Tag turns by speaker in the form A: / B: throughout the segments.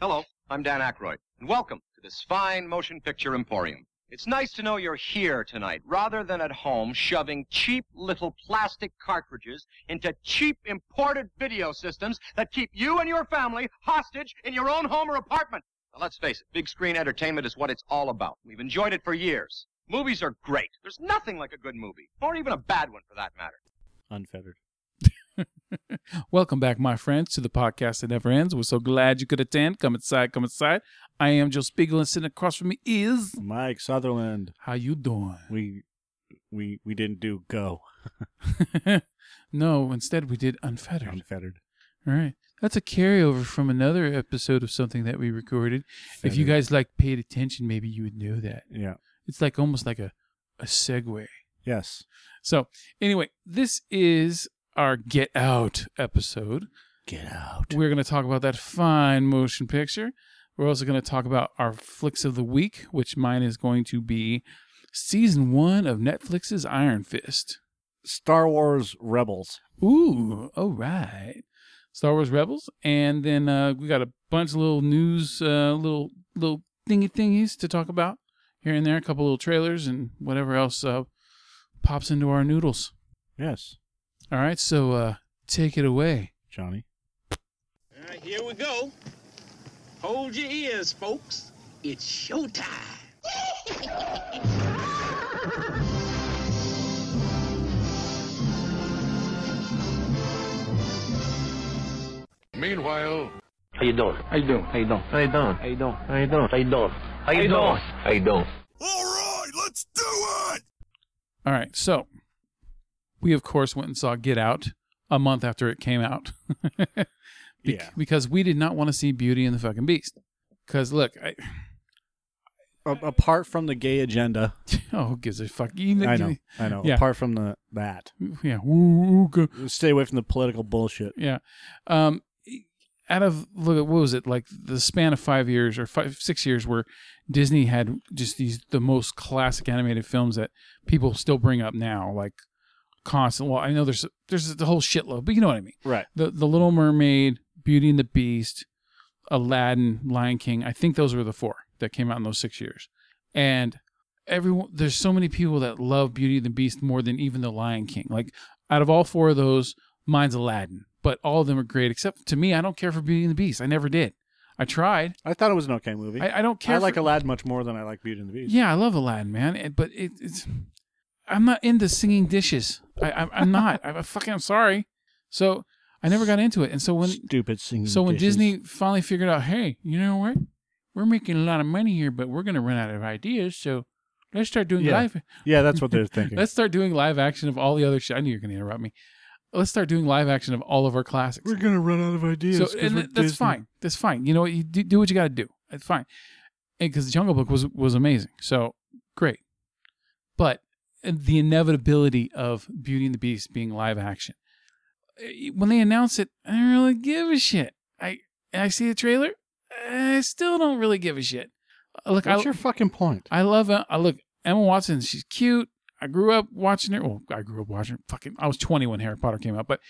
A: Hello, I'm Dan Aykroyd, and welcome to this fine motion picture emporium. It's nice to know you're here tonight rather than at home shoving cheap little plastic cartridges into cheap imported video systems that keep you and your family hostage in your own home or apartment. Now, let's face it, big screen entertainment is what it's all about. We've enjoyed it for years. Movies are great. There's nothing like a good movie, or even a bad one for that matter.
B: Unfettered.
C: Welcome back, my friends, to the podcast that never ends. We're so glad you could attend. Come inside, come inside. I am Joe Spiegel, and sitting across from me is
B: Mike Sutherland.
C: how you doing?
B: We we we didn't do go
C: no, instead we did unfettered.
B: unfettered.
C: All right, that's a carryover from another episode of something that we recorded. If
B: Fettered.
C: you guys like paid attention, maybe you would know that
B: yeah
C: it's like almost like a a segue.
B: yes
C: So anyway, this is our Get Out episode.
B: get out.
C: We're going to talk about that fine motion picture. We're also going to talk about our flicks of the week, which mine is going to be season one of Netflix's Iron Fist.
B: Star Wars Rebels.
C: Ooh, all right. Star Wars Rebels, and then uh, we got a bunch of little news, uh, little little thingy thingies to talk about here and there. A couple little trailers and whatever else uh, pops into our noodles.
B: Yes,
C: All right, so uh, take it away.
B: Johnny.
D: All right, here we go. Hold your ears, folks. It's showtime.
E: Meanwhile,
F: How you doing? How you doing? How you doing? How you doing? How you doing? How you doing? How you doing? How you doing? How you doing?
C: All right, so we of course went and saw Get Out a month after it came out. Bec-
B: Yeah.
C: because we did not want to see Beauty and the fucking Beast. Because look, I,
B: A- apart from the gay agenda,
C: oh, who gives a fuck? You-
B: I know, I know.
C: Yeah.
B: Apart from the that,
C: Yeah, woo, woo, go-
B: stay away from the political bullshit.
C: yeah. Um, out of look, what was it like? The span of five years or five six years where Disney had just these the most classic animated films that people still bring up now, like constant. Well, I know there's there's the whole shitload, but you know what I mean.
B: Right.
C: the the Little Mermaid, Beauty and the Beast, Aladdin, Lion King. I think those were the four that came out in those six years. And everyone, there's so many people that love Beauty and the Beast more than even the Lion King. Like out of all four of those, mine's Aladdin. But all of them are great, except to me, I don't care for Beauty and the Beast. I never did. I tried.
B: I thought it was an okay movie.
C: I, I don't care.
B: I like
C: for,
B: Aladdin much more than I like Beauty and the Beast.
C: Yeah, I love Aladdin, man. It- but it, it's, I'm not into singing dishes. I, I, I'm not. I'm fucking. I'm sorry. So I never got into it. And so when
B: Stupid singing.
C: so when
B: dishes.
C: Disney finally figured out, hey, you know what? We're making a lot of money here, but we're going to run out of ideas. So let's start doing
B: Yeah.
C: live.
B: yeah, that's what they're thinking.
C: Let's start doing live action of all the other shit. I knew you were going to interrupt me. Let's start doing live action of all of our classics.
B: we're gonna run out of ideas.
C: so
B: 'cause
C: and
B: we're
C: th- that's
B: Disney.
C: fine. That's fine. You know what? You do, do what you got to do. It's fine. Because the Jungle Book was was amazing. So great. But uh, the inevitability of Beauty and the Beast being live action. Eh, When they announce it, I don't really give a shit. I and I see the trailer, I still don't really give a shit. Uh, Look, I,
B: What's your fucking point?
C: I love. uh, I look Emma Watson. She's cute. I grew up watching her. Well, I grew up watching. Fucking, I was 20 when Harry Potter came out, but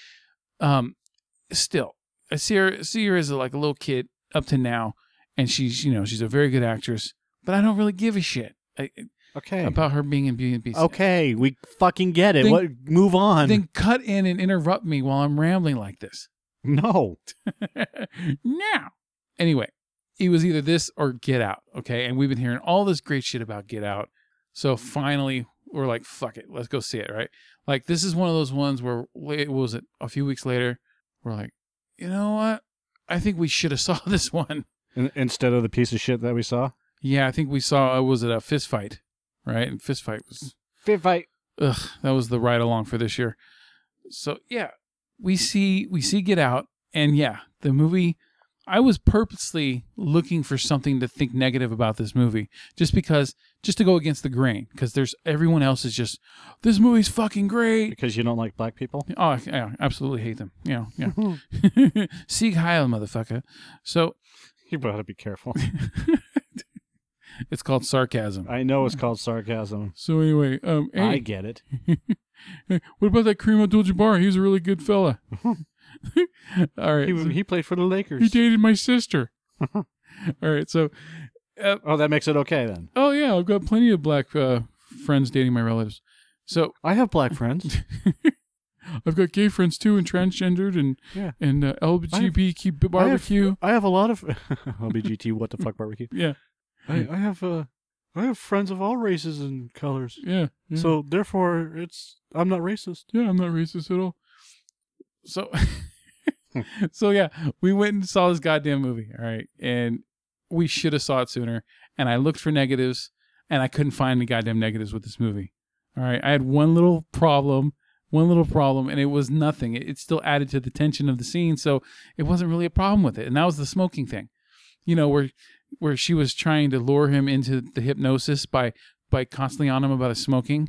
C: um, still, uh, I see her. See her as a, like a little kid up to now, and she's you know she's a very good actress. But I don't really give a shit I,
B: Okay.
C: about her being in Beauty and the Beast.
B: Okay, we fucking get it.
C: Then-
B: what? Move Oh, on.
C: Then cut in and interrupt me while I'm rambling like this.
B: no.
C: now, anyway, it was either this or Get Out. Okay, and we've been hearing all this great shit about Get Out, so finally we're like, fuck it, let's go see it. Right? Like this is one of those ones where wait, what was it? A few weeks later, we're like, you know what? I think we should have saw this one.
B: In- instead of the piece of shit that we saw.
C: Yeah, I think we saw. Uh, was it a fist fight? Right? And fist fight was
B: Fifth fight.
C: ugh, that was the ride along for this year. So yeah, we see we see Get Out, and yeah, the movie. I was purposely looking for something to think negative about this movie, just because, just to go against the grain, because there's everyone else is just this movie's fucking great.
B: Because you don't like black people?
C: Oh, I, I absolutely hate them. Yeah, yeah. Sieg Heil, motherfucker. So
B: You better be careful.
C: it's called sarcasm.
B: I know it's called sarcasm.
C: So anyway, um, hey,
B: I get it.
C: Hey, what about that Kareem Abdul-Jabbar? He's a really good fella. All right,
B: He, he played for the
C: He
B: Lakers.
C: dated my sister. All right. So,
B: Oh, that makes it okay then.
C: oh yeah, I've got plenty of black uh, friends dating my relatives. So
B: I have black friends.
C: I've got gay friends too, and transgendered, and
B: Yeah.
C: and uh, LGBTQ barbecue.
B: I have, I have a lot of LBGT. What the fuck barbecue?
C: yeah,
B: I, I have uh, I have friends of all races and colors.
C: yeah, yeah.
B: So therefore, it's I'm not racist.
C: yeah, I'm not racist at all. So, so yeah, we went and saw this goddamn movie. All right, and we should have saw it sooner. And I looked for negatives, and I couldn't find the goddamn negatives with this movie. All right, I had one little problem, one little problem, and it was nothing. It, it still added to the tension of the scene, so it wasn't really a problem with it. And that was the smoking thing, you know, where where she was trying to lure him into the hypnosis by by constantly on him about his smoking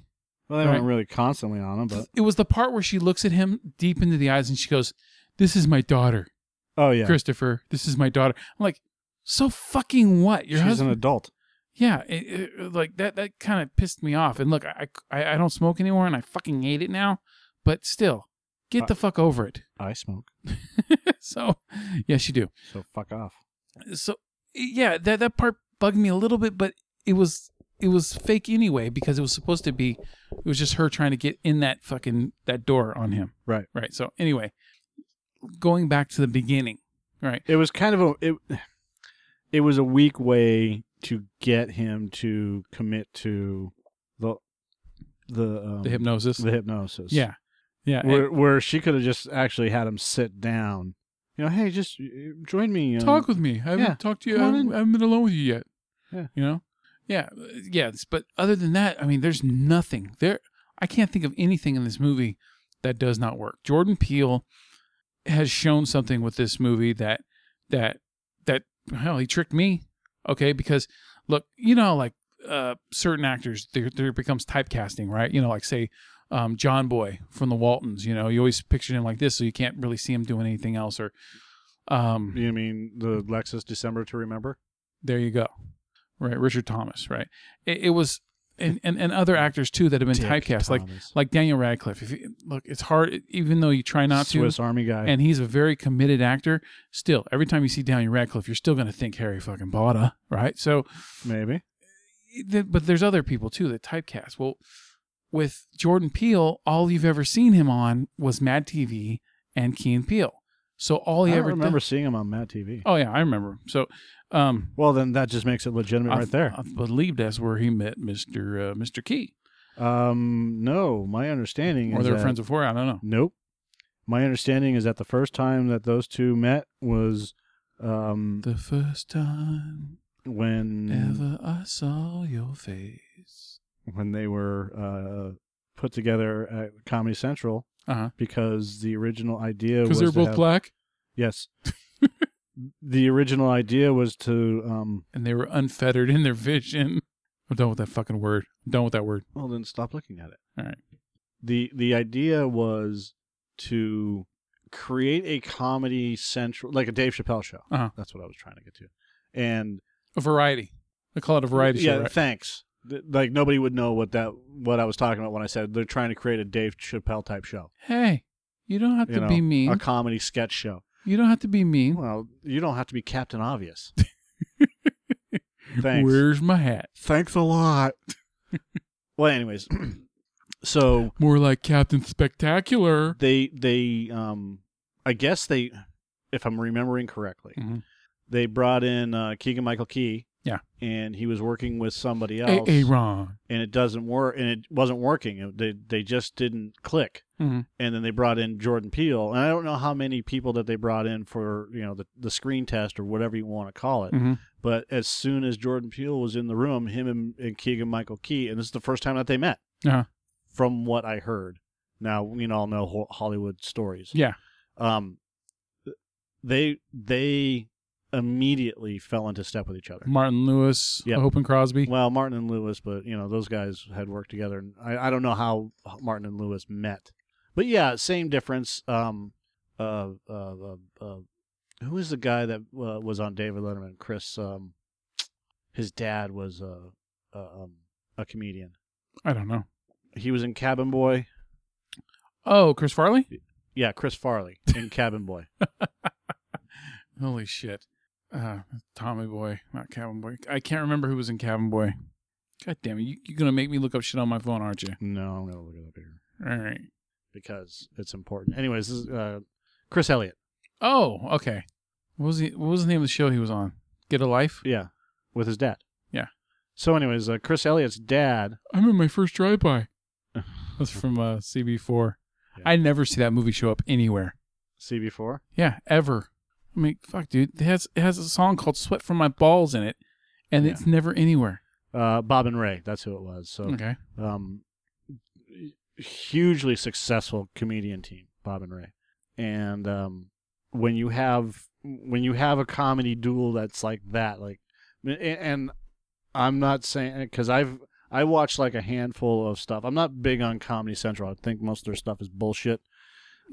B: Well, they
C: Right.
B: weren't really constantly on them, but
C: it was the part where she looks at him deep into the eyes and she goes, "This is my daughter,
B: oh yeah,
C: Christopher. This is my daughter." I'm like, "So fucking what? Your
B: she's
C: husband?"
B: an adult.
C: yeah, it, it- like that. That kind of pissed me off. And look, I, I I don't smoke anymore, and I fucking hate it now. But still, get
B: Uh,
C: the fuck over it.
B: I smoke,
C: so, yes, you do.
B: so fuck off.
C: so yeah that that part bugged me a little bit but it was it was fake anyway because it was supposed to be it was just her trying to get in that fucking that door on him
B: Right.
C: right so anyway going back to the beginning right
B: It was kind of a it. It was a weak way to get him to commit to the the um,
C: the hypnosis
B: the hypnosis.
C: yeah yeah and
B: where where she could have just actually had him sit down. You know, hey, just uh, join me. um,
C: talk with me i haven't
B: yeah,
C: talked to you
B: come
C: I
B: on
C: haven't,
B: in.
C: I haven't been alone with you yet
B: Yeah.
C: you know yeah uh, yes but other than that i mean there's nothing there i can't think of anything in this movie that does not work jordan peele has shown something with this movie that that that hell he tricked me okay because look you know like uh certain actors there there becomes typecasting right you know like say um john boy from the waltons you know you always picture him like this so you can't really see him doing anything else or um
B: You mean the Lexus December to remember?
C: there you go right richard thomas right it, it was and, and and other actors too that have been
B: Dick
C: typecast like
B: Thomas.
C: like daniel radcliffe if you, look it's hard even though you try not
B: Swiss
C: to
B: Army guy.
C: and he's a very committed actor still every time you see daniel radcliffe you're still going to think harry fucking Potter, right so
B: maybe.
C: th- but there's other people too that typecast. Well, with Jordan Peele, all you've ever seen him on was Mad TV and Key and Peele. So all he
B: I don't
C: ever
B: remember
C: did-
B: seeing him on Matt TV.
C: oh yeah, I remember. So, um,
B: Well, then that just makes it legitimate
C: I-
B: right there.
C: I believe that's where he met Mr. Uh, Mr. Key,
B: um, no, my understanding is
C: or
B: uh,
C: they were
B: that-
C: friends before. I don't know.
B: Nope. My understanding is that the first time that those two met was um,
C: The first time
B: when
C: ever I saw your face.
B: when they were uh, put together at Comedy Central
C: Uh huh.
B: because the original idea was uh,
C: Because they're
B: to
C: both
B: have-
C: black
B: Yes. the original idea was to um,
C: and they were unfettered in their vision. I'm done with that fucking word. I'm done with that word.
B: Well, then stop looking at it.
C: All right.
B: The the idea was to create a comedy central, like a Dave Chappelle show.
C: Uh-huh.
B: That's what I was trying to get to. And
C: A variety. I call it a variety
B: yeah,
C: show. Right?
B: thanks. Th- Like nobody would know what that what I was talking about when I said they're trying to create a Dave Chappelle type show.
C: hey, you don't have
B: You
C: to
B: know,
C: be mean.
B: a comedy sketch show.
C: You don't have to be mean.
B: Well, you don't have to be Captain Obvious. thanks.
C: Where's my hat?
B: Thanks a lot. well, anyways, so
C: More like Captain Spectacular.
B: they they um i guess they if i'm remembering correctly
C: Mhm.
B: they brought in uh keegan michael key
C: Yeah.
B: and he was working with somebody else
C: Aaron.
B: and it doesn't work and it wasn't working It- they they just didn't click
C: Mhm.
B: and then they brought in jordan peele and i don't know how many people that they brought in for you know the, the screen test or whatever you want to call it
C: Mhm.
B: but as soon as jordan peele was in the room him and, and keegan michael key and this is the first time that they met
C: Uh-huh.
B: from what i heard now we all know Ho- hollywood stories
C: Yeah.
B: um they they immediately fell into step with each other
C: Martin Lewis,
B: Yep.
C: Hope and Crosby.
B: well martin and lewis but you know those guys had worked together and i, I don't know how martin and lewis met but yeah same difference um uh uh, uh, uh who is the guy that uh, was on david letterman chris um his dad was uh, uh um a comedian
C: I don't know.
B: he was in cabin boy
C: Oh, Chris Farley?
B: yeah chris farley in cabin boy
C: Holy shit. uh, Tommy Boy, not Cabin Boy. I can't remember who was in Cabin Boy. God damn it! You, you're gonna make me look up shit on my phone, aren't you?
B: No, I'm gonna look it up here
C: All right.
B: because it's important. Anyways, this is uh, Chris Elliott.
C: Oh, okay. What was he? What was the name of the show he was on? Get a Life.
B: Yeah, with his dad.
C: Yeah.
B: So, anyways, uh, Chris Elliott's dad.
C: I'm in my first drive-by. That's from uh, CB4.
B: Yeah.
C: I never see that movie show up anywhere.
B: CB4.
C: Yeah, ever. I mean, fuck, dude. It has it has a song called "Sweat from My Balls" in it, and
B: Yeah.
C: it's never anywhere.
B: Uh, Bob and Ray. That's who it was. So,
C: Okay.
B: um, hugely successful comedian team, Bob and Ray. And um, when you have when you have a comedy duel that's like that, like, a- and I'm not saying because I've I watched like a handful of stuff. I'm not big on Comedy Central. I think most of their stuff is bullshit.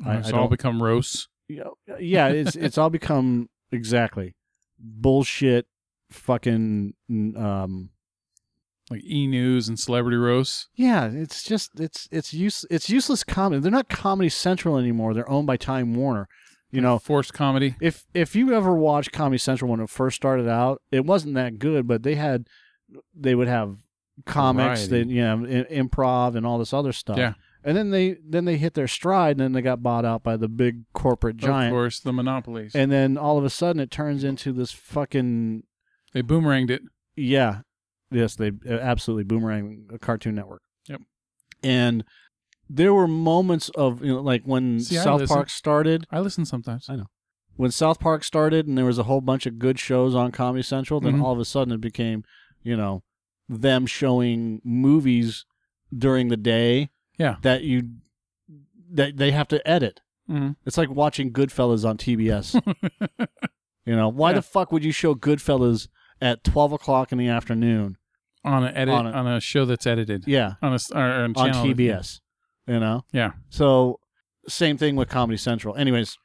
B: I-
C: it's
B: I
C: all
B: don't-
C: become roasts.
B: Yeah, yeah, it's it's all become exactly bullshit, fucking um,
C: like E News and Celebrity Roasts.
B: Yeah, it's just it's it's use it's useless comedy. They're not Comedy Central anymore. They're owned by Time Warner. You know,
C: forced comedy.
B: if if you ever watched Comedy Central when it first started out, it wasn't that good, but they had they would have comics, they
C: Variety.
B: you know, i- improv and all this other stuff.
C: Yeah.
B: And then they then they hit their stride and then they got bought out by the big corporate
C: Of
B: giant.
C: course, the monopolies.
B: And then all of a sudden it turns into this fucking
C: they boomeranged it.
B: yeah. Yes, they uh, absolutely boomerang a Cartoon Network.
C: Yep.
B: And there were moments of you know, like when
C: See, I
B: South
C: listen.
B: Park started,
C: I listen sometimes.
B: when South Park started, and there was a whole bunch of good shows on Comedy Central. Then
C: Mhm.
B: all of a sudden, it became, you know, them showing movies during the day.
C: Yeah.
B: That you that they have to edit.
C: Mhm.
B: It's like watching Goodfellas on TBS. you know, why
C: Yeah.
B: the fuck would you show Goodfellas at twelve o'clock in the afternoon?
C: on an edit
B: On
C: on
B: a-
C: a, show that's edited
B: Yeah,
C: on a s- or, or on,
B: on
C: channel.
B: TBS. You know.
C: Yeah.
B: So same thing with Comedy Central. Anyways,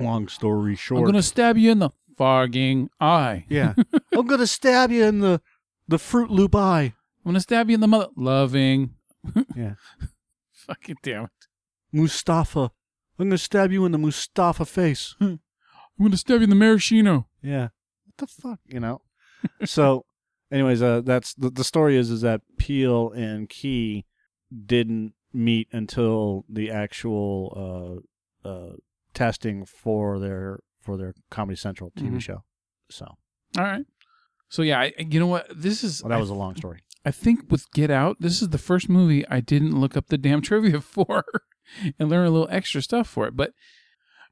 B: long story short.
C: I'm gonna stab you in the fogging eye.
B: yeah. I'm gonna stab you in the the Fruit Loop eye.
C: I'm gonna stab you in the mother loving.
B: Yeah.
C: Fucking damn it!
B: Mustafa. I'm gonna stab you in the Mustafa face.
C: I'm gonna stab you in the maraschino.
B: yeah. What the fuck? You know. so, anyways, uh, that's the the story is is that Peel and Key didn't meet until the actual uh uh testing for their for their Comedy Central TV
C: Mhm.
B: show. So
C: All right. So yeah, I, you know what? This is
B: Well, that was a long story.
C: I think with Get Out, this is the first movie I didn't look up the damn trivia for and learn a little extra stuff for it. But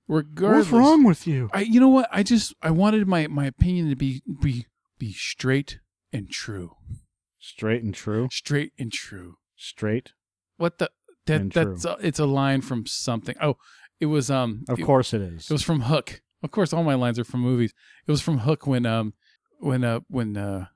C: regardless,
B: with you?
C: I, you know what? I just I wanted my my opinion to be be be straight and true,
B: Straight and true.
C: straight and true.
B: Straight.
C: What the that
B: And
C: that's a, it's a line from something. Oh, it was um
B: Of
C: it-
B: course it is.
C: It was from Hook. Of course, all my lines are from movies. It was from Hook when um when uh when uh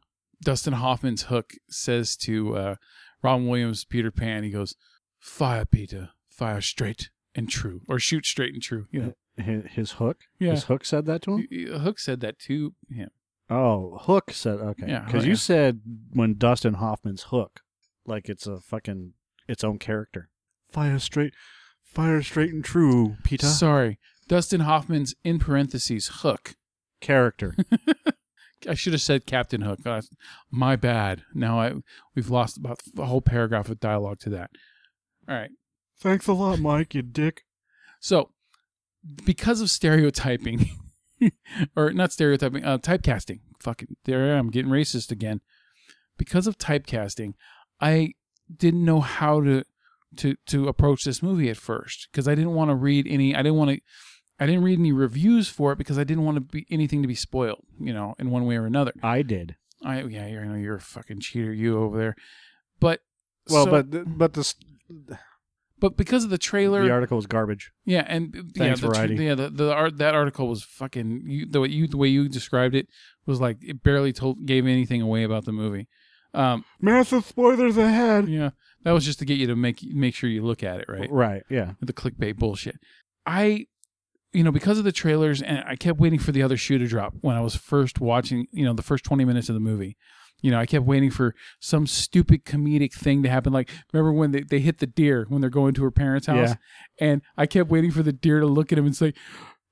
C: Dustin Hoffman's Hook says to uh Robin Williams Peter Pan, he goes, "Fire, Peter, fire straight and true, or shoot straight and true." You know,
B: his, his hook.
C: yeah.
B: His hook said that to him.
C: Y- y- Hook said that to him.
B: Oh, hook said okay.
C: Yeah,
B: Because
C: oh,
B: you
C: yeah.
B: said when Dustin Hoffman's hook, like it's a fucking its own character. Fire straight, fire straight and true, Peter.
C: Sorry, Dustin Hoffman's in parentheses Hook.
B: character.
C: I should have said Captain Hook. Uh, my bad. Now I we've lost about a whole paragraph of dialogue to that. All right.
B: Thanks a lot, Mike. You dick.
C: So, because of stereotyping, or not stereotyping, uh, typecasting. Fucking, there I am getting racist again. Because of typecasting, I didn't know how to to to approach this movie at first because I didn't want to read any. I didn't want to. I didn't read any reviews for it because I didn't want to be anything to be spoiled, you know, in one way or another.
B: I did.
C: I yeah, you're, I know you're a fucking cheater, you over there. But
B: Well,
C: so-
B: but th- but this
C: but because of the trailer,
B: the article is garbage.
C: Yeah, and uh,
B: Thanks,
C: yeah, the, tr-
B: variety.
C: yeah, the, the art that article was fucking you, the way you the way you described it was like it barely told gave anything away about the movie. Um,
B: Massive spoilers ahead.
C: yeah, that was just to get you to make make sure you look at it right.
B: Right. Yeah.
C: The clickbait bullshit. I, you know, because of the trailers, and I kept waiting for the other shoe to drop when I was first watching. You know, the first twenty minutes of the movie. You know, I kept waiting for some stupid comedic thing to happen. Like, remember when they, they hit the deer when they're going to her parents' house?
B: Yeah.
C: And I kept waiting for the deer to look at him and say,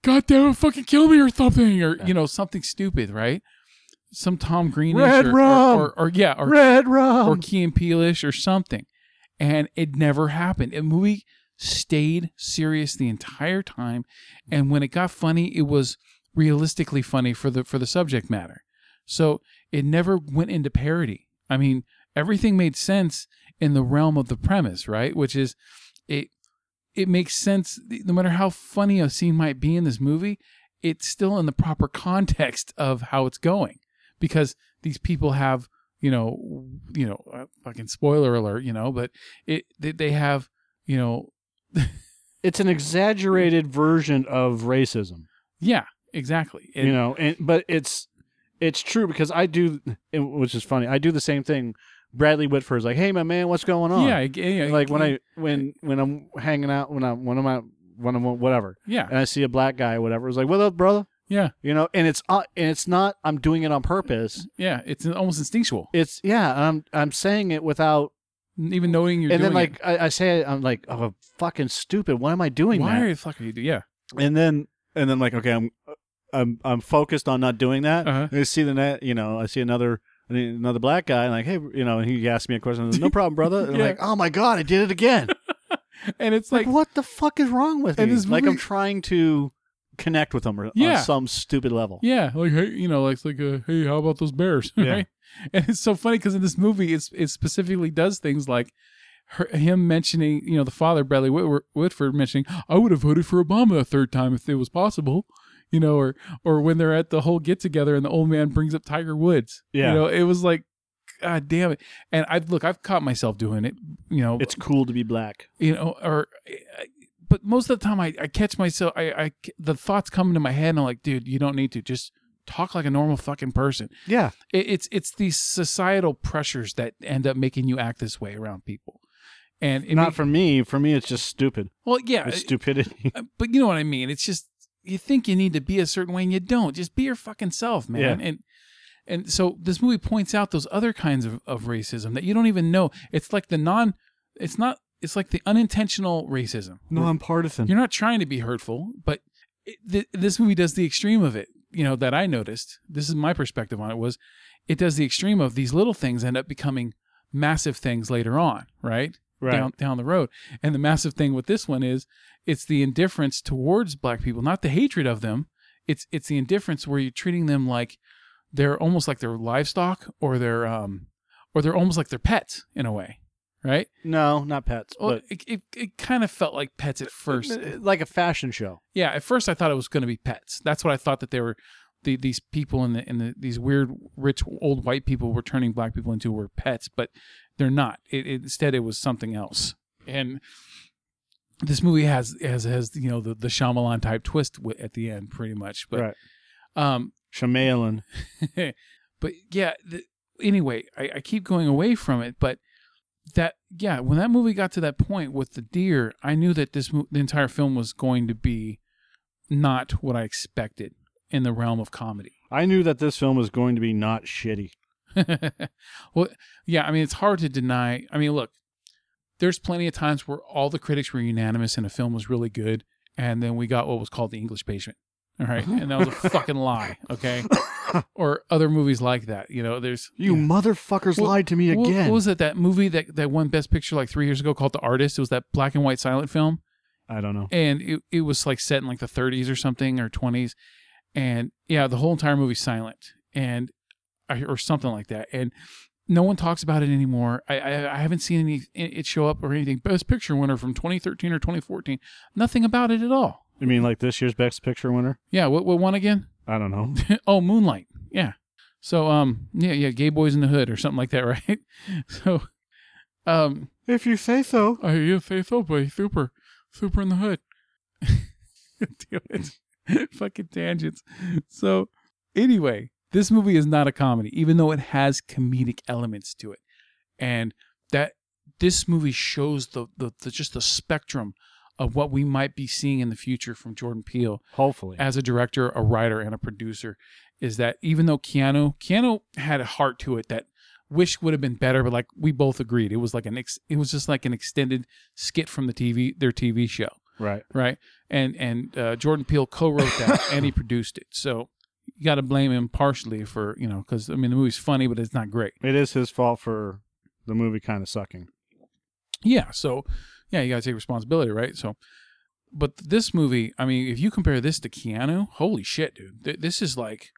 C: God damn it, fucking kill me or something, or you know something stupid, right? Some Tom Greenish
B: Red
C: or, or-
B: rum.
C: Or, or yeah, or
B: Red
C: or
B: rum.
C: Key and Peelish or something, and it never happened. The movie stayed serious the entire time, and when it got funny, it was realistically funny for the for the subject matter. So it never went into parody. I mean, everything made sense in the realm of the premise, right? Which is it it makes sense no matter how funny a scene might be in this movie, it's still in the proper context of how it's going because these people have, you know, you know, uh, fucking spoiler alert, you know, but it they, they have, you know,
B: It's an exaggerated version of racism.
C: yeah, exactly. It-
B: you know and but it's it's true because i do and- which is funny i do the same thing bradley whitford's like hey my man what's going on
C: yeah, it- yeah,
B: like when
C: it-
B: i when when i'm hanging out when i'm when i'm out when i'm whatever
C: yeah,
B: and i see a black guy or whatever it's like what up brother
C: Yeah.
B: you know and it's uh, and it's not i'm doing it on purpose
C: yeah, it's almost instinctual.
B: it's yeah i'm i'm saying it without
C: Even knowing you're
B: and then
C: doing
B: like I, I say it, i'm like oh fucking stupid why am i
C: it.
B: doing
C: why
B: that
C: the fuck are you doing? Yeah,
B: and then and then like okay i'm i'm i'm focused on not doing that
C: Uh-huh.
B: And i see the net you know i see another another black guy and like hey you know and he asked me a question I'm like, no problem brother and
C: Yeah.
B: i'm like oh my god i did it again
C: and it's
B: like,
C: like,
B: what the fuck is wrong with
C: And
B: me
C: this
B: like i'm
C: movie-
B: trying to connect with them or,
C: Yeah.
B: on some stupid level
C: Yeah, like hey, you know, like it's like uh, hey, how about those bears?
B: Yeah.
C: right? And it's so funny because in this movie, it's it specifically does things like her, him mentioning, you know, the father Bradley Whit- Whitford mentioning, I would have voted for Obama a third time if it was possible. You know, or or when they're at the whole get together and the old man brings up Tiger Woods.
B: Yeah.
C: you know, it was like, God damn it! And I look, I've caught myself doing it. You know,
B: it's cool to be black
C: you know, or, I- but most of the time I, I catch myself, I, I, the thoughts come into my head and I'm like, dude, you don't need to just talk like a normal fucking person.
B: yeah
C: It, it's, it's these societal pressures that end up making you act this way around people. And it
B: not
C: make-
B: for me for me it's just stupid
C: well, yeah,
B: it's stupidity
C: uh, but you know what I mean. It's just, you think you need to be a certain way and you don't just be your fucking self, man. And, and so this movie points out those other kinds of, of racism that you don't even know. It's like the non, it's not, it's like the unintentional racism.
B: nonpartisan
C: You're not trying to be hurtful, but it, th- this movie does the extreme of it. You know that I noticed. This is my perspective on it. Was it does the extreme of these little things end up becoming massive things later on, right?
B: right
C: Down down the road. And the massive thing with this one is it's the indifference towards black people, not the hatred of them. It's it's the indifference where you're treating them like they're almost like their livestock or their um or they're almost like their pets in a way, right?
B: no not pets
C: Well,
B: but uh,
C: it, it it kind of felt like pets at first.
B: like a fashion show
C: Yeah, at first I thought it was going to be pets. That's what I thought that they were. The, these people and the, and the, these weird rich old white people were turning black people into were pets, but they're not. It, it, instead, it was something else. And this movie has has has you know the the Shyamalan type twist wi- at the end, pretty much. But
B: Right.
C: um,
B: Shyamalan.
C: but yeah the, anyway I, I keep going away from it but that yeah when that movie got to that point with the deer i knew that this mo- the entire film was going to be not what i expected in the realm of comedy
B: I knew that this film was going to be not shitty.
C: well yeah i mean it's hard to deny i mean look there's plenty of times where all the critics were unanimous and a film was really good and then we got what was called the english patient all right and that was a fucking lie okay or other movies like that you know there's
B: You motherfuckers
C: Well,
B: lied to me
C: What-
B: again.
C: What was it? That movie that, that won Best Picture like three years ago called The Artist. It was that black and white silent film,
B: I don't know.
C: and it it was like set in like the 30s or something or 20s, and yeah, the whole entire movie's silent and or something like that, and no one talks about it anymore. I I, I haven't seen any it show up or anything. Best Picture winner from 2013 or 2014. Nothing about it at all.
B: You mean like this year's Best Picture winner?
C: Yeah, what what won again?
B: I don't know.
C: oh, Moonlight. Yeah. So um yeah yeah Gay Boys in the Hood or something like that, right? So um
B: if you say so.
C: Oh, you say so, boy. Super. Super in the hood. Damn it. Fucking tangents. So, anyway, this movie is not a comedy, even though it has comedic elements to it. And that this movie shows the, the, the just the spectrum of what we might be seeing in the future from Jordan Peele
B: Hopefully.
C: as a director, a writer, and a producer is that even though Keanu, Keanu had a heart to it that wish would have been better, but like we both agreed, it was like an ex, it was just like an extended skit from the TV their TV show.
B: Right.
C: right? And and uh, Jordan Peele co-wrote that and he produced it. So you got to blame him partially for you know because I mean the movie's funny but it's not great.
B: It is his fault for the movie kind of sucking.
C: Yeah. So yeah, you got to take responsibility, right? So, but this movie, I mean, if you compare this to Keanu, holy shit, dude, Th- this is like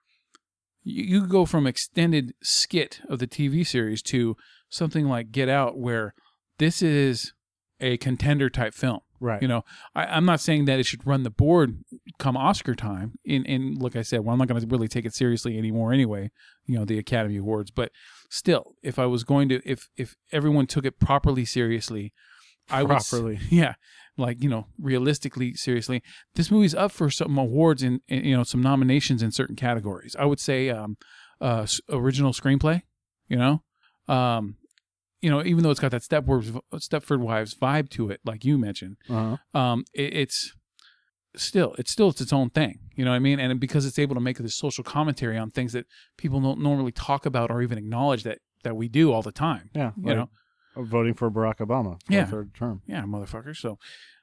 C: you, you go from extended skit of the TV series to something like Get Out, where this is a contender type film.
B: Right.
C: You know, I, I'm not saying that it should run the board come Oscar time. And and like I said, well, I'm not going to really take it seriously anymore anyway. You know, the Academy Awards, but still, if I was going to, if if everyone took it properly seriously, I would s-
B: Properly.
C: yeah, like you know, realistically, seriously, this movie's up for some awards and and, you know some nominations in certain categories. I would say um, uh, s- original screenplay. You know, um, you know, even though it's got that Stepford Stepford Wives vibe to it, like you mentioned
B: Uh-huh.
C: um, it, it's still it's still it's its own thing. You know what I mean? And because it's able to make this social commentary on things that people don't normally talk about or even acknowledge that that we do all the time.
B: Yeah.
C: You
B: like
C: know?
B: Voting for Barack Obama for
C: Yeah.
B: a third term.
C: Yeah, motherfucker. So,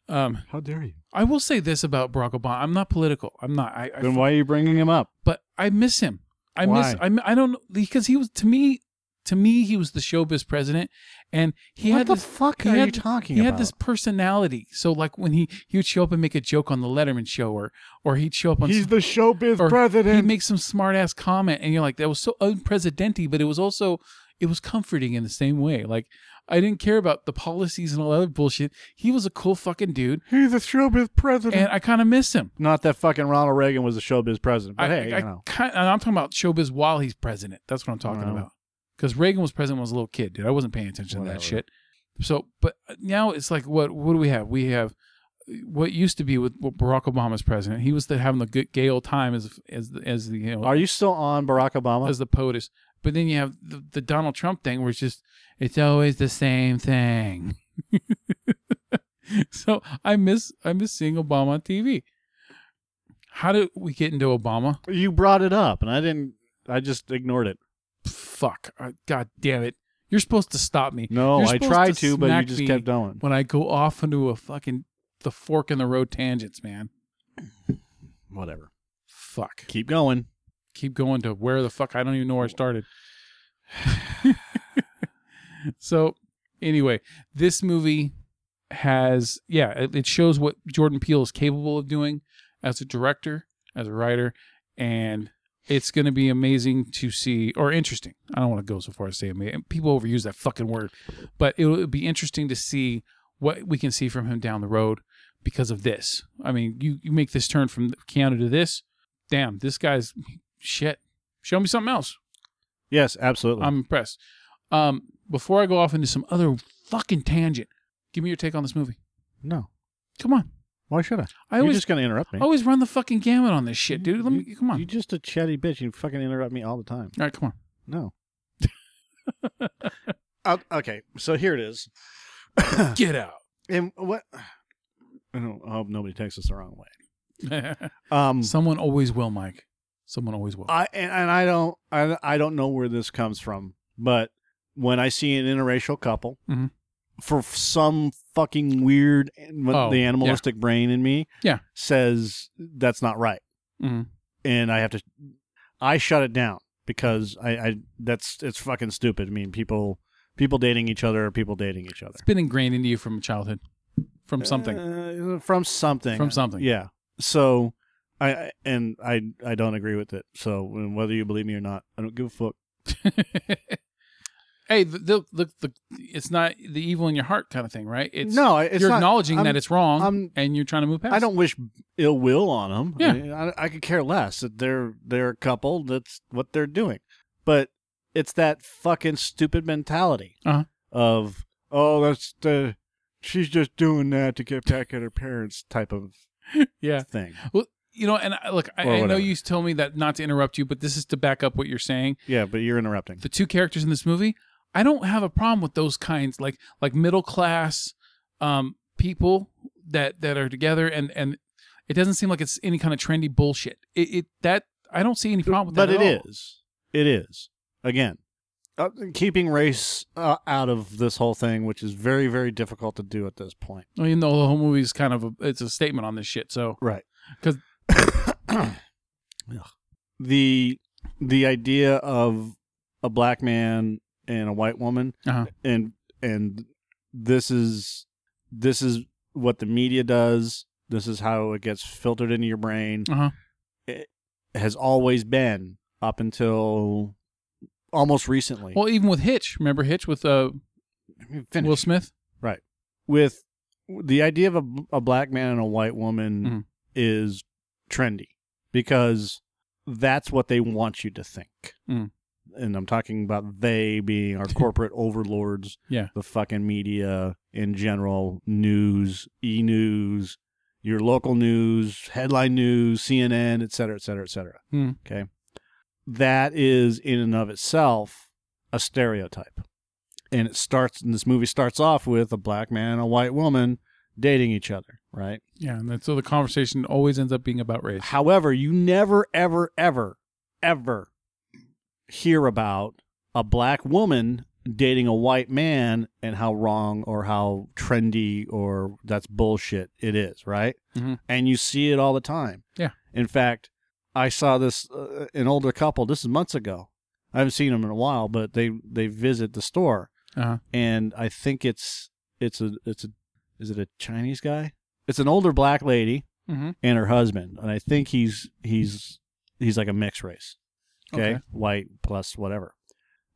C: um,
B: How dare you?
C: I will say this about Barack Obama: I'm not political. I'm not. I, I
B: Then why are you bringing him up?
C: but I miss him. I miss.
B: Why?
C: I mi- I don't know because he was to me. To me, he was the showbiz president, and he
B: what
C: had
B: the
C: this,
B: fuck
C: he
B: are
C: had-
B: you talking
C: he
B: about?
C: had this personality. So like when he he would show up and make a joke on the Letterman show, or or he'd show up on
B: He's
C: some-
B: the showbiz
C: or He
B: president.
C: makes some smart ass comment, and you're like, that was so unprecedented, but it was also it was comforting in the same way. Like I didn't care about the policies and all that other bullshit. He was a cool fucking dude,
B: He's the showbiz president.
C: and I kind of miss him.
B: Not that fucking Ronald Reagan was the showbiz president, but
C: I,
B: hey,
C: I,
B: you know.
C: kind I'm talking about showbiz while he's president. That's what I'm talking
B: Wow.
C: about. Because Reagan was president when I was a little kid, dude. I wasn't paying attention to that
B: Whatever.
C: shit. So, but uh, now it's like, what? What do we have? We have uh, what used to be with what Barack Obama's president. He was the, having the good, gay old time as as the- as the you know
B: Are you still on Barack Obama?
C: as the POTUS. But then you have the, the Donald Trump thing where it's just, it's always the same thing. so I miss, I miss seeing Obama on TV. How did we get into Obama?
B: you brought it up, and I didn't. I just ignored it.
C: Fuck. I- God damn it. You're supposed to stop me.
B: No,
C: You're
B: I
C: supposed
B: tried to, but you
C: smack
B: just
C: me
B: kept going.
C: When I go off into a fucking, the fork in the road tangents, man.
B: Whatever.
C: Fuck.
B: Keep going.
C: keep going to where the fuck I don't even know where I started. so anyway, this movie has yeah, it, it shows what Jordan Peele is capable of doing as a director, as a writer, and it's going to be amazing to see or interesting. I don't want to go so far as to say amazing. People overuse that fucking word, but it would be interesting to see what we can see from him down the road because of this. I mean, you you make this turn from Keanu to this. Damn, this guy's shit. Show me something else.
B: Yes, absolutely.
C: I'm impressed. Um, before I go off into some other fucking tangent, give me your take on this movie.
B: no.
C: Come on.
B: Why should I?
C: I
B: You're
C: always
B: just gonna interrupt me.
C: I always run the fucking gamut on this shit, dude. Let me
B: You-
C: come on.
B: You're just a chatty bitch. You fucking interrupt me all the time.
C: All right, come on.
B: No. Uh, okay, so here it is.
C: Get out.
B: And what? I, don't, I hope nobody takes this the wrong way. Um,
C: Someone always will, Mike. Someone always will.
B: I and, and I don't I, I don't know where this comes from, but when I see an interracial couple,
C: Mhm.
B: for some fucking weird,
C: Oh,
B: the
C: yeah.
B: animalistic brain in me,
C: Yeah.
B: says that's not right,
C: Mhm.
B: and I have to, I shut it down because I, I that's it's fucking stupid. I mean, people people dating each other are people dating each other
C: It's been ingrained into you from childhood, from something.
B: Uh, from something
C: From something.
B: yeah so I- I and I I don't agree with it so and whether you believe me or not I don't give a fuck Eh.
C: hey, the, the, the, the, it's not the evil in your heart kind of thing, right? It's
B: no it's
C: you're
B: not,
C: acknowledging
B: I'm-
C: that it's wrong,
B: I'm-
C: and you're trying to move past.
B: I don't wish ill will on them
C: Yeah.
B: I, mean, I, I could care less that they're they're a couple that's what they're doing but it's that fucking stupid mentality
C: Uh-huh.
B: of oh that's the she's just doing that to get back at her parents type of
C: it. yeah.
B: thing
C: Well, you know, and I, look, I,
B: Or
C: I know
B: whatever.
C: you told me that not to interrupt you, but this is to back up what you're saying.
B: yeah but you're interrupting
C: The two characters in this movie, I don't have a problem with those kinds, like like middle class um, people that that are together, and and it doesn't seem like it's any kind of trendy bullshit. It, it that I don't see any problem with
B: but
C: that.
B: it
C: at all.
B: is it is again uh, keeping race uh, out of this whole thing, which is very, very difficult to do at this point.
C: Well, you know, the whole movie is kind of a, it's a statement on this shit. So
B: Right.
C: 'Cause-
B: the the idea of a black man and a white woman
C: Uh-huh.
B: and and this is this is what the media does. This is how it gets filtered into your brain.
C: Uh-huh.
B: It has always been up until almost recently.
C: well, even with Hitch, remember Hitch with uh,
B: Let me finish.
C: Will Smith?
B: with the idea of a, a black man and a white woman
C: Mhm.
B: is trendy because that's what they want you to think.
C: Mm.
B: And I'm talking about they being our corporate overlords,
C: Yeah.
B: the fucking media in general, news, e news, your local news, headline news, CNN, et cetera, et cetera, et cetera.
C: Mm.
B: Okay. That is in and of itself a stereotype and it starts and this movie starts off with a black man and a white woman dating each other right
C: Yeah, and that's, so the conversation always ends up being about race.
B: however you never ever ever ever hear about a black woman dating a white man and how wrong or how trendy or that's bullshit it is right
C: Mhm.
B: and you see it all the time
C: Yeah.
B: in fact i saw this uh, an older couple this is months ago i haven't seen them in a while but they they visit the store
C: Uh-huh.
B: and I think it's it's a it's a is it a Chinese guy? It's an older black lady
C: Mhm.
B: and her husband, and I think he's he's he's like a mixed race, okay,
C: Okay.
B: white plus whatever.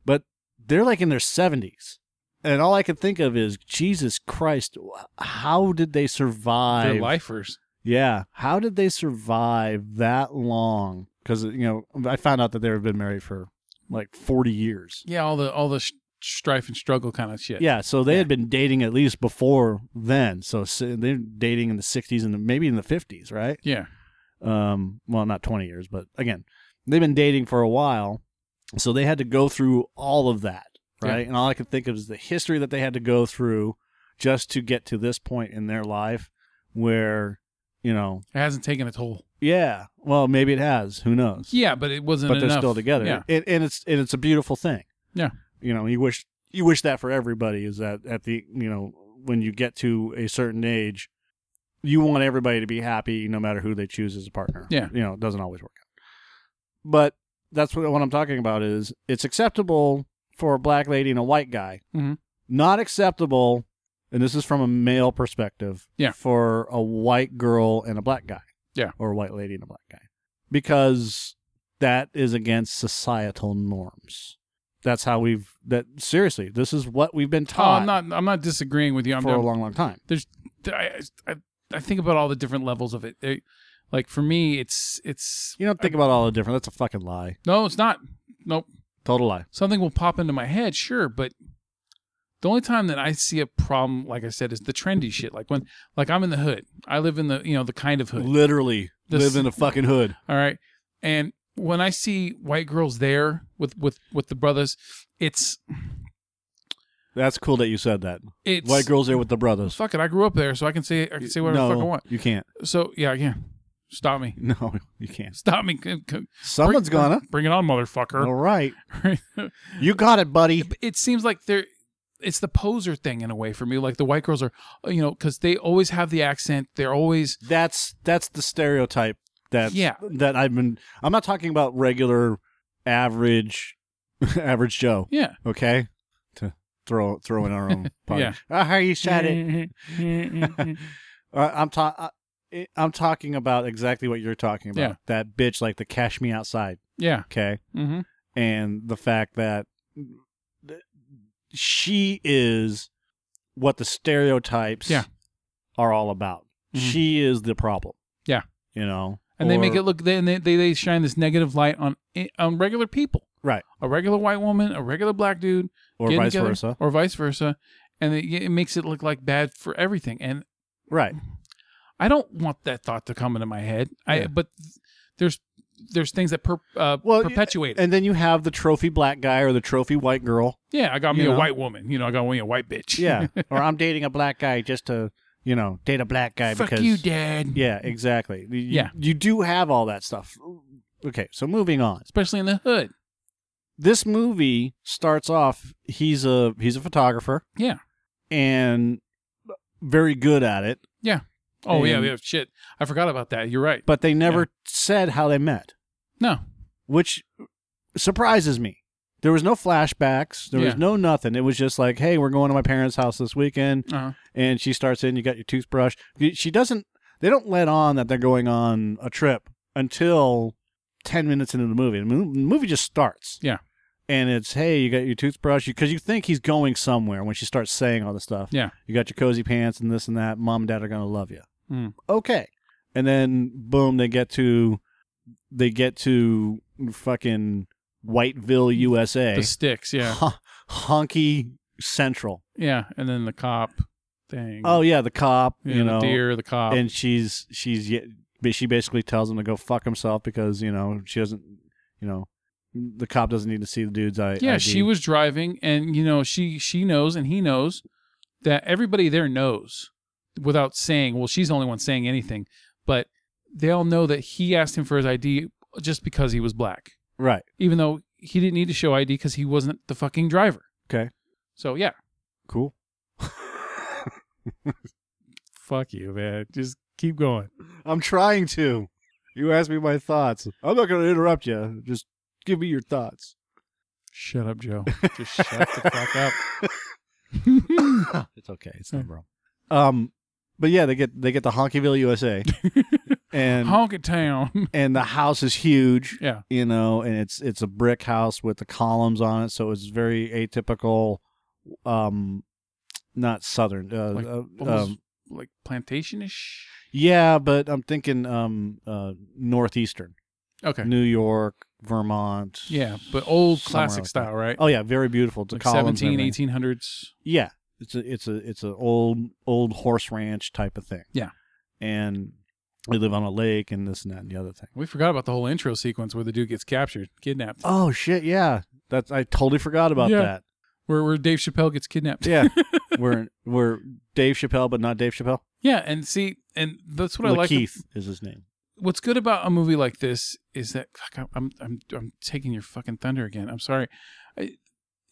B: But they're like in their seventies, and all I can think of is Jesus Christ, wh- how did they survive?
C: They're lifers.
B: Yeah, how did they survive that long? Because you know, I found out that they have been married for like forty years.
C: Yeah, all the all the sh- strife and struggle kind of shit.
B: Yeah, so they
C: Yeah.
B: had been dating at least before then. So s- they're dating in the 60s and the- maybe in the 50s, right?
C: yeah.
B: Um, well, not 20 years, but again, they've been dating for a while. So they had to go through all of that, right? And all I could think of is the history that they had to go through just to get to this point in their life where, you know,
C: It hasn't taken a toll.
B: yeah, well, maybe it has. Who knows?
C: Yeah, but it wasn't.
B: but they're
C: enough.
B: still together.
C: Yeah,
B: And, and it's and it's a beautiful thing.
C: Yeah.
B: You know, you wish you wish that for everybody is that at the you know when you get to a certain age, you want everybody to be happy no matter who they choose as a partner.
C: Yeah.
B: You know, it doesn't always work out. But that's what what I'm talking about is it's acceptable for a black lady and a white guy.
C: Mhm.
B: Not acceptable, and this is from a male perspective.
C: Yeah.
B: For a white girl and a black guy.
C: Yeah.
B: Or a white lady and a black guy because that is against societal norms. That's how we've that seriously. This is what we've been
C: Oh,
B: taught
C: I'm not. I'm not disagreeing with you. I'm.
B: for a
C: I'm
B: long, long time.
C: I, I, I think about all the different levels of it. They- like for me, it's it's
B: You don't think about all the different. That's a fucking lie.
C: no, it's not. Nope.
B: Total lie.
C: Something will pop into my head, sure, but the only time that I see a problem, like I said, is the trendy shit. Like when, like I'm in the hood. I live in the you know the kind of hood.
B: Literally
C: This-
B: live in a fucking hood.
C: All right. And when I see white girls there with with with the brothers, it's
B: That's cool that you said that.
C: it's
B: White girls there with the brothers.
C: Fuck it. I grew up there, so I can say I can say whatever
B: no,
C: the fuck I want.
B: You can't.
C: So yeah, I can. Stop me.
B: No, you can't.
C: Stop me. C- c-
B: Someone's
C: bring,
B: gonna.
C: bring it on, motherfucker.
B: All right. You got it, buddy.
C: it seems like they're it's the poser thing in a way for me. Like the white girls are, you know, because they always have the accent. They're always
B: That's that's the stereotype that
C: Yeah.
B: that I've been I'm not talking about regular average average Joe.
C: yeah.
B: okay? To throw throw in our own party.
C: Yeah.
B: I heard you said it.
C: it.
B: Uh, I'm ta- I, I'm talking about exactly what you're talking about.
C: Yeah.
B: That bitch, like the cash me outside,
C: yeah.
B: okay?
C: Mm-hmm.
B: And the fact that th- she is what the stereotypes
C: Yeah.
B: are all about.
C: Mhm.
B: She is the problem.
C: Yeah.
B: You know?
C: And they make
B: Or-
C: it look. They, they they shine this negative light on eh, on regular people.
B: Right.
C: A regular white woman, a regular black dude,
B: or
C: getting
B: vice
C: together,
B: versa.
C: or vice versa, and it, it makes it look like bad for everything. And
B: Right.
C: I don't want that thought to come into my head.
B: Yeah.
C: I but there's there's things that per, uh,
B: Well,
C: perpetuate. it.
B: And then you have the trophy black guy or the trophy white girl
C: yeah, I got
B: you
C: me
B: know.
C: a white woman. You know, I got me a white bitch.
B: Yeah. or I'm dating a black guy just to, you know, date a black guy
C: fuck
B: because
C: you, dad.
B: Yeah, exactly. You,
C: Yeah.
B: You do have all that stuff. Okay, so moving on.
C: especially in the hood.
B: this movie starts off he's a he's a photographer
C: Yeah.
B: and very good at it
C: Oh yeah,
B: And-
C: we have shit. I forgot about that. You're right.
B: but they never said how they met
C: No.
B: which surprises me there was no flashbacks there was
C: Yeah.
B: no nothing it was just like hey we're going to my parents house this weekend
C: Uh-huh.
B: and she starts in you got your toothbrush she doesn't they don't let on that they're going on a trip until 10 minutes into the movie the mo- movie just starts
C: Yeah.
B: and it's hey you got your toothbrush because you think he's going somewhere when she starts saying all this stuff
C: Yeah.
B: you got your cozy pants and this and that mom and dad are gonna love you
C: Mm.
B: okay and then boom they get to they get to fucking whiteville usa
C: The sticks. Yeah.
B: Hon- honky central
C: Yeah. And then the cop thing.
B: oh yeah the cop
C: Yeah,
B: you
C: the
B: know
C: deer, the cop.
B: and she's she's ye- ba- she basically tells him to go fuck himself because you know she doesn't you know the cop doesn't need to see the dude's I
C: yeah,
B: ID.
C: she was driving, and you know she she knows, and he knows that everybody there knows without saying. Well, she's the only one saying anything, but they all know that he asked him for his ID just because he was black,
B: right.
C: even though he didn't need to show ID because he wasn't the fucking driver.
B: Okay.
C: So yeah,
B: Cool.
C: fuck you, man. Just keep going.
B: I'm trying to. You asked me my thoughts. I'm not going to interrupt you. Just give me your thoughts.
C: Shut up, Joe. Just shut the fuck up.
B: it's okay.
C: Hmm.
B: It's not wrong. Um, but yeah, they get they get the Honkyville USA, and
C: Honky Town.
B: and the house is huge.
C: Yeah.
B: you know, and it's it's a brick house with the columns on it, so it's very atypical. Um, not southern. Uh,
C: Like,
B: uh,
C: almost
B: um,
C: like plantation ish.
B: yeah, but I'm thinking um uh northeastern,
C: Okay.
B: New York, Vermont.
C: Yeah, but old
B: somewhere
C: classic
B: like that.
C: style, right?
B: Oh yeah, very beautiful. The
C: like
B: columns and everything.
C: 17, 1800s.
B: Yeah, it's a it's a it's an old old horse ranch type of thing.
C: Yeah.
B: and they live on a lake and this and that and the other thing.
C: We forgot about the whole intro sequence where the dude gets captured, kidnapped.
B: Oh shit, yeah, that's I totally forgot about
C: Yeah.
B: that.
C: Where where Dave Chappelle gets kidnapped.
B: Yeah, we're we're Dave Chappelle, but not Dave Chappelle.
C: Yeah, and see, and that's what I like.
B: Keith is his name.
C: What's good about a movie like this is that fuck, I'm I'm I'm taking your fucking thunder again. I'm sorry. I,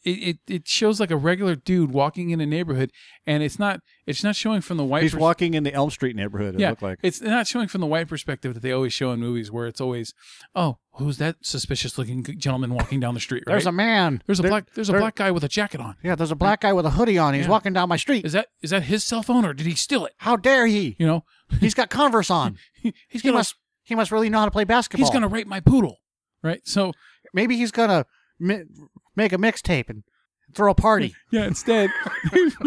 C: it, it it shows like a regular dude walking in a neighborhood, and it's not it's not showing from the white.
B: He's
C: pers-
B: walking in the Elm Street neighborhood. It
C: Yeah.
B: looked like
C: It's not showing from the white perspective that they always show in movies, where it's always, oh, who's that suspicious looking gentleman walking down the street? Right?
B: there's a man.
C: There's a
B: There-
C: black there's a
B: there-
C: black guy with a jacket on.
B: Yeah, there's a black guy with a hoodie on. He's
C: Yeah.
B: walking down my street.
C: Is that is that his cell phone or did he steal it?
B: How dare he?
C: You know,
B: He's got Converse on.
C: he's
B: He
C: gonna
B: must he must really know how to play basketball.
C: he's gonna rape my poodle, right? So
B: maybe he's gonna mi- make a mixtape and throw a party.
C: yeah, instead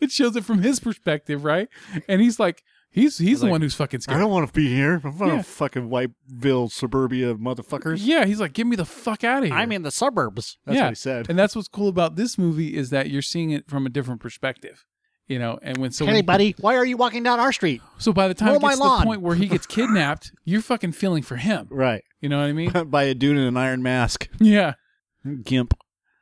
C: it shows it from his perspective, right? And he's like, he's he's the
B: Like,
C: one who's fucking scared.
B: want to be here. I'm
C: Yeah.
B: fucking Whiteville suburbia motherfuckers.
C: Yeah, he's like, get me the fuck out of here.
B: I'm in the suburbs. That's
C: Yeah.
B: what he said.
C: and that's what's cool about this movie is that you're seeing it from a different perspective, you know. And when so
B: hey,
C: when-
B: buddy, why are you walking down our street?
C: so by the time
B: mow
C: it
B: my
C: gets to the
B: lawn.
C: point where he gets kidnapped, you're fucking feeling for him.
B: Right.
C: You know what I mean?
B: By a dude in an iron mask.
C: Yeah,
B: Gimp.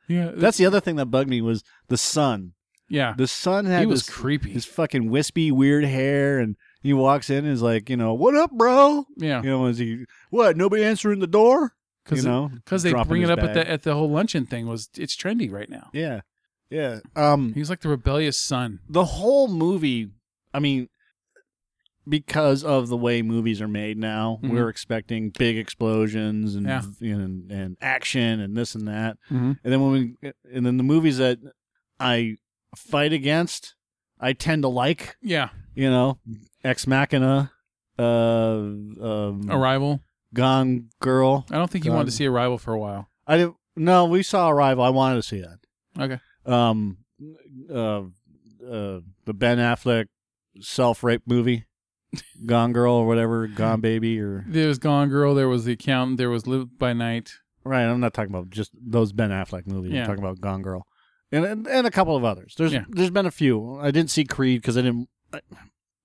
C: yeah,
B: That's the other thing that bugged me was the sun.
C: yeah.
B: The sun had
C: Ah, He was
B: this,
C: creepy.
B: his fucking wispy, weird hair, and he walks in and is like, you know, what up, bro?
C: yeah,
B: You know, is he what? Nobody answering the door? You
C: because
B: know,
C: because they
B: dropping
C: bring it
B: his
C: up at
B: bag.
C: the at the whole luncheon thing was it's trendy right now.
B: yeah, yeah. Um,
C: He's like the rebellious son.
B: the whole movie i mean because of the way movies are made now
C: Mhm.
B: we're expecting big explosions and,
C: Yeah.
B: and and action and this and that
C: Mhm.
B: and then when we and then the movies that i fight against i tend to like
C: Yeah,
B: you know ex machina uh um
C: Arrival.
B: gone girl
C: I don't think he wanted to
B: God.
C: see Arrival for a while.
B: i didn't no we saw arrival i wanted to see that
C: Okay.
B: um uh, uh the Ben Affleck self rape movie, Gone Girl or whatever, Gone Baby or
C: There was Gone Girl. There was The Accountant. There was Live by Night.
B: right. I'm not talking about just those Ben Affleck movies.
C: Yeah.
B: I'm talking about Gone Girl and and, and a couple of others. There's
C: Yeah.
B: there's been a few. I didn't see Creed because I didn't. I,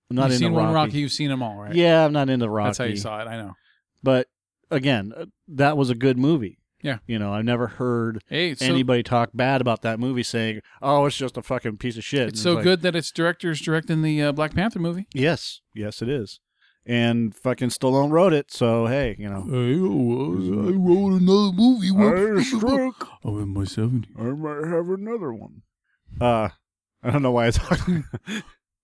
B: I'm not
C: you've
B: into
C: seen
B: Rocky.
C: one Rocky. You've seen them all, right?
B: Yeah, I'm not into Rocky.
C: That's how you saw it. I know.
B: But again, uh, that was a good movie.
C: Yeah.
B: You know, I've never heard
C: Hey, it's so,
B: anybody talk bad about that movie, saying, "Oh, it's just a fucking piece of shit." And
C: it's so
B: like,
C: good that its director's directing the uh, Black Panther movie.
B: Yes, yes, it is. and fucking Stallone wrote it. So hey, you know,
C: Hey, I wrote another movie.
B: stroke.
C: I'm in my 70s.
B: I might have another one. Uh, I don't know why I talked.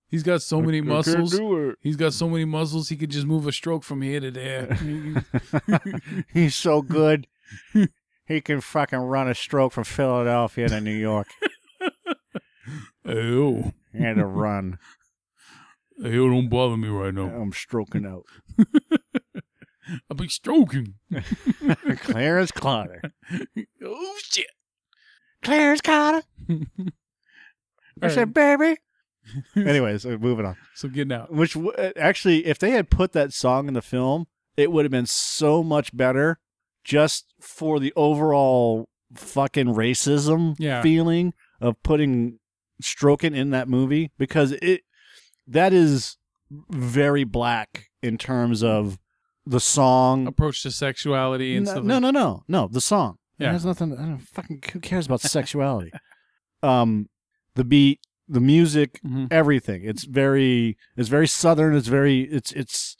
C: He's got so many muscles.
B: do
C: He's got so many muscles. He could just move a stroke from here to there.
B: it. He's so good. He can fucking run a stroke from Philadelphia to New York.
C: oh,
B: He had to run.
C: hey, don't bother me right now.
B: I'm stroking out.
C: I'll be stroking.
B: Clarence Clotter.
C: Oh shit!
B: Clarence Clotter. I
C: All
B: said, baby. Anyways, uh, moving on.
C: So getting out.
B: Which w- uh, actually, if they had put that song in the film, it would have been so much better, just for the overall fucking racism
C: Yeah.
B: feeling of putting Strokin in that movie because it that is very black in terms of the song.
C: Approach to sexuality and
B: No,
C: stuff.
B: no, no, no, no, the song.
C: Yeah.
B: Yeah, has nothing. I don't fucking. Who cares about sexuality? um, the beat, the music,
C: hmm
B: everything. It's very it's very southern. It's very it's it's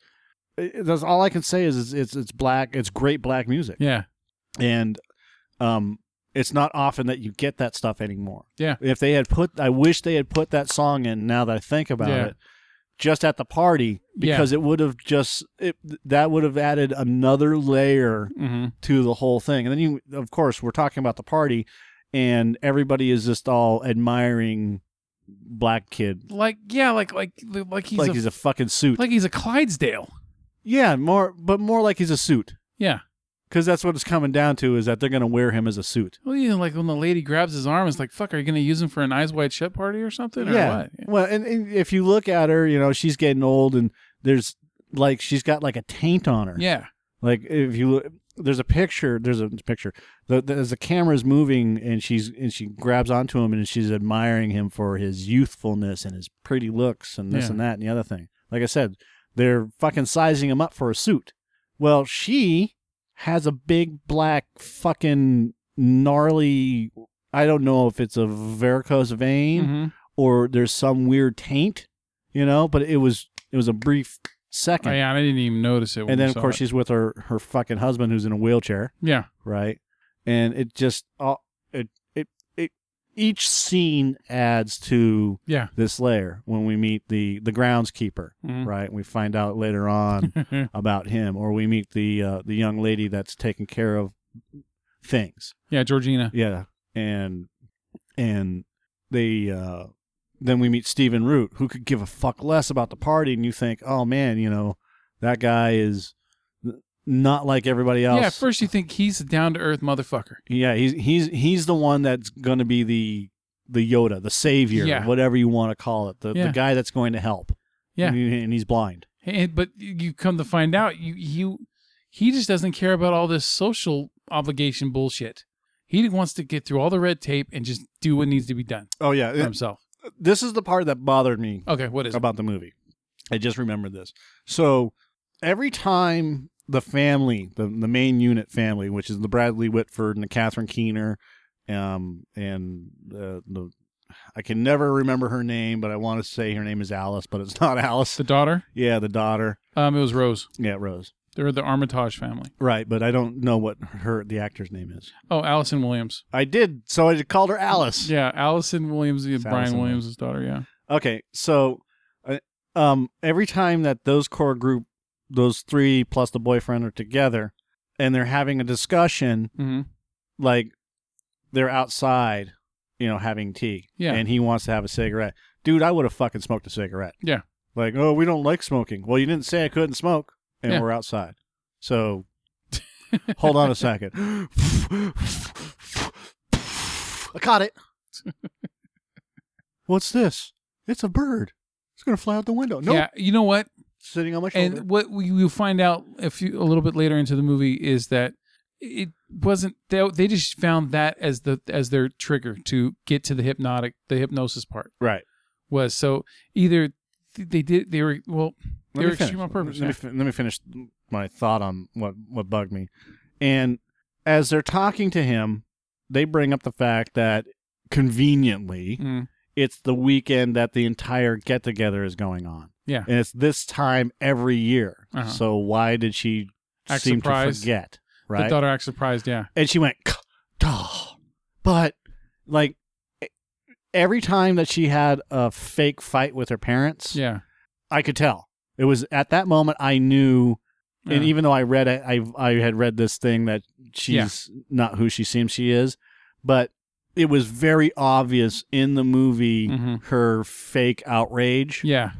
B: it, that's all I can say is it's, it's it's black. It's great black music,
C: Yeah.
B: and um, it's not often that you get that stuff anymore.
C: Yeah.
B: If they had put, I wish they had put that song in. Now that I think about
C: Yeah.
B: it, just at the party
C: Yeah.
B: because it would have just it that would have added another layer
C: hmm
B: to the whole thing. And then you, of course, we're talking about the party, and everybody is just all admiring black kid
C: Like yeah, like like like he's
B: like
C: a,
B: he's a fucking suit.
C: like he's a Clydesdale.
B: yeah, more but more like he's a suit
C: Yeah.
B: because that's what it's coming down to is that they're gonna wear him as a suit.
C: Well, you know, like when the lady grabs his arm, it's like, "Fuck, are you gonna use him for an eyes wide shut party or something?" Or
B: yeah.
C: what? Yeah.
B: Well, and, and if you look at her, you know she's getting old, and there's like she's got like a taint on her.
C: Yeah.
B: Like if you look, there's a picture. There's a picture. The, the, as the camera's moving, and she's and she grabs onto him, and she's admiring him for his youthfulness and his pretty looks, and this
C: Yeah.
B: and that and the other thing. Like I said, they're fucking sizing him up for a suit. Well, she has a big black fucking gnarly. I don't know if it's a varicose vein
C: hmm
B: or there's some weird taint, you know. But it was it was a brief second
C: Oh, yeah, I didn't even notice it. When
B: and
C: we
B: then of
C: saw
B: course
C: it.
B: she's with her her fucking husband who's in a wheelchair
C: yeah,
B: right and it just all it it it each scene adds to
C: Yeah.
B: this layer when we meet the the groundskeeper
C: Mhm.
B: right and we find out later on
C: Mm-hmm.
B: about him or we meet the uh, the young lady that's taking care of things
C: yeah, Georgina.
B: yeah and and they uh then we meet Stephen Root, who could give a fuck less about the party, and you think, oh man, you know, that guy is n- not like everybody else.
C: Yeah, at first you think he's a down to earth motherfucker.
B: Yeah, he's he's he's the one that's going to be the the Yoda, the savior,
C: Yeah.
B: whatever you want to call it, the
C: Yeah.
B: the guy that's going to help.
C: Yeah.
B: and, he- and he's blind.
C: And, but you come to find out, you you he just doesn't care about all this social obligation bullshit. He wants to get through all the red tape and just do what needs to be done
B: Oh yeah,
C: for himself.
B: this is the part that bothered me
C: Okay, what is it?
B: about the movie. I just remembered this. So every time the family, the the main unit family, which is the Bradley Whitford and the Catherine Keener, um, and uh, the I can never remember her name, but I want to say her name is Alice, but it's not Alice.
C: the daughter?
B: Yeah, the daughter.
C: Um, it was Rose.
B: Yeah, Rose.
C: They were the Armitage family.
B: Right, but I don't know what her the actor's name is.
C: Oh, Allison Williams.
B: I did, so I called her Alice.
C: Yeah, Allison Williams, yeah,
B: It's
C: Brian
B: Allison
C: Williams' daughter. Yeah.
B: Okay, so uh, um, every time that those core group, those three plus the boyfriend are together, and they're having a discussion,
C: hmm
B: like they're outside, you know, having tea,
C: Yeah.
B: and he wants to have a cigarette. Dude, I would have fucking smoked a cigarette.
C: Yeah.
B: like oh, we don't like smoking. Well, you didn't say I couldn't smoke, and
C: Yeah.
B: we're outside, so hold on a second. I caught it. What's this? It's a bird. It's gonna fly out the window. No,
C: Yeah. You know what?
B: sitting on my shoulder.
C: And what we will find out a few a little bit later into the movie is that it wasn't they, they just found that as the as their trigger to get to the hypnotic the hypnosis part
B: right.
C: was so either th- they did they were well
B: Let
C: they
B: me
C: were
B: finish.
C: extreme on purpose
B: Let,
C: yeah.
B: me, fi- let me finish my thought on what what bugged me. And as they're talking to him, they bring up the fact that conveniently
C: Mm,
B: it's the weekend that the entire get together is going on.
C: Yeah.
B: and it's this time every year.
C: Uh-huh.
B: So why did she
C: Act
B: seem
C: surprised.
B: to forget?
C: The
B: Right,
C: daughter acts surprised. Yeah.
B: and she went, "Duh." but like e, every time that she had a fake fight with her parents,
C: Yeah.
B: I could tell it was at that moment I knew. And
C: Yeah.
B: even though I read, it, I I had read this thing that she's not who she seems she is, but it was very obvious in the movie
C: Mhm.
B: her fake outrage,
C: Yeah.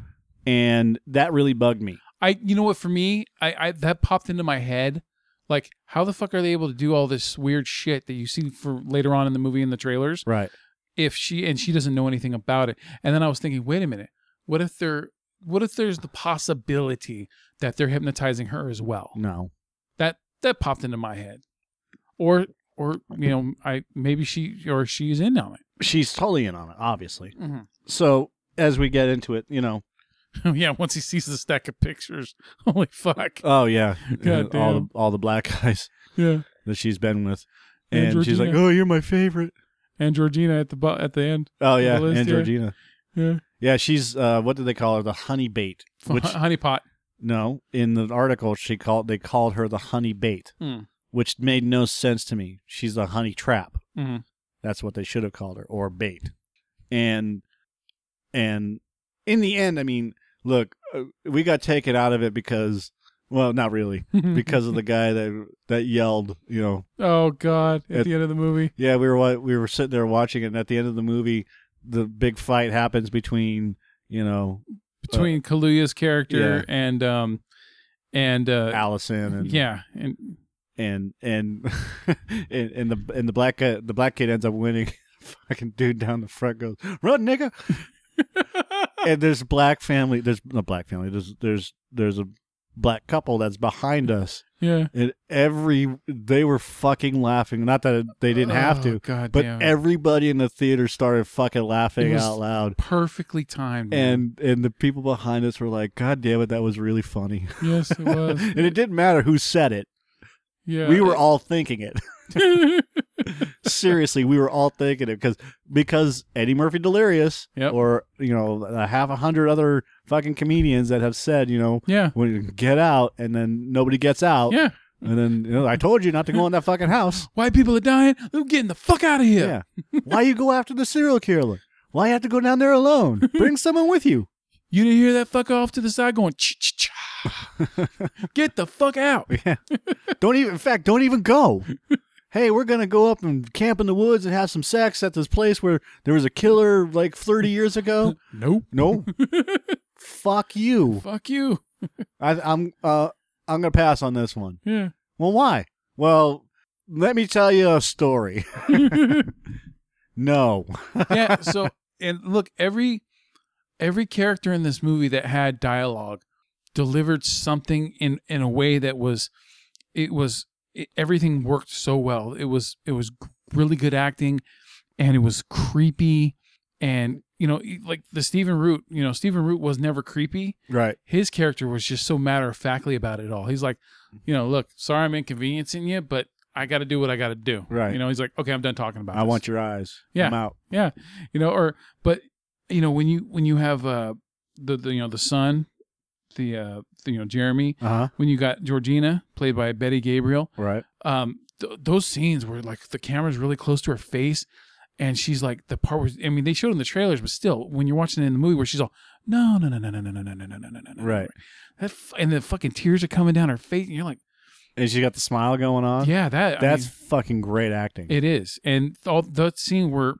B: and that really bugged me.
C: I you know what for me I, I that popped into my head like how the fuck are they able to do all this weird shit that you see for later on in the movie in the trailers
B: Right.
C: if she and she doesn't know anything about it and then I was thinking wait a minute what if they're what if there's the possibility that they're hypnotizing her as well
B: No.
C: that that popped into my head or or you know I maybe she or she's in on it
B: She's totally in on it, obviously.
C: Mhm.
B: So as we get into it, you know,
C: yeah once he sees the stack of pictures holy fuck
B: oh yeah,
C: God
B: all the
C: damn.
B: all the black guys
C: yeah
B: that she's been with,
C: And
B: and, she's like,
C: Georgina.
B: "Oh, you're my favorite."
C: and Georgina at the bu- at the end
B: Oh yeah,
C: The list,
B: and
C: yeah.
B: Georgina.
C: yeah
B: Yeah, she's uh, what do they call her? The honey bait. Which
C: honey pot
B: no, in the article she called they called her the honey bait,
C: Hmm.
B: which made no sense to me. She's the honey trap.
C: hmm
B: That's what they should have called her, or bait. And and in the end, I mean, look, uh, we got taken out of it because, well, not really, because of the guy that that yelled. You know,
C: oh god at
B: It- uh,
C: the end of the movie
B: yeah, we were wa- we were sitting there watching it, and at the end of the movie, the big fight happens between you know
C: between Kaluuya's character and um and uh
B: Allison and
C: yeah and
B: and and and, and the and the black guy, the black kid ends up winning. Fucking dude down the front goes, "Run, nigga!" and there's a black family. There's not black family. There's there's there's a black couple that's behind us,
C: yeah
B: and every they were fucking laughing. Not that they didn't have
C: Oh,
B: to,
C: god
B: but
C: damn it.
B: everybody in the theater started fucking laughing
C: It was-
B: out loud.
C: perfectly timed man.
B: And and the people behind us were like, "God damn it, that was really funny."
C: yes it was
B: and it didn't matter who said it.
C: yeah
B: We were all thinking it. seriously, we were all thinking it because because Eddie Murphy Delirious
C: Yep.
B: or you know a half a hundred other fucking comedians that have said you know
C: yeah
B: when you get out and then nobody gets out
C: yeah
B: and then you know, I told you not to go in that fucking house.
C: white people are dying we're getting the fuck out of here
B: Why you go after the serial killer? Why you have to go down there alone? Bring someone with you.
C: you didn't hear that fuck off to the side going ch-ch-cha. get the fuck out
B: Yeah. Don't even in fact, don't even go. Hey, we're gonna go up and camp in the woods and have some sex at this place where there was a killer like thirty years ago.
C: nope
B: No. Fuck you.
C: fuck you
B: I, I'm uh, I'm gonna pass on this one.
C: yeah
B: Well, why? Well, let me tell you a story. no,
C: yeah so and look every every character in this movie that had dialogue delivered something in in a way that was it was it, everything worked so well it was it was g- really good acting and it was creepy and you know e- like the Stephen Root you know Stephen Root was never creepy
B: right?
C: his character was just so matter of factly about it all he's like you know look sorry I'm inconveniencing you but I got to do what I got to do
B: Right.
C: you know he's like okay I'm done talking about
B: I
C: this."
B: want your eyes.
C: Yeah.
B: I'm out.
C: Yeah, you know, or but you know when you when you have uh the, the you know the son, the uh the, you know Jeremy
B: Uh huh.
C: when you got Georgina played by Betty Gabriel,
B: Right.
C: um th- those scenes where like the camera's really close to her face, and she's like the part where I mean they showed it in the trailers, but still when you're watching it in the movie where she's all no no no no no no no no no no no no no
B: Right.
C: that f- and the fucking tears are coming down her face and you're like
B: And she got the smile going on.
C: yeah that I
B: Uh, That's
C: mean-
B: fucking great acting.
C: it is, and all that scene where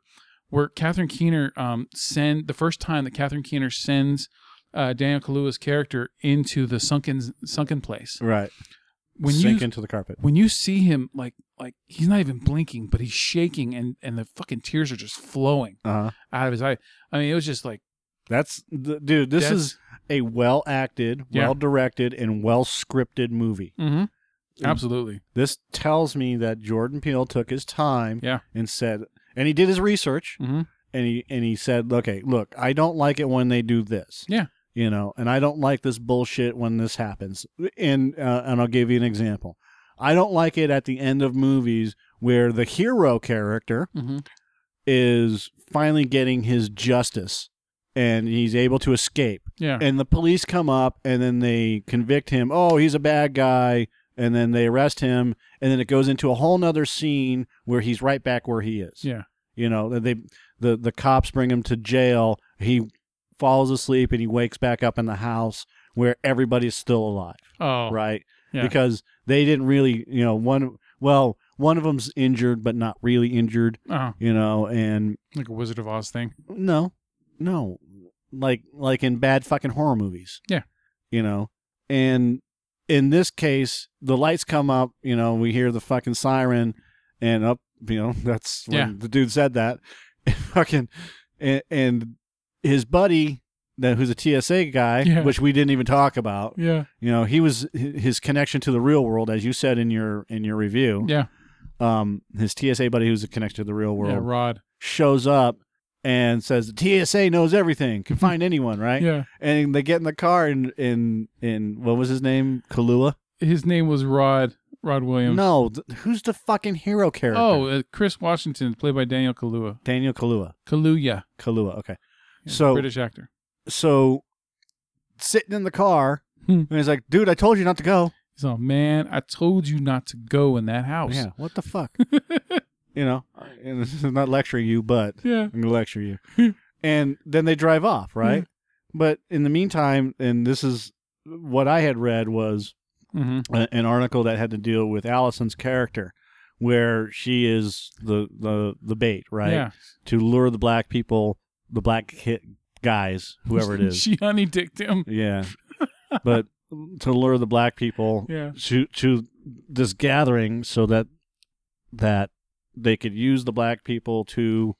C: where Catherine Keener um send the first time that Catherine Keener sends uh, Daniel Kaluuya's character into the sunken sunken place
B: right.
C: when
B: Sink
C: you
B: into the carpet.
C: when you see him like like he's not even blinking but he's shaking and and the fucking tears are just flowing
B: Uh huh.
C: out of his eye. I mean it was just like
B: That's th- dude. This
C: that's-
B: is a well acted,
C: Yeah.
B: well directed, and well scripted movie.
C: Mhm. absolutely
B: This tells me that Jordan Peele took his time.
C: Yeah.
B: And said, and he did his research.
C: Mhm.
B: and he and he said, "Okay, look, I don't like it when they do this.
C: Yeah.
B: you know, and I don't like this bullshit when this happens. And uh, and I'll give you an example. I don't like it at the end of movies where the hero character
C: Mhm.
B: is finally getting his justice and he's able to escape.
C: Yeah.
B: And the police come up and then they convict him. Oh, he's a bad guy. And then they arrest him. And then it goes into a whole nother scene where he's right back where he is.
C: yeah.
B: You know, they the the cops bring him to jail. He falls asleep and he wakes back up in the house where everybody's still alive,
C: Oh.
B: right?
C: Yeah.
B: Because they didn't really, you know, one well, one of them's injured but not really injured,
C: Oh,
B: you know, and
C: like a Wizard of Oz thing.
B: no, no, like like in bad fucking horror movies.
C: Yeah.
B: you know, and in this case, the lights come up. You know, we hear the fucking siren, and up. You know, that's when
C: Yeah.
B: the dude said that. And fucking, and, and his buddy that who's a TSA guy,
C: Yeah.
B: which we didn't even talk about.
C: Yeah.
B: You know, he was hi- his connection to the real world, as you said in your in your review.
C: Yeah.
B: Um, his TSA buddy who's a connection to the real world
C: Yeah. Rod.
B: shows up and says the TSA knows everything, can find anyone, right?
C: Mm-hmm. Yeah.
B: And they get in the car and in in what was his name, Kalua?
C: His name was Rod. Rod Williams.
B: No, th- who's the fucking hero character?
C: Oh, uh, Chris Washington, played by Daniel Kaluuya.
B: Daniel Kalua.
C: Kaluuya,
B: Kalua. Okay.
C: yeah,
B: So-
C: British actor.
B: So sitting in the car,
C: Hmm.
B: and he's like, "Dude, I told you not to go."
C: He's all, man, I told you not to go in that house.
B: Yeah. What the fuck? you know, and this is not lecturing you, but
C: Yeah.
B: I'm gonna lecture
C: Hmm.
B: you. and then they drive off, right? But in the meantime, and this is what I had read was
C: hmm
B: a- an article that had to deal with Allison's character, where she is the the the bait, right,
C: Yeah.
B: to lure the black people, the black ki- guys, whoever it is,
C: she honey dicked him.
B: yeah, but to lure the black people
C: Yeah.
B: to to this gathering so that that they could use the black people to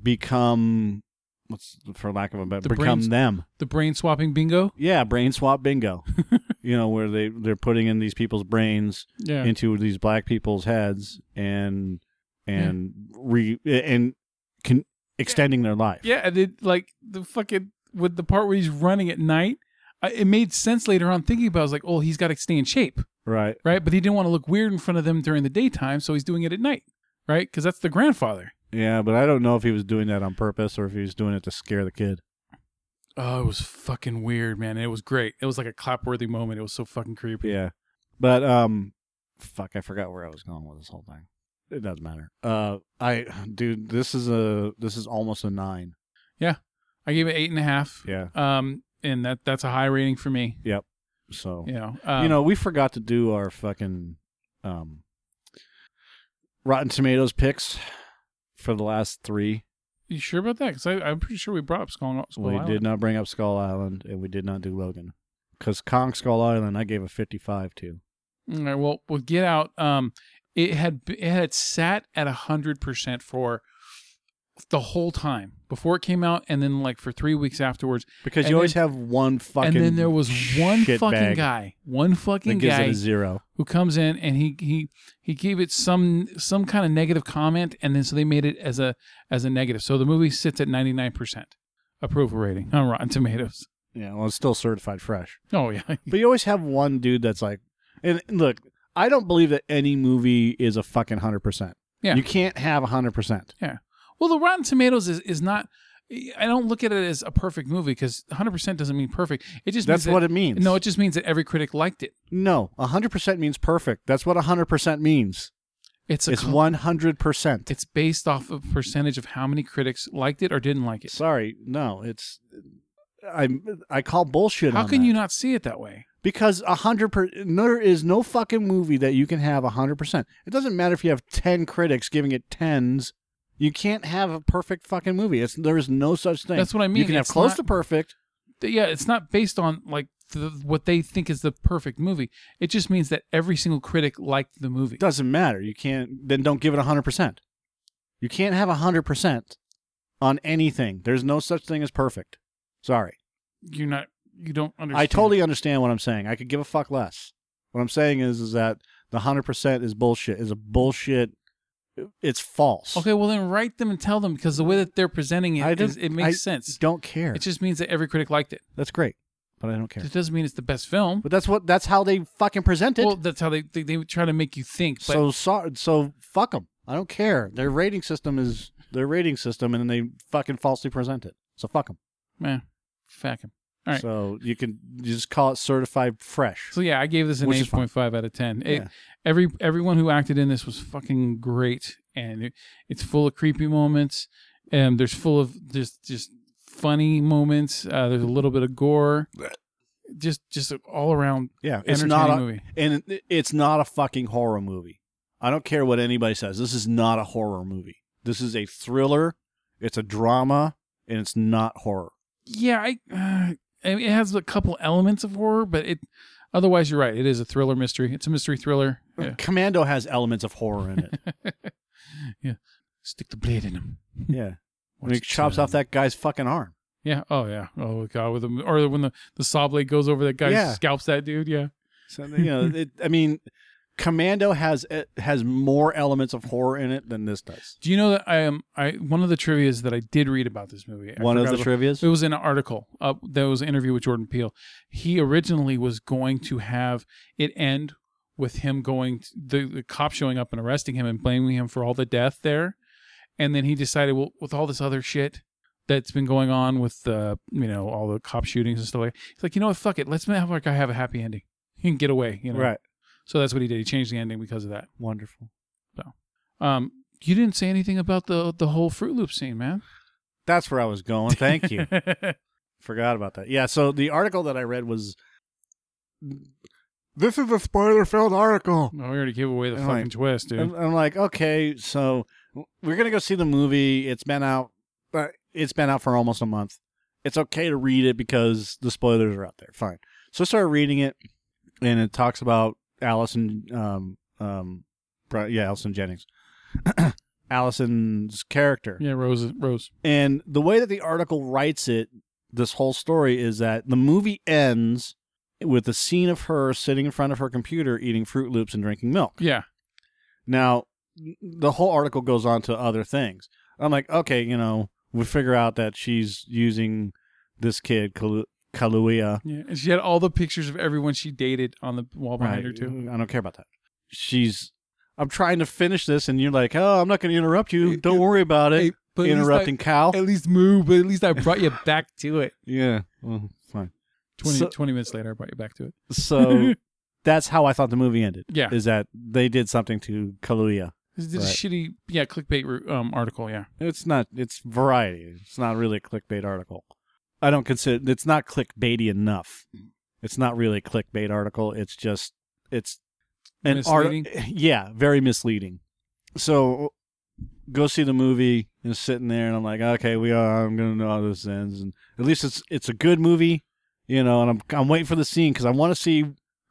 B: become what's for lack of a better
C: The
B: become
C: brains-
B: them
C: The brain swapping bingo.
B: yeah brain swap bingo you know where they they're putting in these people's brains
C: Yeah.
B: into these black people's heads and and re and con- extending their life.
C: yeah. And it, like the fucking with the part where he's running at night, I, it made sense later on thinking about. it. I was like, oh, he's got to stay in shape,
B: Right.
C: right? But he didn't want to look weird in front of them during the daytime, so he's doing it at night, right? Because that's the grandfather.
B: Yeah, but I don't know if he was doing that on purpose or if he was doing it to scare the kid.
C: Oh, it was fucking weird, man. It was great. It was like a clapworthy moment. It was so fucking creepy.
B: Yeah. But um fuck, I forgot where I was going with this whole thing. It doesn't matter. Uh I dude, this is a this is almost a 9.
C: I gave it eight and a half.
B: Yeah.
C: Um, and that that's a high rating for me.
B: So
C: You know. Um,
B: you know, we forgot to do our fucking um Rotten Tomatoes picks for the last 3.
C: You sure about that? Because I'm pretty sure we brought up Skull, Skull
B: we
C: Island.
B: did not bring up Skull Island, and we did not do Logan. Because Kong Skull Island, I gave a 55 to.
C: All right, well, well, get out. Um, it had b- it had sat at hundred percent for the whole time before it came out, and then like for three weeks afterwards,
B: Because
C: And
B: you always
C: then-
B: have one fucking.
C: and then there was one
B: shitbag
C: fucking guy, one
B: that
C: fucking
B: gives it
C: guy
B: a zero.
C: who comes in and he he he gave it some some kind of negative comment, and then so they made it as a as a negative. So the movie sits at ninety nine percent approval rating on Rotten Tomatoes.
B: Yeah, well, it's still certified fresh.
C: Oh yeah,
B: But you always have one dude that's like, and and look, I don't believe that any movie is a fucking hundred percent.
C: Yeah.
B: you can't have a hundred percent.
C: Well, the Rotten Tomatoes is, is not. I don't look at it as a perfect movie because 100% doesn't mean perfect. It just
B: That's
C: means
B: what
C: that,
B: it means.
C: No, it just means that every critic liked it.
B: no, a hundred percent means perfect. That's what a hundred percent means.
C: It's a
B: It's
C: col-
B: one hundred percent.
C: It's based off of percentage of how many critics liked it or didn't like it.
B: Sorry, no, it's. I I call bullshit.
C: How
B: on
C: can
B: that.
C: you not see it that way?
B: Because a hundred per there is no fucking movie that you can have a hundred percent. It doesn't matter if you have ten critics giving it tens. You can't have a perfect fucking movie. It's there is no such thing.
C: That's what I mean.
B: You can have
C: It's
B: close
C: not-
B: to perfect.
C: Th- Yeah, it's not based on like the, what they think is the perfect movie. It just means that every single critic liked the movie.
B: It doesn't matter. You can't then don't give it a hundred percent. You can't have a hundred percent on anything. There's no such thing as perfect. Sorry.
C: You're not. You don't understand.
B: I totally understand what I'm saying. I could give a fuck less. What I'm saying is is that the hundred percent is bullshit. Is a bullshit it's false.
C: Okay, well then write them and tell them because the way that they're presenting
B: I
C: it,
B: don't-
C: is, it makes
B: I
C: sense.
B: Don't care.
C: It just means that every critic liked it.
B: That's great, but I don't care.
C: It doesn't mean it's the best film.
B: But that's what that's how they fucking present it.
C: Well, that's how they, they they would try to make you think. But
B: so sorry. So fuck them. I don't care. Their rating system is their rating system, and then they fucking falsely present it. So fuck them.
C: man, fuck him. All right.
B: So you can you just call it certified fresh.
C: So yeah, I gave this an
B: Which is
C: eight
B: fine.
C: point five out of ten. It,
B: Yeah.
C: Every everyone who acted in this was fucking great, and it, it's full of creepy moments, and there's full of just just funny moments. Uh, there's a little bit of gore, just just an all around
B: Yeah, it's
C: entertaining
B: not a,
C: movie.
B: and it- it's not a fucking horror movie. I don't care what anybody says. This is not a horror movie. This is a thriller. It's a drama, and it's not horror.
C: Yeah, I, uh, I mean, it has a couple elements of horror, but it otherwise you're right. It is a thriller mystery. It's a mystery thriller. Yeah.
B: Commando has elements of horror in it.
C: yeah. Stick the blade in him.
B: yeah, when he chops off that guy's fucking arm.
C: Yeah. Oh yeah. Oh god. With the or when the the saw blade goes over that guy
B: Yeah.
C: scalps that dude. Yeah.
B: So you know, it, I mean, Commando has it has more elements of horror in it than this does.
C: Do you know that I am I one of the trivia's that I did read about this movie. I
B: One of
C: forgot
B: the
C: about-
B: trivia's.
C: It was in an article. Uh, that was an interview with Jordan Peele. He originally was going to have it end with him going, t the, the cop showing up and arresting him and blaming him for all the death there, and then he decided, well, with all this other shit that's been going on with uh, you know all the cop shootings and stuff like, he's like, you know what, fuck it, let's have our guy have a happy ending. He can get away, you know.
B: Right.
C: So that's what he did. He changed the ending because of that.
B: Wonderful.
C: Um, you didn't say anything about the the whole Fruit Loop scene, man.
B: That's where I was going. Thank you. Forgot about that. Yeah. So the article that I read was this is a spoiler filled article.
C: Well, we already gave away the
B: I'm
C: fucking
B: like-
C: twist, dude.
B: I'm, I'm like, okay, so we're gonna go see the movie. It's been out, but it's been out for almost a month. It's okay to read it because the spoilers are out there. Fine. So I started reading it, and it talks about Allison, um, um, Bri- yeah, Allison Jennings, Allison's character.
C: yeah, Rose. Rose.
B: And the way that the article writes it, this whole story is that the movie ends with a scene of her sitting in front of her computer eating Fruit Loops and drinking milk.
C: Yeah.
B: Now, the whole article goes on to other things. I'm like, okay, you know, we figure out that she's using this kid, Kalu- Kaluuya.
C: Yeah. And she had all the pictures of everyone she dated on the wall behind her too.
B: I don't care about that. She's. I'm trying to finish this, and you're like, oh, I'm not going to interrupt you.
C: Hey,
B: Don't worry about it.
C: but
B: Interrupting Cal.
C: At least, I, at least move, but at least I brought you back to it.
B: Yeah. Well, fine.
C: 20,
B: So-
C: 20 minutes later, I brought you back to it.
B: So that's how I thought the movie ended.
C: Yeah.
B: Is that they did something to Kaluuya.
C: This is a
B: Right.
C: shitty, yeah, clickbait um, article. Yeah.
B: It's not, it's variety. It's not really a clickbait article. I don't consider, it's not clickbaity enough. It's not really a clickbait article. It's just, it's an art.
C: Misleading?
B: Yeah. Very misleading. So go see the movie and sitting there and I'm like, okay, we are, I'm going to know how this ends. And at least it's, it's a good movie, you know, and I'm, I'm waiting for the scene because I want to see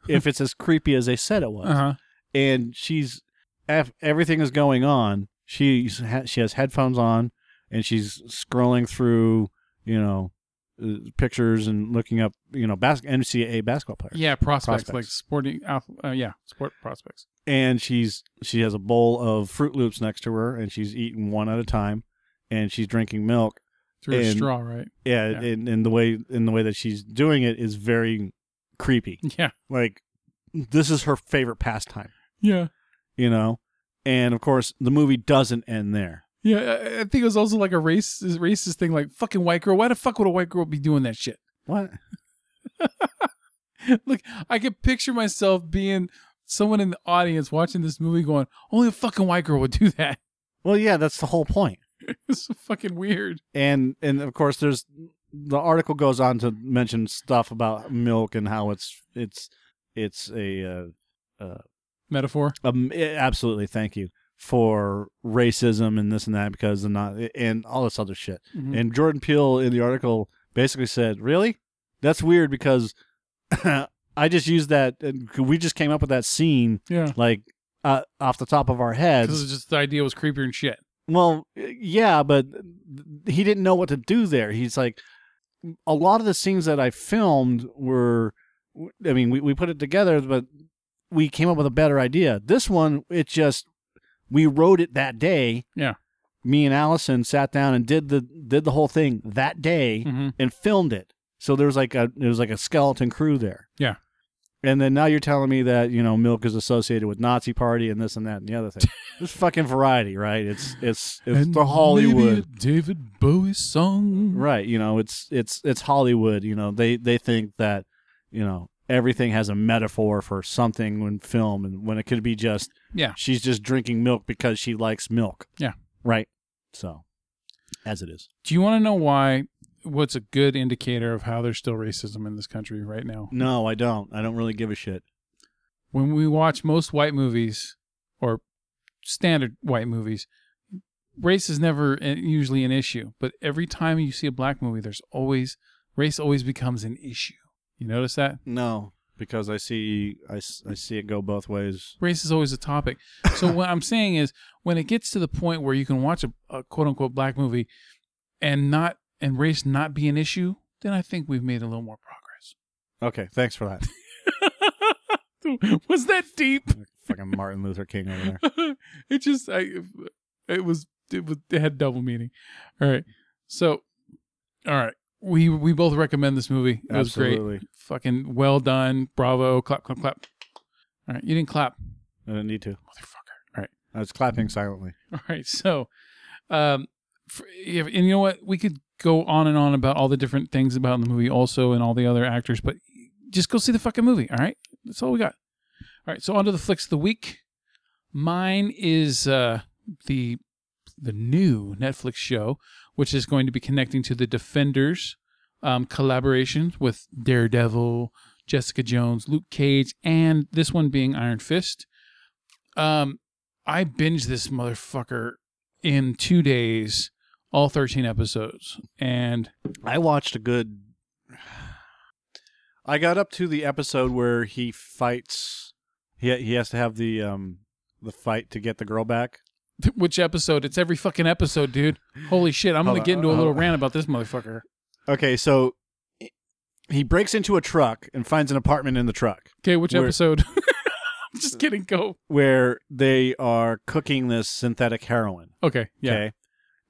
B: if it's as creepy as they said it was.
C: Uh huh.
B: and she's af- everything is going on. She's ha- she has headphones on and she's scrolling through, you know, uh, pictures and looking up, you know, bas- NCAA basketball players.
C: Yeah, prospects,
B: Prospects.
C: like sporting. alph- Uh, yeah, sport prospects.
B: And she's she has a bowl of Fruit Loops next to her and she's eating one at a time and she's drinking milk.
C: Through a
B: And-
C: straw, right?
B: Yeah,
C: Yeah.
B: And, and the way and the way that she's doing it is very creepy.
C: Yeah.
B: Like this is her favorite pastime,
C: Yeah.
B: you know. And of course, the movie doesn't end there.
C: Yeah, I, I think it was also like a racist, racist thing. Like fucking white girl. Why the fuck would a white girl be doing that shit?
B: What?
C: Look, I could picture myself being someone in the audience watching this movie, going, "Only a fucking white girl would do that."
B: Well, yeah, that's the whole point.
C: it's so fucking weird.
B: And and of course, there's the article goes on to mention stuff about milk and how it's it's it's a
C: Metaphor.
B: uh, um, absolutely thank you for racism and this and that because and not eh, and all this other shit.
C: Mhm.
B: And Jordan Peele in the article basically said, "Really? That's weird because I just used that. And we just came up with that scene
C: yeah,
B: like uh, off the top of our heads."
C: because just the idea was creepier and shit.
B: Well, yeah, but he didn't know what to do there. He's like, a lot of the scenes that I filmed were, I mean, we, we put it together, but we came up with a better idea. This one, it just, we wrote it that day.
C: Yeah.
B: Me and Allison sat down and did the did the whole thing that day
C: Mhm.
B: and filmed it. So there was like a there was like a skeleton crew there.
C: Yeah.
B: And then now you're telling me that you know milk is associated with Nazi party and this and that and the other thing. this fucking variety, right? It's it's it's
C: And
B: the Hollywood,
C: maybe a David Bowie song.
B: right? You know, it's it's it's Hollywood. You know, they they think that you know everything has a metaphor for something in film, and when it could be just
C: Yeah.
B: she's just drinking milk because she likes milk.
C: Yeah.
B: right. So as it is,
C: Do you want to know why? What's a good indicator of how there's still racism in this country right now?
B: no, I don't. I don't really give a shit.
C: when we watch most white movies or standard white movies, race is never uh, usually an issue. But every time you see a black movie, there's always race always becomes an issue. You notice that
B: No, because I see I, s- I see it go both ways.
C: race is always a topic. So what I'm saying is, when it gets to the point where you can watch a, a quote unquote black movie and not and race not be an issue, then I think we've made a little more progress.
B: Okay, thanks for that.
C: Was that deep?
B: Fucking Martin Luther King over there.
C: it just I it was it was it had double meaning. All right. So all right. We we both recommend this movie. It was great.
B: Absolutely.
C: Fucking well done. Bravo. Clap clap clap. All right. You didn't clap.
B: I didn't need to.
C: Motherfucker. All right.
B: I was clapping silently.
C: All right. So um for, if, and you know what? We could go on and on about all the different things about the movie also and all the other actors, but just go see the fucking movie, all right? That's all we got. All right, so on to the flicks of the week. Mine is uh, the the new Netflix show, which is going to be connecting to the Defenders um, collaboration with Daredevil, Jessica Jones, Luke Cage, and this one being Iron Fist. Um, I binged this motherfucker in two days, all thirteen episodes, and
B: I watched a good. I got up to the episode where he fights. He he has to have the um the fight to get the girl back.
C: which episode? It's every fucking episode, dude. Holy shit! I'm
B: Hold
C: gonna
B: on,
C: get into a
B: hold
C: little
B: on.
C: rant about this motherfucker.
B: Okay, so he breaks into a truck and finds an apartment in the truck.
C: Okay, which
B: We're-
C: episode? Just kidding. Go.
B: where they are cooking this synthetic heroin.
C: Okay. Yeah.
B: Okay.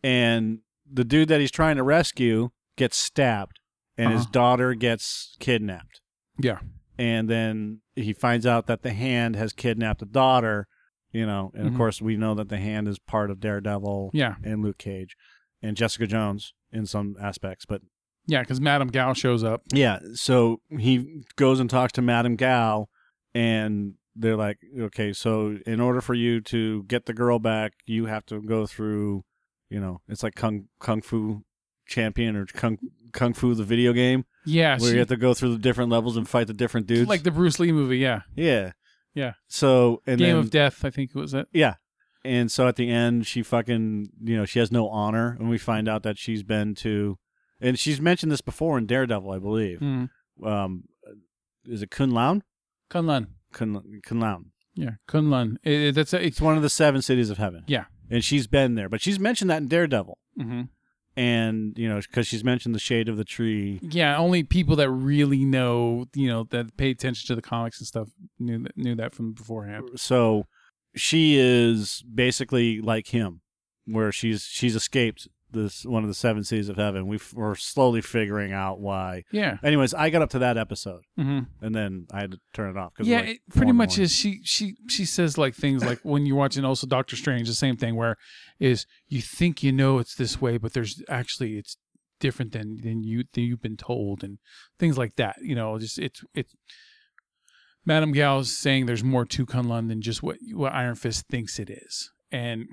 B: And the dude that he's trying to rescue gets stabbed and his
C: Uh-huh.
B: daughter gets kidnapped.
C: Yeah.
B: And then he finds out that the hand has kidnapped the daughter, you know, and
C: Mhm.
B: of course we know that the hand is part of Daredevil
C: Yeah.
B: and Luke Cage and Jessica Jones in some aspects, but
C: Yeah. Because Madame Gao shows up.
B: yeah. So he goes and talks to Madame Gao, and they're like, okay, so in order for you to get the girl back, you have to go through, you know, it's like Kung, Kung Fu Champion or Kung, Kung Fu, the video game,
C: Yeah.
B: where
C: she-
B: you have to go through the different levels and fight the different dudes.
C: like the Bruce Lee movie. Yeah.
B: yeah.
C: Yeah.
B: So, and
C: Game
B: then,
C: of Death. I think was it.
B: and so at the end, she fucking, you know, she has no honor, and we find out that she's been to, and she's mentioned this before in Daredevil, I believe.
C: Mm.
B: Um, is it Kun Lao?
C: Kunlun.
B: Kun- Kunlun.
C: Yeah. Kunlun. It, it- that's a,
B: It's one of the seven cities of heaven.
C: Yeah.
B: And she's been there, but she's mentioned that in Daredevil.
C: hmm
B: And, you know, because she's mentioned the shade of the tree.
C: Yeah. Only people that really know, you know, that pay attention to the comics and stuff knew that, knew that from beforehand.
B: So she is basically like him, where she's she's escaped this one of the seven cities of heaven. we f- we're slowly figuring out why.
C: Yeah.
B: Anyways, I got up to that episode
C: Mm-hmm.
B: and then I had to turn it off. Cause
C: yeah,
B: like,
C: it
B: four
C: pretty
B: in the
C: much
B: morning.
C: is. She she she says like things like when you're watching also Doctor Strange, the same thing where is you think you know it's this way, but there's actually it's different than than you than you've been told and things like that. You know, just it's it's. Madame Gao's saying there's more to Kunlun than just what what Iron Fist thinks it is, and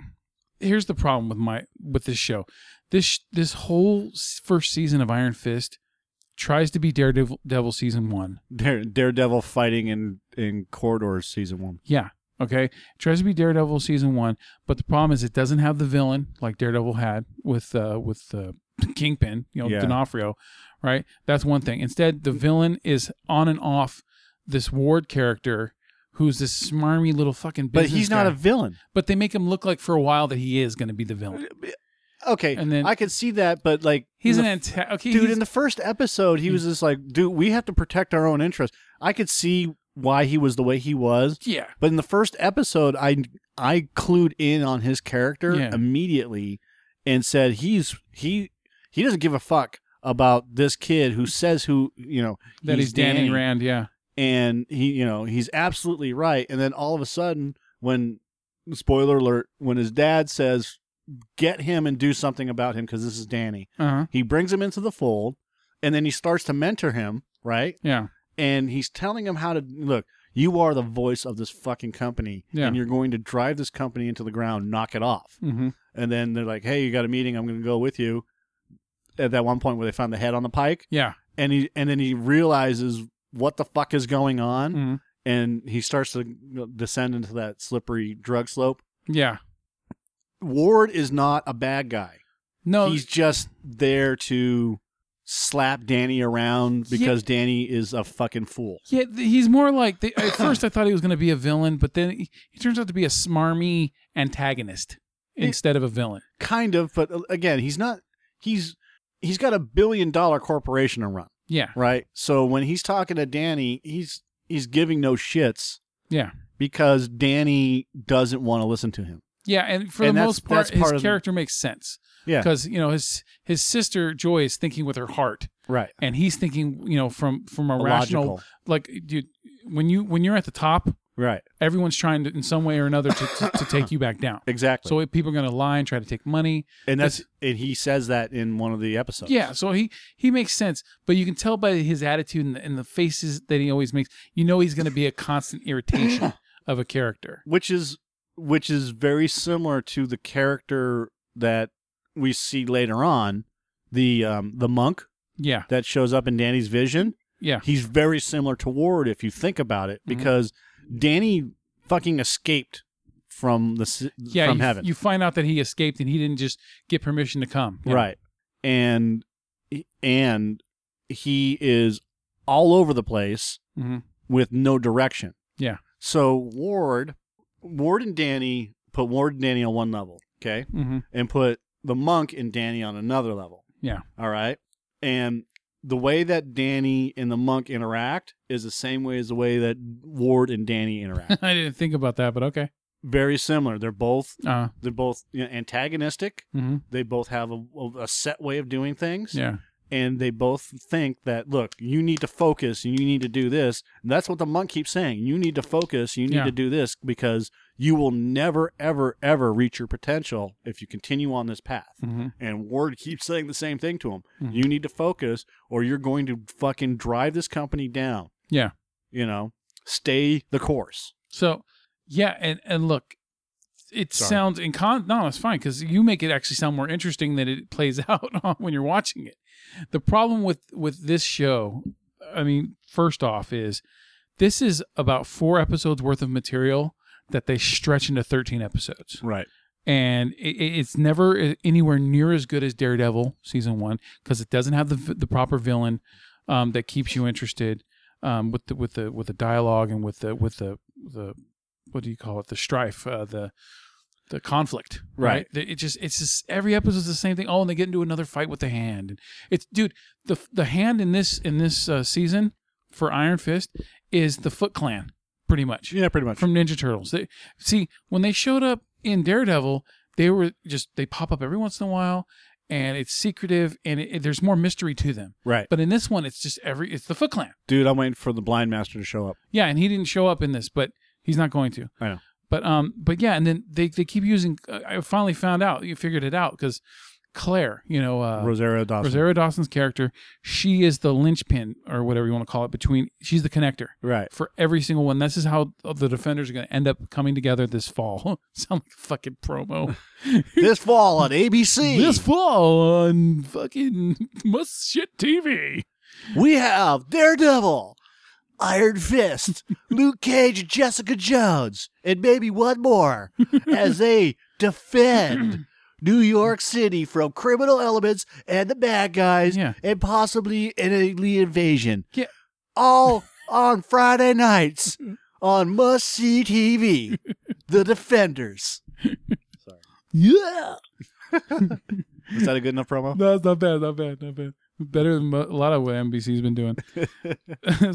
C: here's the problem with my with this show, this this whole s- first season of Iron Fist tries to be Daredevil Devil season one,
B: Dare, Daredevil fighting in, in corridors season one.
C: yeah. Okay. It tries to be Daredevil season one, but the problem is it doesn't have the villain like Daredevil had with uh with uh, Kingpin, you know,
B: Yeah.
C: D'Onofrio, right? That's one thing. Instead, the villain is on and off this Ward character who's this smarmy little fucking
B: But
C: business
B: he's not
C: guy.
B: a villain.
C: but they make him look like for a while that he is going to be the villain.
B: Okay.
C: Uh, And then-
B: I could see that, but like.
C: He's
B: in
C: an
B: the
C: anta- okay,
B: dude
C: he's-
B: in the first episode he was just like dude we have to protect our own interests i could see why he was the way he was
C: yeah.
B: but in the first episode i i clued in on his character
C: Yeah.
B: immediately and said he's he he doesn't give a fuck about this kid who says who you know
C: That he's, Danny Rand, yeah.
B: and he you know he's absolutely right and then all of a sudden when spoiler alert when his dad says get him and do something about him because this is danny
C: Uh huh.
B: he brings him into the fold and then he starts to mentor him right
C: Yeah.
B: and he's telling him how to look you are the voice of this fucking company
C: Yeah.
B: and you're going to drive this company into the ground knock it off
C: Mm-hmm.
B: and then they're like hey you got a meeting i'm going to go with you at that one point where they found the head on the pike
C: Yeah.
B: and he and then he realizes what the fuck is going on
C: hmm
B: and he starts to you know, descend into that slippery drug slope
C: Yeah.
B: ward is not a bad guy
C: No.
B: he's just there to slap danny around because danny is a fucking fool
C: yeah, th- he's more like the, at first I thought he was going to be a villain, but then he, he turns out to be a smarmy antagonist instead of a villain.
B: kind of but uh, again he's not he's he's got a billion dollar corporation to run
C: Yeah.
B: right so when he's talking to danny he's he's giving no shits
C: Yeah.
B: because danny doesn't want to listen to him
C: Yeah, and for
B: And
C: the
B: that's-
C: most part,
B: that's part
C: his
B: of the-
C: character makes sense
B: yeah
C: because you know his his sister Joy is thinking with her heart,
B: right
C: and he's thinking you know from from a rational
B: Illogical.
C: like dude when you when you're at the top,
B: right
C: everyone's trying to in some way or another to to, to take you back down.
B: exactly
C: So if people are going to lie and try to take money.
B: and that's and he says that in one of the episodes
C: Yeah, so he he makes sense, but you can tell by his attitude and the, and the faces that he always makes, you know he's going to be a constant irritation of a character.
B: which is which is very similar to the character that we see later on the um the monk
C: Yeah,
B: that shows up in danny's vision
C: yeah,
B: he's very similar to Ward if you think about it,
C: Mhm.
B: because Danny fucking escaped from the s-
C: yeah.
B: from
C: you,
B: heaven,
C: you find out that he escaped and he didn't just get permission to come. you know?
B: right? And and he is all over the place
C: Mhm.
B: with no direction.
C: Yeah.
B: So Ward, Ward and Danny put Ward and Danny on one level, okay,
C: Mhm.
B: and put the monk and Danny on another level.
C: Yeah.
B: All right. And the way that Danny and the monk interact is the same way as the way that Ward and Danny interact.
C: I didn't think about that, but okay.
B: Very similar. They're both
C: Uh,
B: they're both you know, antagonistic.
C: hmm
B: They both have a, a set way of doing things,
C: Yeah,
B: and they both think that look, you need to focus and you need to do this. And that's what the monk keeps saying. You need to focus. You need
C: Yeah.
B: to do this because you will never, ever, ever reach your potential if you continue on this path
C: hmm
B: and Ward keeps saying the same thing to him.
C: Mhm.
B: You need to focus, or you're going to fucking drive this company down.
C: yeah.
B: You know, stay the course.
C: So, yeah, and and look, it
B: Sorry.
C: sounds in con. No, it's fine because you make it actually sound more interesting than it plays out on when you're watching it. The problem with with this show, I mean, first off, is this is about four episodes worth of material that they stretch into thirteen episodes,
B: Right.
C: and it, it- it's never uh, anywhere near as good as Daredevil season one because it doesn't have the v- the proper villain um, that keeps you interested um, with the with the with the dialogue and with the with the the what do you call it the strife uh, the the conflict
B: Right.
C: The- it just it's just every episode's the same thing oh and they get into another fight with the hand and it's dude the the hand in this in this uh, season for Iron Fist is the Foot Clan pretty much
B: Yeah, pretty much.
C: from Ninja Turtles. They see when they showed up in Daredevil, they were just they pop up every once in a while, and it's secretive and it, it- there's more mystery to them.
B: right.
C: But in this one, it's just every it's the Foot Clan.
B: Dude, I'm waiting for the blind master to show up.
C: Yeah, and he didn't show up in this, but he's not going to.
B: I know.
C: But um, but yeah, and then they they keep using. uh, I finally found out you figured it out because Claire, you know, uh,
B: Rosario Dawson.
C: Rosario Dawson's character, she is the linchpin or whatever you want to call it between. She's the connector
B: Right.
C: for every single one. This is how the defenders are going to end up coming together this fall. Sound like a fucking promo.
B: this fall on ABC,
C: this fall on fucking must shit TV.
B: we have Daredevil, Iron Fist, Luke Cage, and Jessica Jones, and maybe one more as they defend New York City from criminal elements and the bad guys.
C: Yeah,
B: and possibly an alien invasion.
C: Yeah.
B: All on Friday nights on must see TV. the Defenders. Sorry.
C: yeah.
B: Is that a good enough promo?
C: No, it's not bad. Not bad. Not bad. Better than mo- a lot of what NBC's been doing.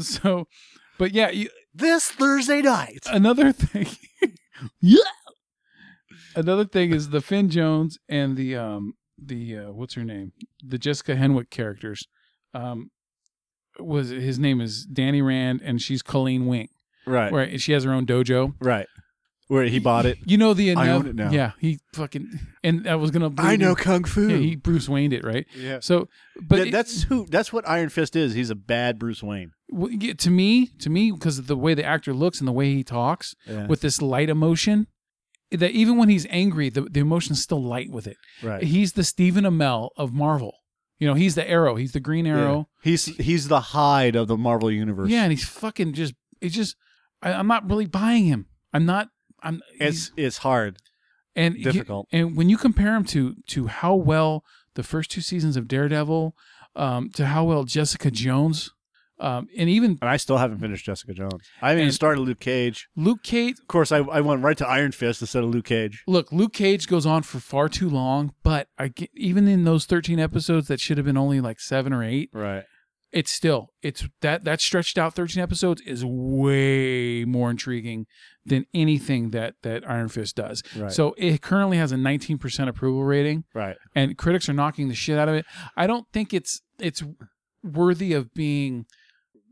C: so, but yeah, you,
B: This Thursday night.
C: another thing. yeah. Another thing is the Finn Jones and the um the uh, what's her name the Jessica Henwick characters. Um, was his name is Danny Rand, and she's Colleen Wing,
B: Right. Right.
C: where she has her own dojo.
B: Where he bought it.
C: You know the
B: I own
C: another-
B: it now.
C: Yeah, he fucking and I was gonna.
B: I know kung fu.
C: Yeah, he Bruce Wayne it right.
B: Yeah.
C: So, but
B: Th-
C: it-
B: that's who. That's what Iron Fist is. He's a bad Bruce Wayne.
C: w- yeah, to me, to me, because of the way the actor looks and the way he talks
B: Yeah.
C: with this light emotion, that even when he's angry, the, the emotion's still light with it.
B: right.
C: He's the Stephen Amell of Marvel. You know, he's the Arrow. He's the Green
B: Yeah.
C: Arrow.
B: He's he's the Hyde of the Marvel universe.
C: Yeah, and he's fucking just. It's just. I, I'm not really buying him. I'm not. I'm.
B: It's it's hard.
C: and you-
B: difficult.
C: and when you compare him to to how well the first two seasons of Daredevil, um, to how well Jessica Jones, um, and even
B: And I still haven't finished Jessica Jones. I haven't even
C: And-
B: started Luke Cage.
C: Luke Cage.
B: Of course, I, I went right to Iron Fist instead of Luke Cage.
C: Look, Luke Cage goes on for far too long, but I get, even in those 13 episodes that should have been only like 7 or 8,
B: Right.
C: it's still it's that that stretched out 13 episodes is way more intriguing than anything that that Iron Fist does.
B: Right.
C: So it currently has a 19% approval rating.
B: Right.
C: and critics are knocking the shit out of it. I don't think it's it's worthy of being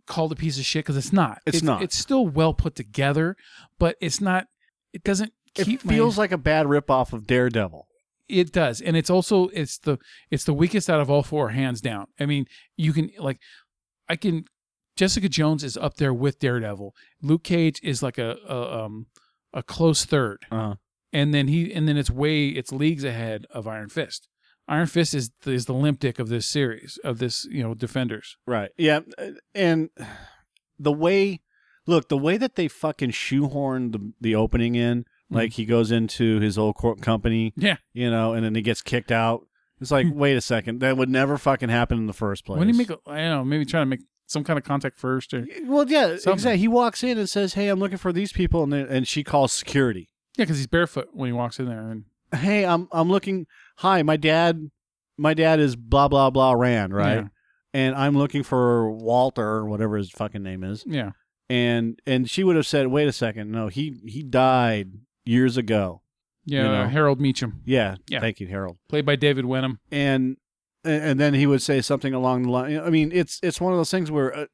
C: called a piece of shit because it's not.
B: It's not.
C: It's still well put together, but it's not. It doesn't.
B: It
C: Keep
B: feels
C: my,
B: like a bad ripoff of Daredevil.
C: it does, and it's also it's the it's the weakest out of all four, hands down. I mean, you can like, I can. Jessica Jones is up there with Daredevil. Luke Cage is like a, a um a close third
B: Uh-huh.
C: and then he and then it's way it's leagues ahead of Iron Fist. Iron Fist is is the limp dick of this series of this you know Defenders.
B: Right. Yeah. And the way, look, the way that they fucking shoehorned the, the opening in, like he goes into his old co- company,
C: Mm-hmm. Yeah.
B: you know, and then he gets kicked out. It's like, wait a second, that would never fucking happen in the first place.
C: When do you make a, I don't know maybe trying to make some kind of contact first or yeah
B: well, yeah,
C: Something.
B: exactly. He walks in and says, "Hey, I'm looking for these people," and then, and she calls security.
C: because he's barefoot when he walks in there and
B: Hey, I'm I'm looking. Hi, my dad. My dad is blah blah blah Rand, right?
C: Yeah.
B: And I'm looking for Walter, or whatever his fucking name is.
C: yeah
B: and and she would have said, "Wait a second, no, he he died years ago."
C: yeah
B: You know.
C: Harold Meacham
B: Yeah,
C: Yeah.
B: thank you, Harold.
C: played by David Wenham.
B: And and then he would say something along the line. I mean, it's it's one of those things where a,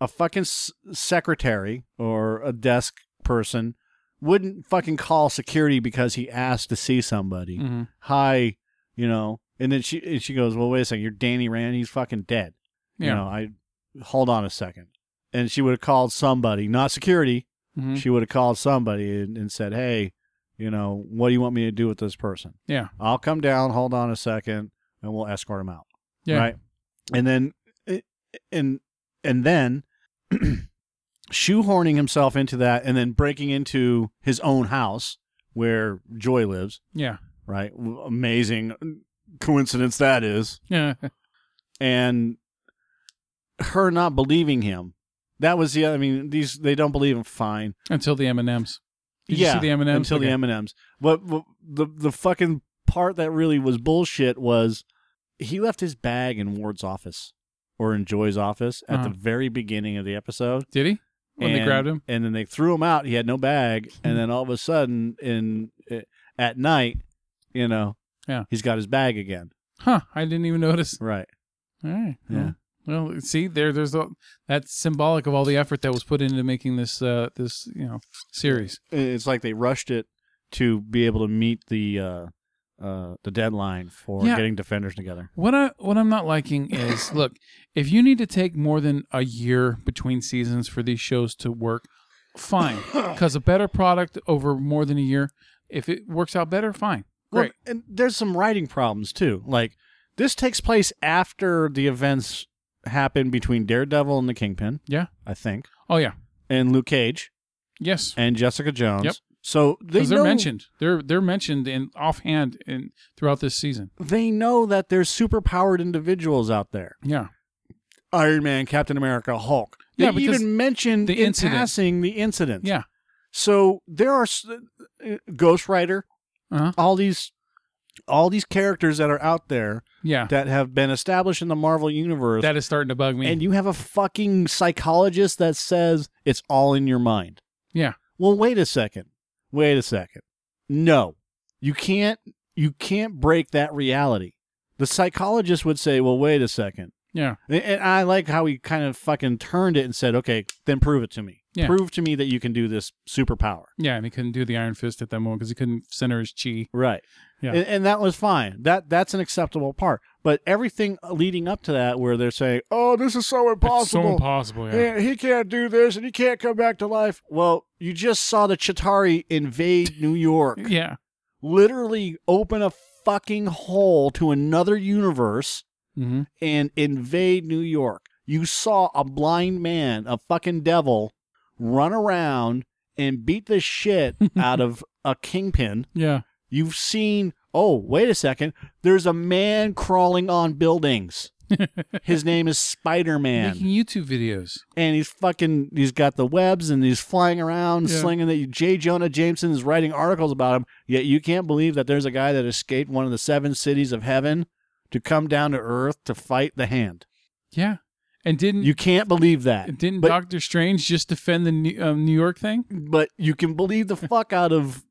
B: a fucking s- secretary or a desk person wouldn't fucking call security because he asked to see somebody.
C: Mhm.
B: Hi, you know. And then she and she goes, "Well, wait a second, you're Danny Rand. He's fucking dead." You
C: Yeah.
B: know, I hold on a second. And she would have called somebody, not security,
C: Mhm.
B: she would have called somebody and, and said, "Hey, you know, what do you want me to do with this person?
C: Yeah.
B: I'll come down. Hold on a second, and we'll escort him out.
C: Yeah.
B: right. And then, eh, and and then, shoehorning himself into that, and then breaking into his own house where Joy lives.
C: yeah
B: Right, W- amazing coincidence that is,
C: yeah
B: and her not believing him. That was the. I mean, these they don't believe him. Fine.
C: until the M and M's. Did
B: yeah,
C: you see the M and M's
B: until the M and M's. But but the the fucking part that really was bullshit was he left his bag in Ward's office or in Joy's office at the
C: Uh-huh.
B: very beginning of the episode.
C: Did he when
B: and,
C: they grabbed him?
B: and then they threw him out. He had no bag, and then all of a sudden, in eh, at night, you know,
C: Yeah.
B: he's got his bag again.
C: Huh? I didn't even notice.
B: Right.
C: All right.
B: Yeah.
C: Well, well, see, there, there's a, that's symbolic of all the effort that was put into making this, uh, this you know, series.
B: It's like they rushed it to be able to meet the uh, uh, the deadline for
C: Yeah.
B: getting defenders together.
C: What I what I'm not liking is, look, if you need to take more than a year between seasons for these shows to work, fine, because a better product over more than a year, if it works out better, fine,
B: Well,
C: great.
B: and there's some writing problems too. Like this takes place after the events happen between Daredevil and the Kingpin.
C: Yeah.
B: I think,
C: Oh yeah,
B: and Luke Cage
C: yes,
B: and Jessica Jones.
C: Yep.
B: So they
C: because they
B: know
C: are mentioned. They're they're mentioned in offhand in throughout this season.
B: they know that there's superpowered individuals out there.
C: Yeah,
B: Iron Man, Captain America, Hulk. They
C: Yeah, because
B: even mentioned
C: the
B: in
C: incident.
B: passing the incident.
C: yeah,
B: So there are s- uh, Ghost Rider,
C: uh-huh.
B: all these all these characters that are out there
C: yeah.
B: that have been established in the Marvel universe
C: That is starting to bug me.
B: and you have a fucking psychologist that says it's all in your mind.
C: Yeah.
B: Well, wait a second. Wait a second. No. You can't you can't break that reality. The psychologist would say, "Well, wait a second.
C: Yeah.
B: And- And I like how he kind of fucking turned it and said, okay, then prove it to me.
C: Yeah.
B: Prove to me that you can do this superpower.
C: Yeah, and he couldn't do the Iron Fist at that moment because he couldn't center his chi.
B: Right.
C: Yeah.
B: And, and that was fine. That That's an acceptable part. But everything leading up to that, where they're saying, oh, this is so
C: It's so
B: impossible.
C: impossible. Yeah.
B: Yeah, he can't do this and he can't come back to life. Well, you just saw the Chitari invade New York,
C: Yeah.
B: literally open a fucking hole to another universe
C: hmm
B: and invade New York. You saw a blind man, a fucking devil, run around and beat the shit out of a kingpin.
C: Yeah.
B: You've seen, oh, wait a second, there's a man crawling on buildings. His name is Spider Man
C: Making YouTube videos.
B: and he's fucking he's got the webs and he's flying around
C: Yeah.
B: slinging that J. Jonah Jameson is writing articles about him. Yet you can't believe that there's a guy that escaped one of the seven cities of heaven to come down to earth to fight the hand.
C: Yeah. And didn't
B: You can't believe that.
C: didn't
B: but,
C: Doctor Strange just defend the New, um, New York thing?
B: but you can believe the fuck out of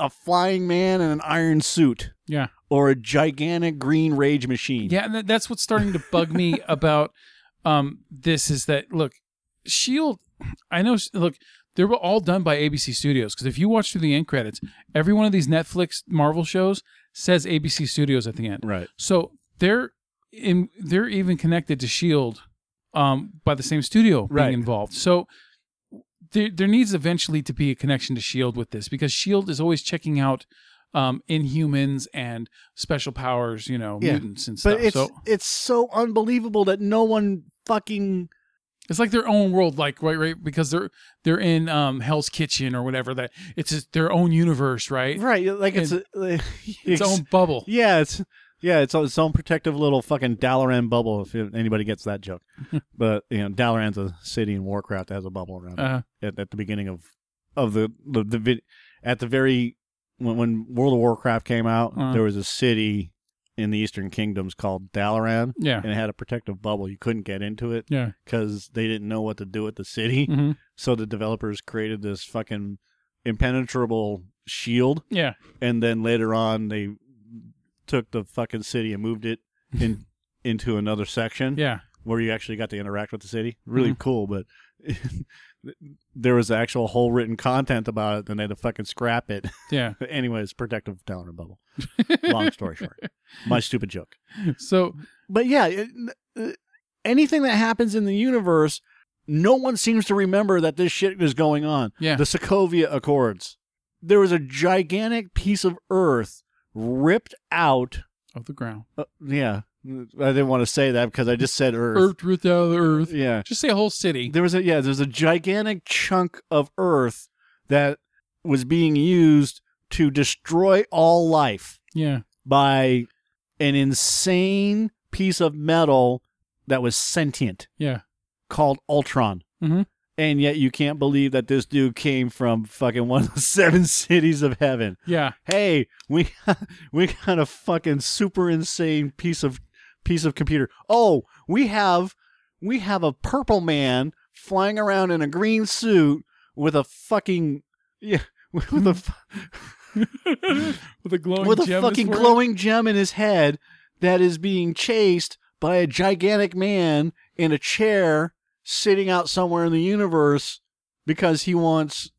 B: a flying man in an iron suit
C: Yeah.
B: or a gigantic green rage machine.
C: Yeah, and that- that's what's starting to bug me about um this is that look, Shield. I know. Look, they were all done by ABC Studios because if you watch through the end credits, every one of these Netflix Marvel shows says ABC Studios at the end.
B: Right.
C: So they're in. They're even connected to Shield, E um, by the same studio being
B: Right.
C: involved. So. There, there needs eventually to be a connection to Shield E with this because Shield is always checking out um, Inhumans and special powers, you know,
B: Yeah.
C: mutants and stuff.
B: But it's
C: so
B: it's so unbelievable that no one fucking
C: It's like their own world, like right, right, because they're they're in um Hell's Kitchen or whatever. That it's just their own universe, right?
B: right like it's a,
C: Its own bubble.
B: Yeah, it's yeah, it's its own protective little fucking Dalaran bubble. If anybody gets that joke, but you know, Dalaran's a city in Warcraft that has a bubble around
C: Uh,
B: it at, at the beginning of of the the, the vid, at the very when, when World of Warcraft came out,
C: Uh.
B: there was a city in the Eastern Kingdoms called Dalaran,
C: yeah,
B: and it had a protective bubble. You couldn't get into it
C: yeah,
B: because they didn't know what to do with the city,
C: hmm
B: so the developers created this fucking impenetrable shield
C: yeah,
B: and then later on they took the fucking city and moved it in into another section
C: yeah,
B: where you actually got to interact with the city. Really cool, but there was actual whole written content about it, then they had to fucking scrap it.
C: yeah.
B: Anyways, protective down and bubble. Long story short, my stupid joke.
C: So
B: But yeah, it, uh, anything that happens in the universe, no one seems to remember that this shit is going on
C: yeah,
B: the Sokovia Accords. There was a gigantic piece of earth ripped out.
C: of the ground,
B: Uh, yeah, I didn't want to say that because I just said earth.
C: earth, root out of the earth.
B: Yeah,
C: Just say a whole city.
B: there was a yeah, there's a gigantic chunk of earth that was being used to destroy all life
C: Yeah,
B: by an insane piece of metal that was sentient
C: yeah,
B: called Ultron.
C: Mhm.
B: And yet you can't believe that this dude came from fucking one of the seven cities of heaven.
C: yeah,
B: hey, we we got a fucking super insane piece of piece of computer. Oh, we have we have a purple man flying around in a green suit with a fucking yeah with a
C: with a glowing
B: with a
C: gem
B: fucking
C: is for it.
B: glowing gem in his head that is being chased by a gigantic man in a chair sitting out somewhere in the universe because he wants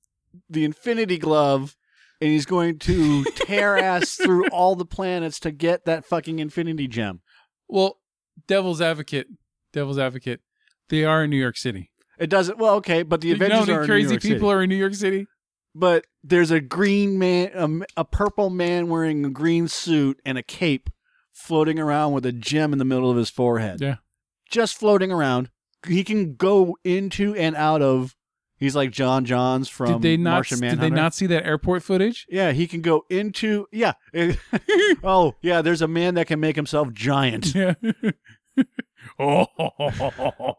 B: the infinity glove and he's going to tear ass through all the planets to get that fucking infinity gem.
C: Well, devil's advocate, devil's advocate. They are in New York City.
B: It doesn't well okay, but the
C: You know how
B: Avengers
C: many
B: are in New
C: crazy
B: York City.
C: people are in New York City.
B: but there's a green man, a m- a, purple man wearing a green suit and a cape, floating around with a gem in the middle of his forehead.
C: Yeah.
B: just floating around. He can go into and out of. He's like John Johns from
C: Did they not?
B: Martian
C: Did
B: Manhunter.
C: they not see that airport footage?
B: Yeah, he can go into. Yeah. oh, yeah. There's a man that can make himself giant.
C: Yeah. oh.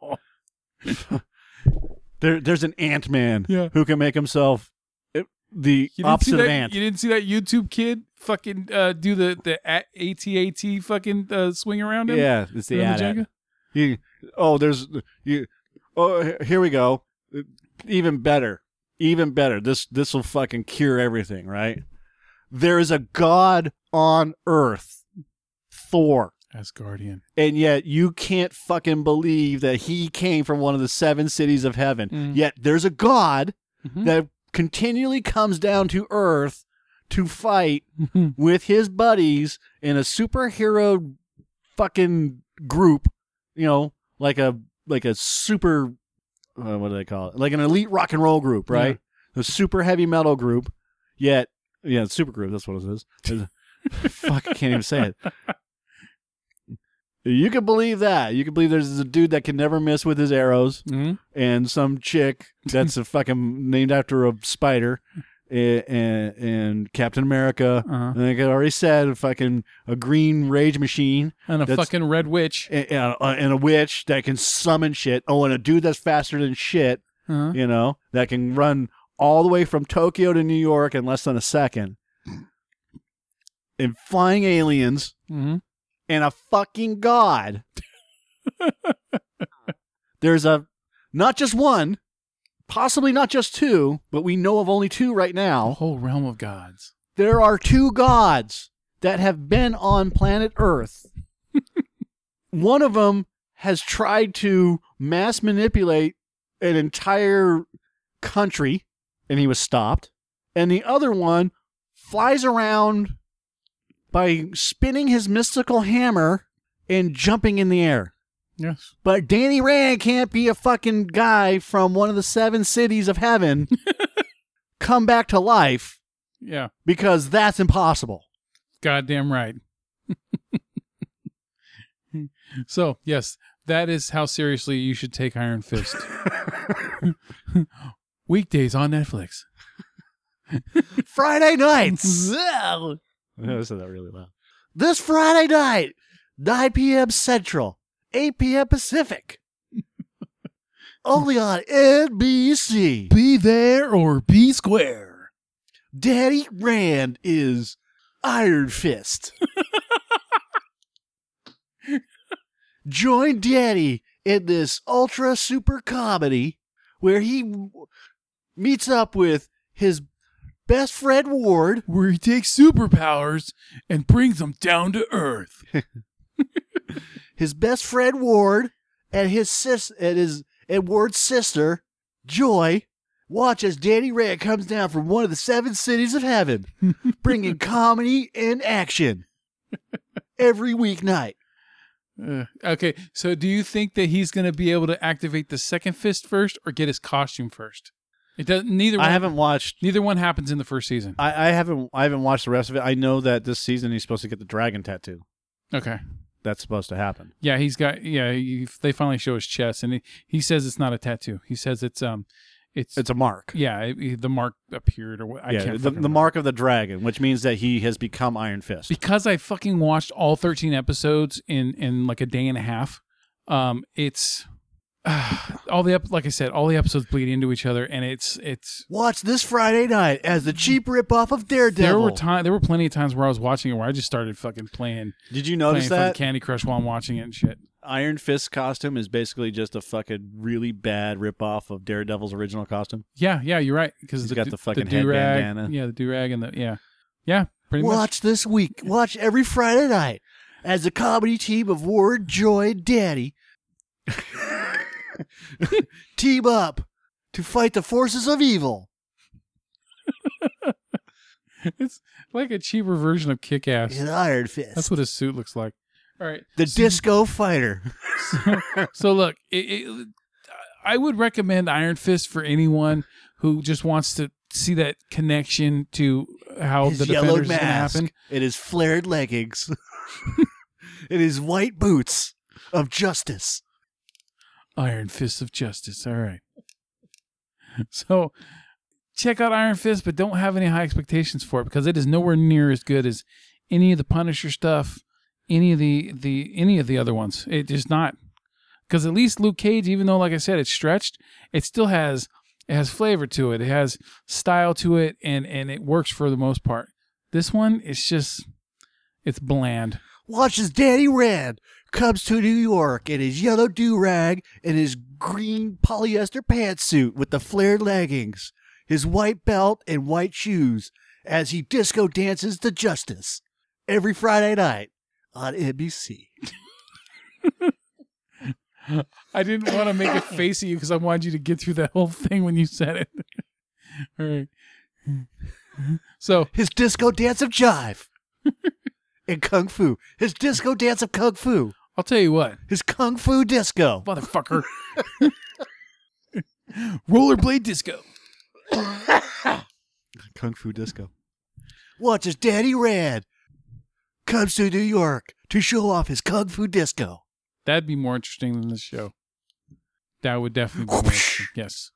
B: There, there's an ant man
C: Yeah.
B: who can make himself uh, the
C: You didn't see
B: opposite
C: that,
B: of ant.
C: You didn't see that YouTube kid fucking uh, do the the at- ATAT fucking uh, swing around him?
B: yeah, it's the
C: Around
B: ant.
C: Jenga?
B: You, oh, there's you. Oh, he- here we go. Even better, even better. This this will fucking cure everything, right? There is a god on Earth, Thor.
C: Asgardian.
B: and yet you can't fucking believe that he came from one of the seven cities of heaven.
C: Mm.
B: Yet there's a god
C: Mhm.
B: that continually comes down to earth to fight
C: Mm-hmm.
B: with his buddies in a superhero fucking group, you know, like a like a super uh, what do they call it? Like an elite rock and roll group, right? A super heavy metal group. Yet, yeah, it's super group. That's what it is. It's- Fuck, I can't even say it. You can believe that. You can believe there's a dude that can never miss with his arrows
C: Mhm.
B: and some chick that's a fucking named after a spider and, and, and Captain America.
C: Uh-huh.
B: And like I already said, a fucking a green rage machine
C: And a
B: That's-
C: fucking red witch.
B: and, and, a, and a witch that can summon shit. Oh, and a dude that's faster than shit,
C: Uh-huh.
B: you know, that can run all the way from Tokyo to New York in less than a second. And flying aliens
C: Mhm.
B: and a fucking god. There's a not just one, possibly not just two, but we know of only two right
C: A
B: now.
C: whole realm of gods.
B: There are two gods that have been on planet Earth. one of them has tried to mass manipulate an entire country and he was stopped. And the other one flies around by spinning his mystical hammer and jumping in the air.
C: Yes.
B: But Danny Rand can't be a fucking guy from one of the seven cities of heaven come back to life
C: Yeah.
B: because that's impossible.
C: Goddamn right. so, yes, that is how seriously you should take Iron Fist. Weekdays on Netflix.
B: Friday nights. I said that really loud. This Friday night, 9 p.m. Central, 8 p.m. Pacific. Only on NBC.
C: Be there or be square.
B: Daddy Rand is Iron Fist. Join Daddy in this ultra super comedy where he w- meets up with his best friend Ward.
C: Where he takes superpowers and brings them down to earth.
B: his best friend Ward and his sis and his and Ward's sister Joy watch as Danny Rand comes down from one of the seven cities of heaven, bringing comedy and action every weeknight.
C: Uh, okay, so do you think that he's going to be able to activate the second fist first or get his costume first? It doesn't. Neither one,
B: watched.
C: neither one happens in the first season.
B: I, I haven't. I haven't watched the rest of it. I know that this season he's supposed to get the dragon tattoo.
C: Okay.
B: That's supposed to happen.
C: Yeah, he's got. Yeah, he, they finally show his chest, and he, he says it's not a tattoo. He says it's um, it's,
B: a mark.
C: yeah, it- it- the mark appeared or what? I can't fucking remember.
B: of the dragon, which means that he has become Iron Fist.
C: because I fucking watched all thirteen episodes in in like a day and a half. Um, it's all the ep- like I said, all the episodes bleed into each other, and it's it's
B: Watch this Friday night as the cheap ripoff of Daredevil.
C: There were time. There were plenty of times where I was watching it where I just started fucking playing,
B: Did you
C: playing
B: notice
C: fucking
B: that?
C: Candy Crush while I'm watching it and shit.
B: Iron Fist costume is basically just a fucking really bad ripoff of Daredevil's original costume.
C: Yeah, yeah, you're right. Because
B: He's
C: the,
B: got
C: du-
B: the fucking head
C: do-rag,
B: bandana.
C: Yeah, the do rag and the yeah, yeah, pretty much.
B: Watch this week. Watch every Friday night as the comedy team of Ward, Joy, and Daddy team up to fight the forces of evil.
C: It's like a cheaper version of Kick Ass.
B: in Iron Fist,
C: That's what his suit looks like. All right.
B: the disco fighter.
C: So, so look, it, it, I would recommend Iron Fist for anyone who just wants to see that connection to how
B: his
C: the
B: yellow
C: defenders is going to
B: mask,
C: happen.
B: and his flared leggings, and his white boots of justice.
C: Iron Fist of Justice. All right. So check out Iron Fist, but don't have any high expectations for it because it is nowhere near as good as any of the Punisher stuff, any of the the any of the other ones. It is not because at least Luke Cage, even though like I said, it's stretched, it still has it has flavor to it. It has style to it, and and it works for the most part. This one, it's just it's bland.
B: watches Danny Rand comes to New York in his yellow do rag and his green polyester pantsuit with the flared leggings, his white belt and white shoes as he disco dances to justice every Friday night on ABC.
C: I didn't want to make a face at you because I wanted you to get through that whole thing when you said it. All right. So
B: His disco dance of jive and kung fu. His disco dance of kung fu.
C: I'll tell you what,
B: His kung fu disco.
C: motherfucker. Rollerblade disco.
B: Kung fu disco. Watch as Daddy Rad comes to New York to show off his kung fu disco.
C: That'd be more interesting than this show. That would definitely be more interesting. Yes.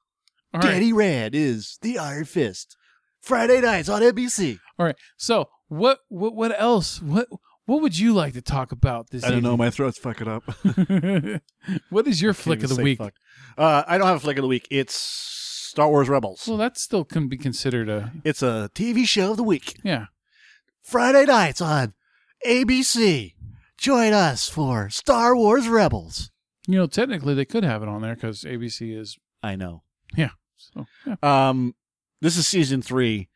C: All right.
B: Daddy Rad is the Iron Fist. Friday nights on NBC.
C: All right. So what what what else? What what would you like to talk about this evening?
B: My throat's fucking up.
C: what is your flick of the week?
B: Uh, I don't have a flick of the week. It's Star Wars Rebels.
C: Well, that still can be considered a
B: It's a TV show of the week.
C: yeah.
B: Friday nights on ABC. Join us for Star Wars Rebels.
C: You know, technically they could have it on there because ABC is
B: I know.
C: so yeah.
B: Um, this is season three.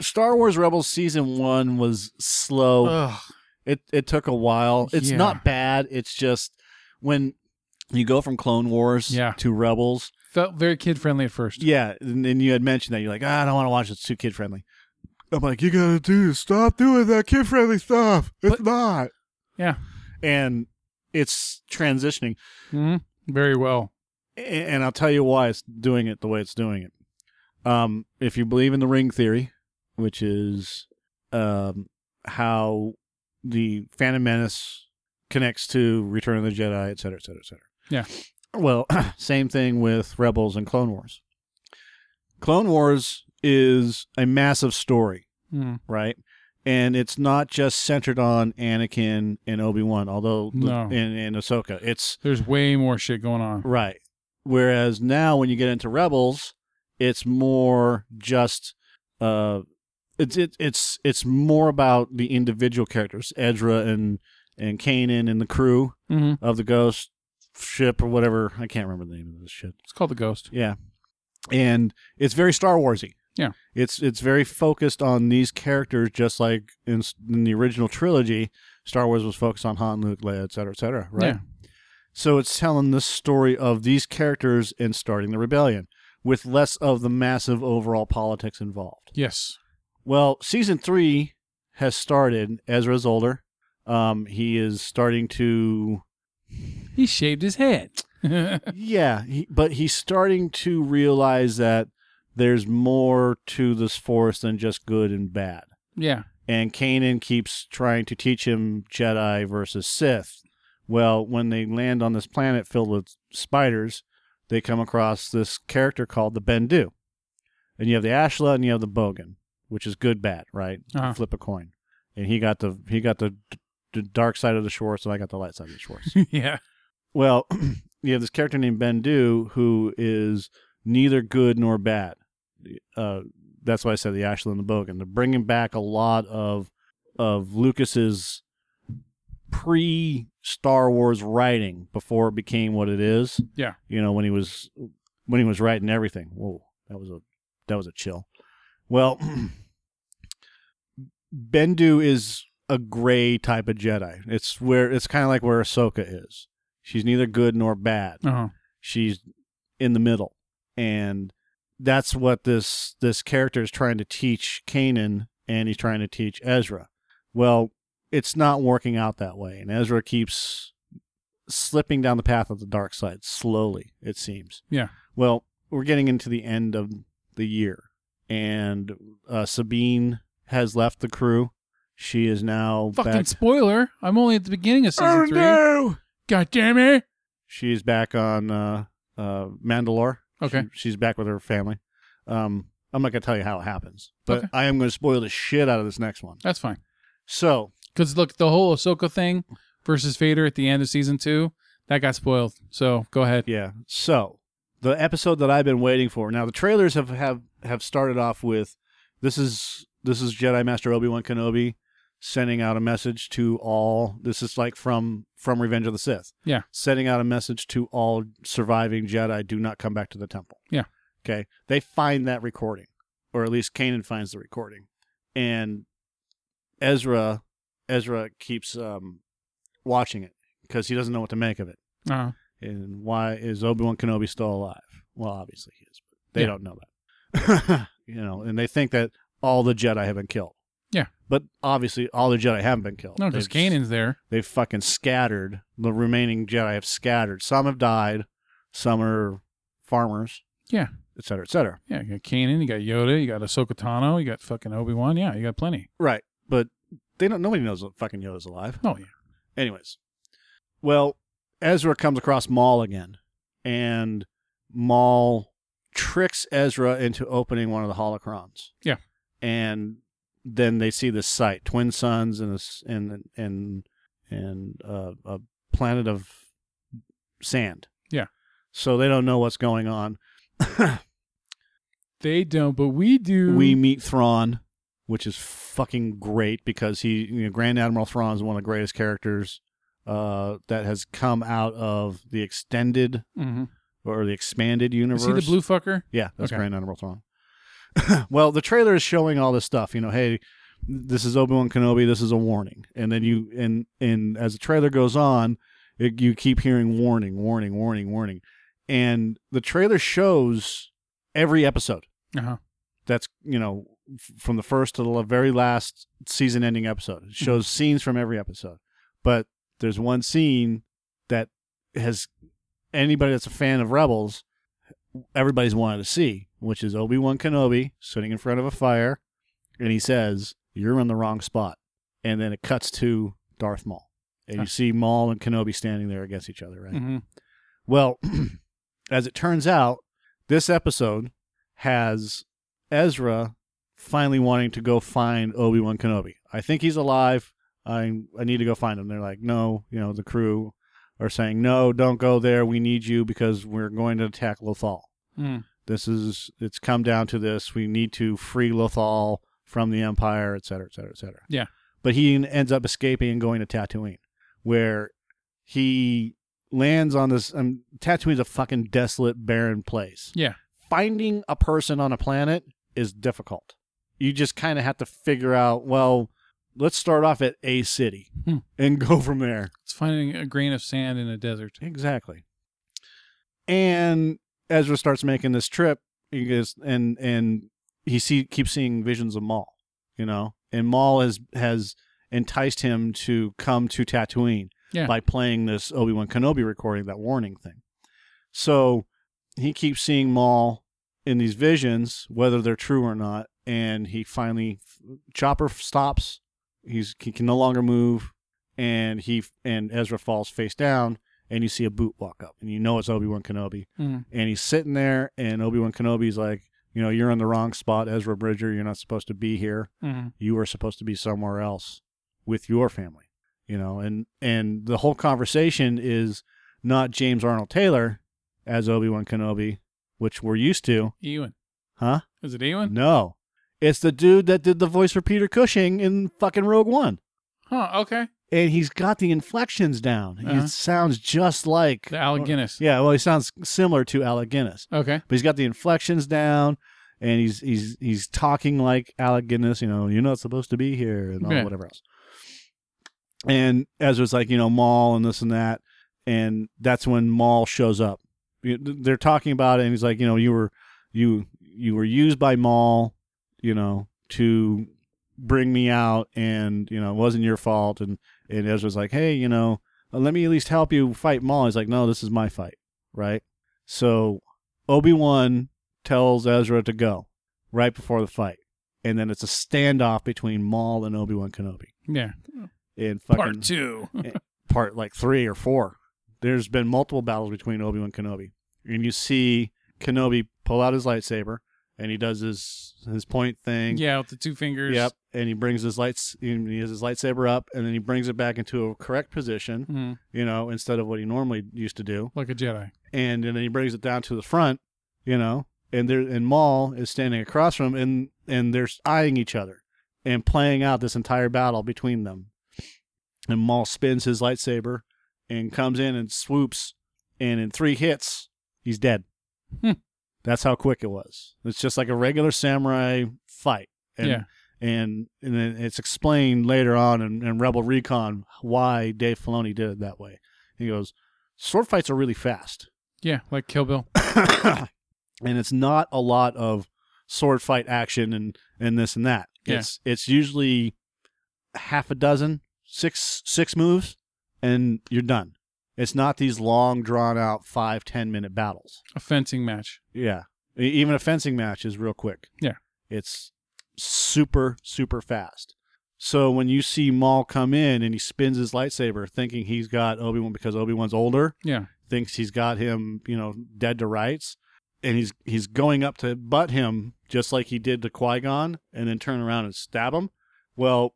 B: Star Wars Rebels season one was slow.
C: Ugh.
B: It it took a while. It's
C: Uh, Yeah.
B: not bad. It's just when you go from Clone Wars
C: Yeah.
B: to Rebels.
C: felt very kid friendly at first.
B: Yeah, and, and you had mentioned that you're like, "Ah, I don't want to watch. it. It's too kid friendly. I'm like, you gotta do stop doing that kid friendly stuff. It's
C: But-
B: not.
C: Yeah.
B: and it's transitioning.
C: hmm Very well.
B: A- and I'll tell you why it's doing it the way it's doing it. Um, if you believe in the ring theory, which is um, how the Phantom Menace connects to Return of the Jedi, et cetera, et cetera, et cetera.
C: Yeah.
B: Well, same thing with Rebels and Clone Wars. Clone Wars is a massive story,
C: Mm.
B: right? And it's not just centered on Anakin and Obi Wan, although
C: No.
B: and, and Ahsoka. It's
C: There's way more shit going on.
B: Right. Whereas now, when you get into Rebels, it's more just uh, it's it, it's it's more about the individual characters, Ezra and and Kanan and the crew
C: Mm-hmm.
B: of the Ghost ship or whatever. I can't remember the name of this shit.
C: It's called the Ghost.
B: Yeah, and it's very Star Warsy.
C: Yeah.
B: it's it's very focused on these characters, just like in, s- in the original trilogy. Star Wars was focused on Han, Luke, Leia, et cetera, et cetera. Right.
C: Yeah.
B: So it's telling the story of these characters and starting the rebellion with less of the massive overall politics involved.
C: Yes.
B: Well, season three has started. Ezra's older. Um, he is starting to,
C: He shaved his head.
B: yeah, he, but he's starting to realize that there's more to this force than just good and bad.
C: yeah.
B: and Kanan keeps trying to teach him Jedi versus Sith. Well, when they land on this planet filled with spiders, they come across this character called the Bendu. And you have the Ashla and you have the Bogan, which is good bad, right?
C: Uh-huh.
B: Flip a coin. And he got the he got the, the dark side of the Schwartz and I got the light side of the Schwartz.
C: yeah.
B: Well, you have this character named Bendu who is neither good nor bad. Uh, that's why I said the Ashland and the Bogan. They're bringing back a lot of of Lucas's pre Star Wars writing before it became what it is.
C: Yeah.
B: you know when he was when he was writing everything. Whoa, that was a that was a chill. Well, Bendu is a gray type of Jedi. It's where it's kind of like where Ahsoka is. She's neither good nor bad.
C: Uh-huh.
B: She's in the middle, and that's what this this character is trying to teach Kanan, and he's trying to teach Ezra. Well, it's not working out that way, and Ezra keeps slipping down the path of the dark side slowly. It seems.
C: Yeah.
B: Well, we're getting into the end of the year, and uh, Sabine has left the crew. She is now
C: Fucking
B: back.
C: spoiler. I'm only at the beginning of season three. God damn it.
B: She's back on uh, uh, Mandalore.
C: Okay.
B: She- she's back with her family. Um, I'm not gonna tell you how it happens, but
C: Okay. Uh
B: I am gonna spoil the shit out of this next one.
C: That's fine.
B: So
C: Because look, the whole Ahsoka thing versus Vader at the end of season two, that got spoiled. So go ahead.
B: yeah, so the episode that I've been waiting for. Now the trailers have have have started off with this is this is Jedi Master Obi Wan Kenobi sending out a message to all. This is like from from Revenge of the Sith.
C: Yeah.
B: sending out a message to all surviving Jedi: Do not come back to the temple.
C: Yeah.
B: Okay. They find that recording, or at least Kanan finds the recording, and Ezra Ezra keeps um watching it because he doesn't know what to make of it.
C: Uh,
B: And why is Obi Wan Kenobi still alive? Well, obviously he is, but they
C: Yeah.
B: don't know that. you know, and they think that all the Jedi have been killed.
C: Yeah.
B: But obviously, all the Jedi haven't been killed.
C: no, because
B: They've-
C: Kanan's there.
B: they've fucking scattered. The remaining Jedi have scattered. Some have died. Some are farmers.
C: Yeah.
B: Et cetera, et cetera.
C: Yeah, you got Kanan, you got Yoda, you got Ahsoka Tano, you got fucking Obi Wan. Yeah, you got plenty.
B: Right. But they don't. Nobody knows that fucking Yoda's alive.
C: Oh yeah.
B: Anyways, well, Ezra comes across Maul again, and Maul tricks Ezra into opening one of the holocrons.
C: Yeah.
B: and then they see this site: twin suns and a s and and and uh, a planet of sand.
C: Yeah.
B: So they don't know what's going on.
C: They don't, but we do.
B: We meet Thrawn, which is fucking great because he, you know, Grand Admiral Thrawn is one of the greatest characters uh, that has come out of the extended
C: Mhm.
B: or the expanded universe.
C: Is he the blue fucker?
B: Yeah, that's
C: Okay.
B: Grand Admiral Thrawn. well, the trailer is showing all this stuff. You know, hey, this is Obi Wan Kenobi. This is a warning. And then you and and as the trailer goes on, it, you keep hearing warning, warning, warning, warning, and the trailer shows every episode
C: Uh huh.
B: that's you know f- from the first to the la- very last season ending episode it shows scenes from every episode but there's one scene that has anybody that's a fan of rebels everybody's wanted to see which is obi-wan kenobi sitting in front of a fire and he says you're in the wrong spot and then it cuts to darth maul and
C: Huh.
B: you see maul and kenobi standing there against each other right
C: hmm
B: well, as it turns out, this episode has Ezra finally wanting to go find Obi Wan Kenobi. I think he's alive. I I need to go find him. They're like, no, you know, the crew are saying, no, don't go there. We need you because we're going to attack Lothal.
C: Mm.
B: This is it's come down to this. We need to free Lothal from the Empire, et cetera, et cetera, et cetera.
C: Yeah.
B: But he ends up escaping and going to Tatooine, where he lands on this um, Tatooine's a fucking desolate, barren place.
C: Yeah.
B: Finding a person on a planet is difficult. You just kind of have to figure out, well, let's start off at a city
C: Hmm.
B: and go from there.
C: It's finding a grain of sand in a desert.
B: Exactly. And Ezra starts making this trip, he goes, and and he see keeps seeing visions of Maul, you know, and Maul has has enticed him to come to Tatooine
C: Yeah.
B: by playing this Obi Wan Kenobi recording, that warning thing. So he keeps seeing Maul in these visions, whether they're true or not, and he finally Chopper stops. He's he can no longer move, and he and Ezra falls face down and you see a boot walk up, and you know it's Obi Wan Kenobi,
C: Mhm.
B: and he's sitting there, and Obi Wan Kenobi's like, you know, you're in the wrong spot, Ezra Bridger. You're not supposed to be here.
C: Mhm.
B: You are supposed to be somewhere else with your family, you know. And and the whole conversation is not James Arnold Taylor as Obi Wan Kenobi, which we're used to,
C: Ewan.
B: huh?
C: Is it Ewan?
B: No, it's the dude that did the voice for Peter Cushing in fucking Rogue One. Mm-hmm.
C: Huh. Okay.
B: And he's got the inflections down.
C: Uh-huh.
B: It sounds just like
C: The Alec Guinness.
B: yeah, well, he sounds similar to Alec Guinness,
C: Okay.
B: but he's got the inflections down, and he's he's he's talking like Alec Guinness. You know, you're not supposed to be here, and all
C: Yeah.
B: whatever else. And Ezra's like, you know, Maul and this and that, and that's when Maul shows up. You- They're talking about it, and he's like, you know, you were you you were used by Maul, you know, to bring me out, and you know, it wasn't your fault. And and Ezra's like, hey, you know, let me at least help you fight Maul. He's like, no, this is my fight, right? So Obi Wan tells Ezra to go right before the fight, and then it's a standoff between Maul and Obi Wan Kenobi.
C: Yeah.
B: In fucking
C: Part two.
B: part like three or four. There's been multiple battles between Obi Wan Kenobi, and you see Kenobi pull out his lightsaber, and he does his his point thing.
C: Yeah, with the two fingers.
B: Yep, and he brings his lights. He has his lightsaber up, and then he brings it back into a correct position.
C: Mhm.
B: You know, instead of what he normally used to do,
C: Like a Jedi.
B: and, and then he brings it down to the front. You know, and there and Maul is standing across from him, and and they're eyeing each other and playing out this entire battle between them. And Maul spins his lightsaber and comes in and swoops, and in three hits, he's dead.
C: Hmm.
B: That's how quick it was. It's just like a regular samurai fight. And
C: yeah.
B: and and then it's explained later on in, in Rebel Recon why Dave Filoni did it that way. He goes, sword fights are really fast,
C: Yeah, like Kill Bill.
B: and it's not a lot of sword fight action and and this and that.
C: Yeah.
B: It's it's usually half a dozen, six six moves, and you're done. It's not these long drawn out five ten minute battles.
C: A fencing match.
B: Yeah. E- Even a fencing match is real quick.
C: Yeah.
B: It's super, super fast. So when you see Maul come in and he spins his lightsaber thinking he's got Obi Wan because Obi Wan's older,
C: Yeah.
B: thinks he's got him, you know, dead to rights, and he's he's going up to butt him just like he did to Qui Gon and then turn around and stab him. Well,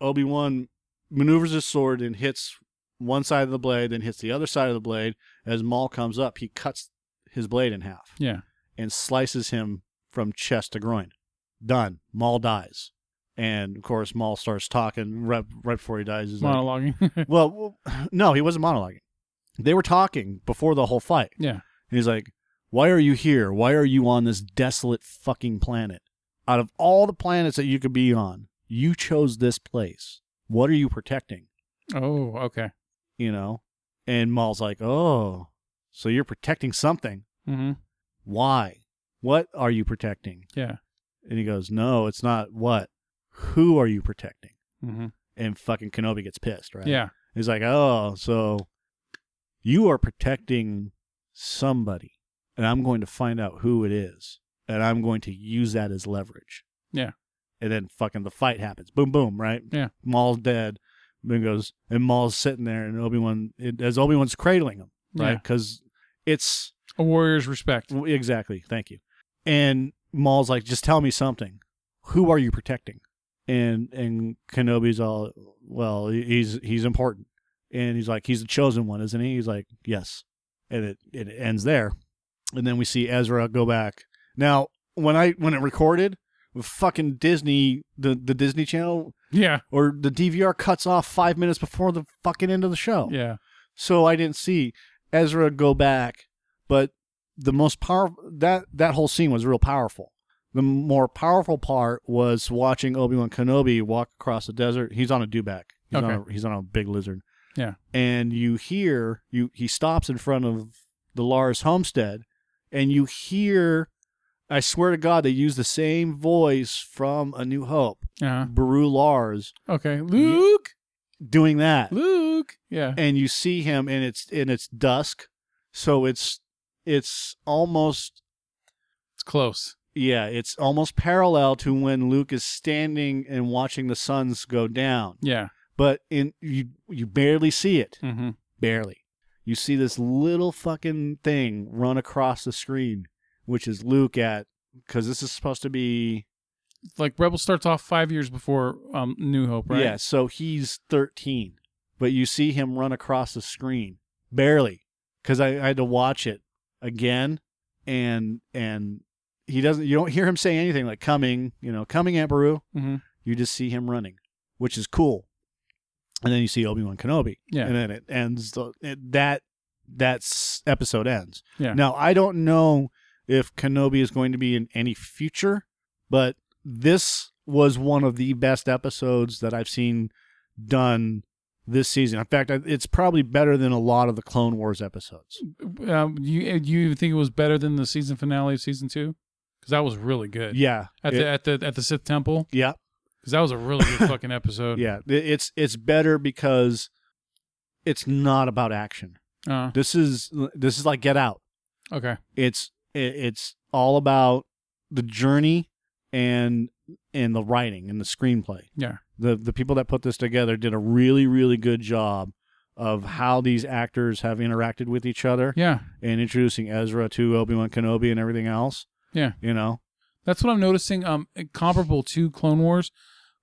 B: Obi Wan maneuvers his sword and hits one side of the blade, then hits the other side of the blade. As Maul comes up, he cuts his blade in half
C: Yeah.
B: and slices him from chest to groin. Done. Maul dies. And of course, Maul starts talking right, right before he dies. He's like,
C: Monologuing.
B: well, well, no, he wasn't monologuing. They were talking before the whole fight.
C: yeah.
B: And he's like, Why are you here? Why are you on this desolate fucking planet? Out of all the planets that you could be on, you chose this place. What are you protecting?
C: Oh, okay.
B: You know? And Maul's like, Oh, so you're protecting something.
C: Mm-hmm.
B: Why? What are you protecting?
C: Yeah.
B: And he goes, No, it's not what. Who are you protecting?
C: Mm-hmm.
B: And fucking Kenobi gets pissed, right?
C: Yeah.
B: He's like, Oh, so you are protecting somebody, and I'm going to find out who it is, and I'm going to use that as leverage.
C: Yeah.
B: And then fucking the fight happens. Boom, boom, right?
C: Yeah.
B: Maul's dead. Then goes, and Maul's sitting there, and Obi Wan, as Obi Wan's cradling him, right?
C: Yeah.
B: Because it's.
C: A warrior's respect.
B: Well, Exactly. Thank you. And Maul's like, just tell me something. Who are you protecting? And and Kenobi's all, well, he's he's important. And he's like, he's the chosen one, isn't he? He's like, yes. And it it ends there. And then we see Ezra go back. Now, when I when it recorded, fucking Disney, the the Disney Channel
C: Yeah.
B: or the DVR cuts off five minutes before the fucking end of the show.
C: Yeah.
B: So I didn't see Ezra go back, but the most powerful that that whole scene was real powerful. The more powerful part was watching Obi Wan Kenobi walk across the desert. He's on a dewback. He's on
C: Okay.
B: a, he's on a big lizard.
C: Yeah.
B: And you hear you he stops in front of the Lars homestead, and you hear. I swear to God, they use the same voice from A New Hope,
C: Uh-huh.
B: Baru Lars,
C: Okay. Luke.
B: doing that
C: Luke. Yeah.
B: and you see him and it's and it's dusk so it's it's almost
C: It's close.
B: yeah it's almost parallel to when luke is standing and watching the suns go down
C: Yeah.
B: but in you you barely see it
C: Mm-hmm.
B: barely you see this little fucking thing run across the screen which is luke at because this is supposed to be
C: Like Rebel starts off five years before um, New Hope, right?
B: yeah so he's 13 but you see him run across the screen barely because I, I had to watch it again and and he doesn't you don't hear him say anything like coming you know coming at Baru
C: Mm-hmm.
B: you just see him running which is cool and then you see Obi Wan Kenobi
C: Yeah.
B: and then it ends the, it, that that's episode ends
C: Yeah.
B: now I don't know if Kenobi is going to be in any future but this was one of the best episodes that I've seen done this season. In fact, I- it's probably better than a lot of the Clone Wars episodes.
C: Um, you you even think it was better than the season finale of season two? Because that was really good.
B: Yeah,
C: At
B: it-
C: the at the at the Sith Temple.
B: yeah,
C: Because that was a really good fucking episode.
B: yeah. It- It's it's better because it's not about action.
C: Uh,
B: This is this is like Get Out.
C: okay.
B: It's it- it's all about the journey and and the writing and the screenplay.
C: Yeah.
B: the the people that put this together did a really really good job of how these actors have interacted with each other
C: Yeah.
B: and introducing Ezra to Obi Wan Kenobi and everything else.
C: Yeah.
B: you know,
C: That's what I'm noticing. Um, comparable to Clone Wars,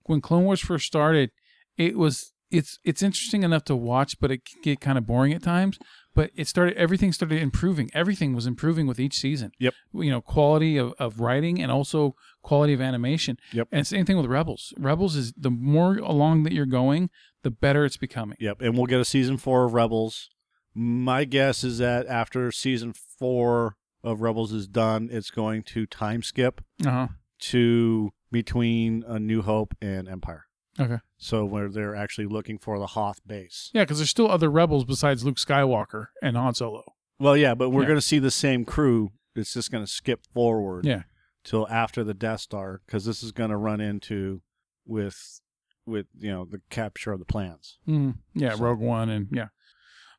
C: when Clone Wars first started, it was it's it's interesting enough to watch, but it can get kind of boring at times. But it started everything started improving. Everything was improving with each season.
B: Yep.
C: You know, quality of, of writing and also quality of animation.
B: Yep.
C: And same thing with Rebels. Rebels is the more along that you're going, the better it's becoming.
B: yep. And we'll get a season four of Rebels. My guess is that after season four of Rebels is done, it's going to time skip
C: Uh huh.
B: to between A New Hope and Empire.
C: Okay.
B: So where they're actually looking for the Hoth base.
C: Yeah, because there's still other rebels besides Luke Skywalker and Han Solo.
B: Well, yeah, but we're
C: Yeah.
B: going to see the same crew. It's just going to skip forward.
C: Yeah.
B: Till after the Death Star, because this is going to run into with with you know the capture of the plans.
C: Mm, yeah,
B: So-
C: Rogue One, and yeah.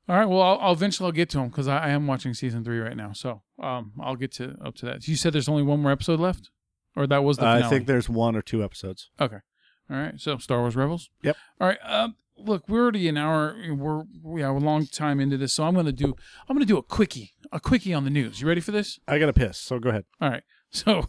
C: All right. Well, I'll, I'll eventually I'll get to them because I, I am watching season three right now. So um, I'll get to up to that. You said there's only one more episode left, or that was the finale.
B: I think there's one or two episodes.
C: All right. So Star Wars Rebels.
B: Yep.
C: All right. Um, look, we're already an hour. We're yeah, we're a long time into this, so I'm gonna do I'm gonna do a quickie, a quickie on the news. You ready for this?
B: I got to piss, so go ahead.
C: All right. So,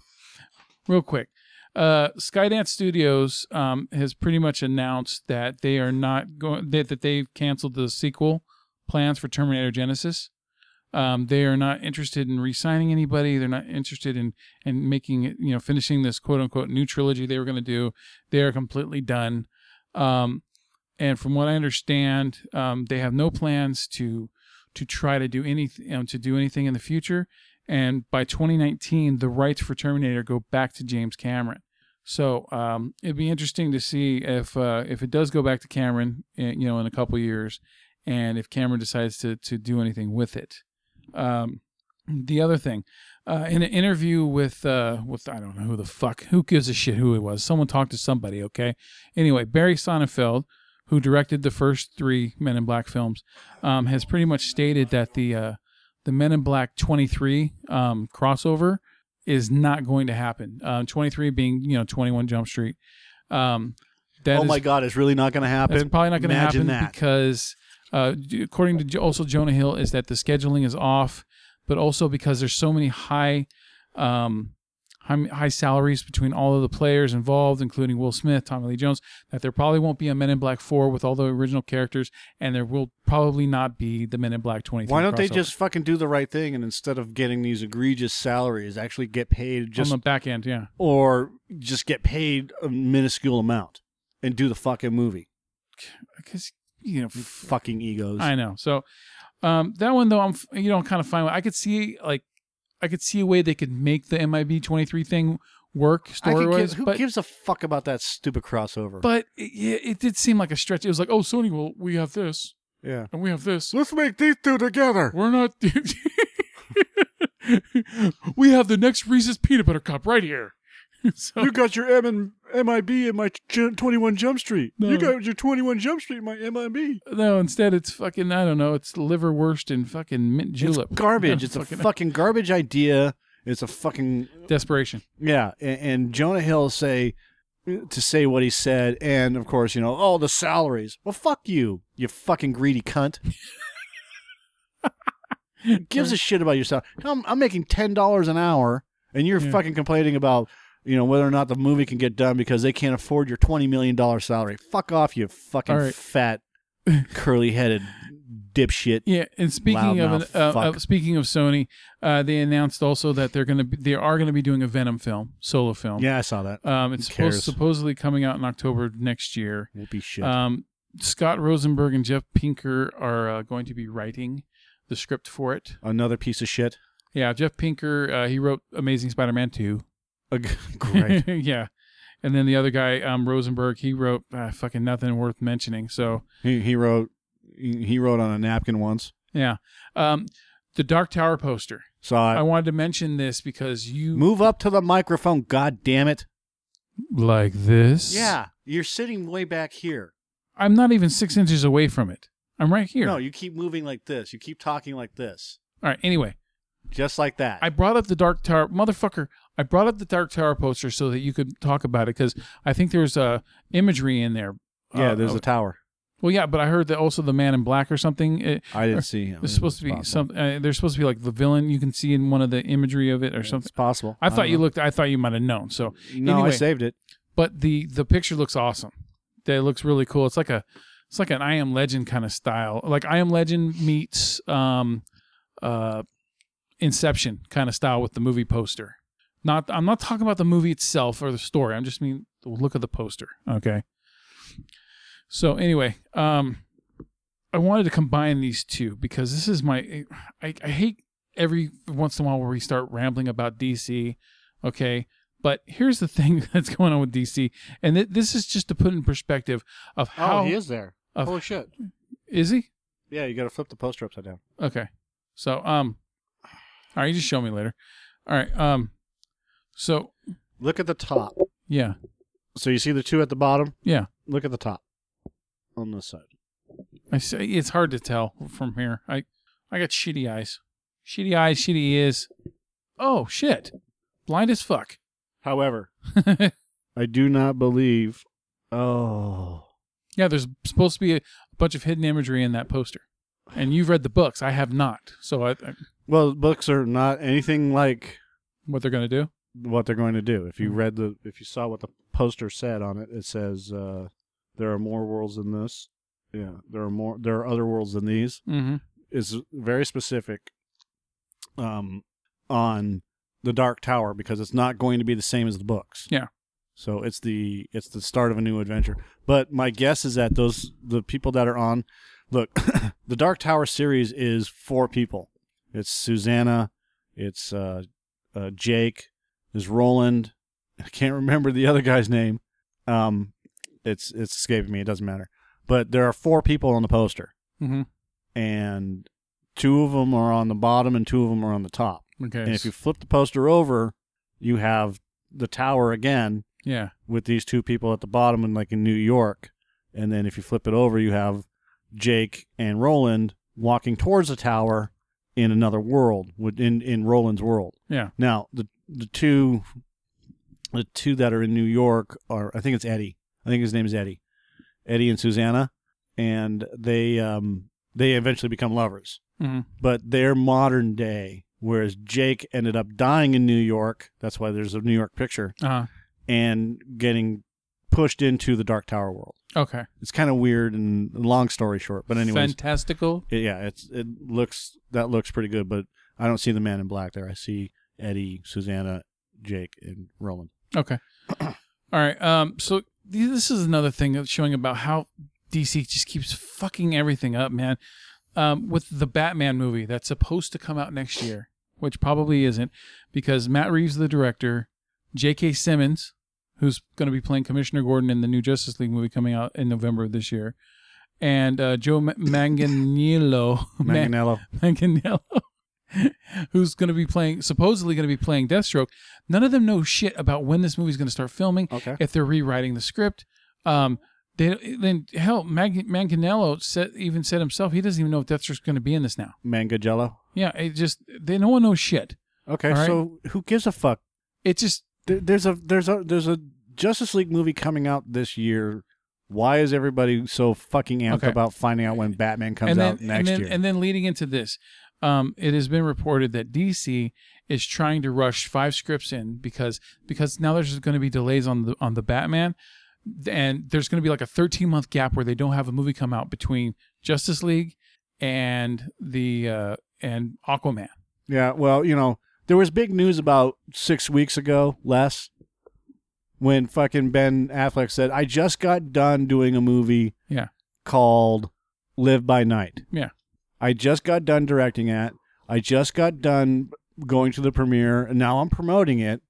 C: real quick, uh, Skydance Studios um, has pretty much announced that they are not going that, that they've canceled the sequel plans for Terminator Genesis. Um, they are not interested in re-signing anybody. They're not interested in in making it, you know finishing this quote unquote new trilogy they were going to do. They are completely done. Um, and from what I understand, um, they have no plans to to try to do anything um, to do anything in the future and by 2019 the rights for terminator go back to james cameron so um, it'd be interesting to see if uh, if it does go back to cameron in, you know in a couple years and if cameron decides to, to do anything with it um, the other thing uh, in an interview with uh, with i don't know who the fuck who gives a shit who it was someone talked to somebody okay anyway barry sonnenfeld who directed the first three men in black films um, has pretty much stated that the uh, the Men in Black 23 um, crossover is not going to happen. Um, 23 being you know 21 Jump Street. Um, that
B: oh
C: is-
B: my God, it's really not going to happen.
C: that's probably not going to
B: Imagine
C: happen
B: that.
C: because uh, d- according to Jo- also Jonah Hill is that the scheduling is off, but also because there's so many high. Um, High, high salaries between all of the players involved, including Will Smith, Tommy Lee Jones, that there probably won't be a Men in Black 4 with all the original characters, and there will probably not be the Men in Black 23.
B: Why don't they
C: crossover.
B: just fucking do the right thing and instead of getting these egregious salaries, actually get paid just
C: on the back end, yeah.
B: or just get paid a minuscule amount and do the fucking movie?
C: Because you know,
B: You fucking egos.
C: I know. So um, that one though, I'm f- you know kind of fine with. I could see like I could see a way they could make the MIB twenty three thing work
B: I could
C: story
B: give-
C: wise,
B: who
C: but
B: gives a fuck about that stupid crossover?
C: but it, yeah, it did seem like a stretch. It was like, oh, Sony, well, we have this
B: yeah,
C: and we have this.
B: let's make these two together.
C: We're not. we have the next Reese's peanut butter cup right here. so
B: You got your M and MIB in my J- 21 Jump Street.
C: No.
B: You got your 21 Jump Street in my MIB.
C: no, instead it's fucking I don't know. It's liverwurst and fucking mint julep.
B: It's garbage. It's a
C: Fucking-
B: fucking garbage idea. It's a fucking
C: desperation.
B: Yeah, and, and Jonah Hill say to say what he said, and of course, you know, oh, the salaries. Well, fuck you, you fucking greedy cunt. Who gives a shit about your salary. I'm, I'm making ten dollars an hour, and you're
C: Yeah.
B: fucking complaining about you know whether or not the movie can get done because they can't afford your twenty million dollar salary. Fuck off, you fucking
C: All right.
B: fat, curly headed dipshit.
C: Yeah, and speaking of, an,
B: Loudmouth
C: uh,
B: fuck.
C: of speaking of Sony, uh, they announced also that they're going to be, they are going to be doing a Venom film, solo film.
B: Yeah, I saw that.
C: um, it's
B: who
C: supposed,
B: cares?
C: supposedly coming out in October next year.
B: Whoopie shit.
C: Um, Scott Rosenberg and Jeff Pinker are uh, going to be writing the script for it.
B: Another piece of shit.
C: Yeah, Jeff Pinker, uh, he wrote Amazing Spider-Man two.
B: Uh, Great.
C: yeah, and then the other guy, um, Rosenberg, he wrote uh, fucking nothing worth mentioning. So
B: He he wrote he he wrote on a napkin once.
C: yeah, um, the Dark Tower poster.
B: Saw it.
C: I wanted to mention this because you
B: Move up to the microphone, god damn it.
C: like this.
B: You're sitting way back here.
C: I'm not even six inches away from it. I'm right here.
B: No, you keep moving like this. You keep talking like this.
C: All right. Anyway,
B: Just like that.
C: I brought up the Dark Tower, motherfucker. I brought up the Dark Tower poster so that you could talk about it because I think there's uh, imagery in there.
B: yeah,
C: Uh,
B: there's a tower.
C: well, yeah, but I heard that also the Man in Black or something. It,
B: I didn't see him.
C: it's supposed to be some. Uh, there's supposed to be like the villain you can see in one of the imagery of it or
B: It's
C: something.
B: possible.
C: I thought
B: don't
C: you
B: know.
C: looked. I thought you might have known. So
B: No, I
C: anyway.
B: saved it.
C: but the the picture looks awesome. That looks really cool. It's like a it's like an I Am Legend kind of style. Like I Am Legend meets um uh Inception kind of style with the movie poster. Not I'm not talking about the movie itself or the story. I'm just mean the look of the poster. Okay. So anyway, um I wanted to combine these two because this is my I, I hate every once in a while where we start rambling about DC, okay? But here's the thing that's going on with DC, and th- this is just to put in perspective of how
B: Oh, he is there.
C: of-
B: Holy shit.
C: is he?
B: Yeah, you got to flip the poster upside down.
C: Okay. So um all right, you just show me later. All right. Um so
B: Look at the top.
C: yeah.
B: So you see the two at the bottom?
C: Yeah.
B: Look at the top on this side.
C: I say it's hard to tell from here. I I got shitty eyes. Shitty eyes, shitty ears. Oh shit. Blind as fuck.
B: However, I do not believe. Oh.
C: Yeah, there's supposed to be a bunch of hidden imagery in that poster. And you've read the books. I have not. So I, I
B: Well, books are not anything like
C: what they're going to do?
B: what they're going to do. If you read the, if you saw what the poster said on it, it says uh, there are more worlds than this. Yeah, there are more. There are other worlds than these.
C: Mhm.
B: It's very specific um, on the Dark Tower because it's not going to be the same as the books.
C: Yeah.
B: So it's the it's the start of a new adventure. But my guess is that those the people that are on, look, the Dark Tower series is four people. It's Susanna, it's uh, uh, Jake, there's Roland. I can't remember the other guy's name. Um, it's it's escaping me. It doesn't matter. But there are four people on the poster,
C: Mhm.
B: and two of them are on the bottom and two of them are on the top.
C: Okay.
B: And if you flip the poster over, you have the tower again
C: yeah.
B: with these two people at the bottom and like in New York. And then if you flip it over, you have Jake and Roland walking towards the tower in another world, with- in in Roland's world.
C: Yeah.
B: Now the the two the two that are in New York are I think it's Eddie. I think his name is Eddie. Eddie and Susanna, and they um they eventually become lovers.
C: Mhm.
B: But they're modern day, whereas Jake ended up dying in New York. That's why there's a New York picture
C: Uh-huh.
B: and getting pushed into the Dark Tower world.
C: Okay.
B: It's kind of weird and long story short, but anyways,
C: fantastical.
B: it- yeah, it's it looks that looks pretty good, but I don't see the Man in Black there. I see Eddie, Susanna, Jake, and Roland.
C: Okay. All right. Um. So th- this is another thing that's showing about how DC just keeps fucking everything up, man. Um, with the Batman movie that's supposed to come out next year, which probably isn't, because Matt Reeves, the director, J.K. Simmons, who's going to be playing Commissioner Gordon in the new Justice League movie coming out in November of this year, and uh, Joe Ma- Manganiello, Oh, Man-
B: Manganello.
C: Manganiello, who's going to be playing, supposedly going to be playing Deathstroke. None of them know shit about when this movie's going to start filming,
B: Okay.
C: if they're rewriting the script. Um, they then hell, Mag- Manganiello said even said himself he doesn't even know if Deathstroke's going to be in this now.
B: Mangajello.
C: Yeah, it just they no one knows shit.
B: Okay,
C: All right.
B: so who gives a fuck?
C: It just
B: There, there's a there's a there's a Justice League movie coming out this year. Why is everybody so fucking amped
C: Okay.
B: about finding out when Batman comes
C: and then,
B: out next
C: and then,
B: year?
C: And then leading into this, um, it has been reported that DC is trying to rush five scripts in because because now there's going to be delays on the on the Batman, and there's going to be like a 13 month gap where they don't have a movie come out between Justice League and the uh, and Aquaman.
B: Yeah, well, you know, there was big news about six weeks ago, less, when fucking Ben Affleck said, I just got done doing a movie
C: Yeah.
B: called Live by Night.
C: Yeah.
B: I just got done directing it. I just got done going to the premiere, and now I'm promoting it,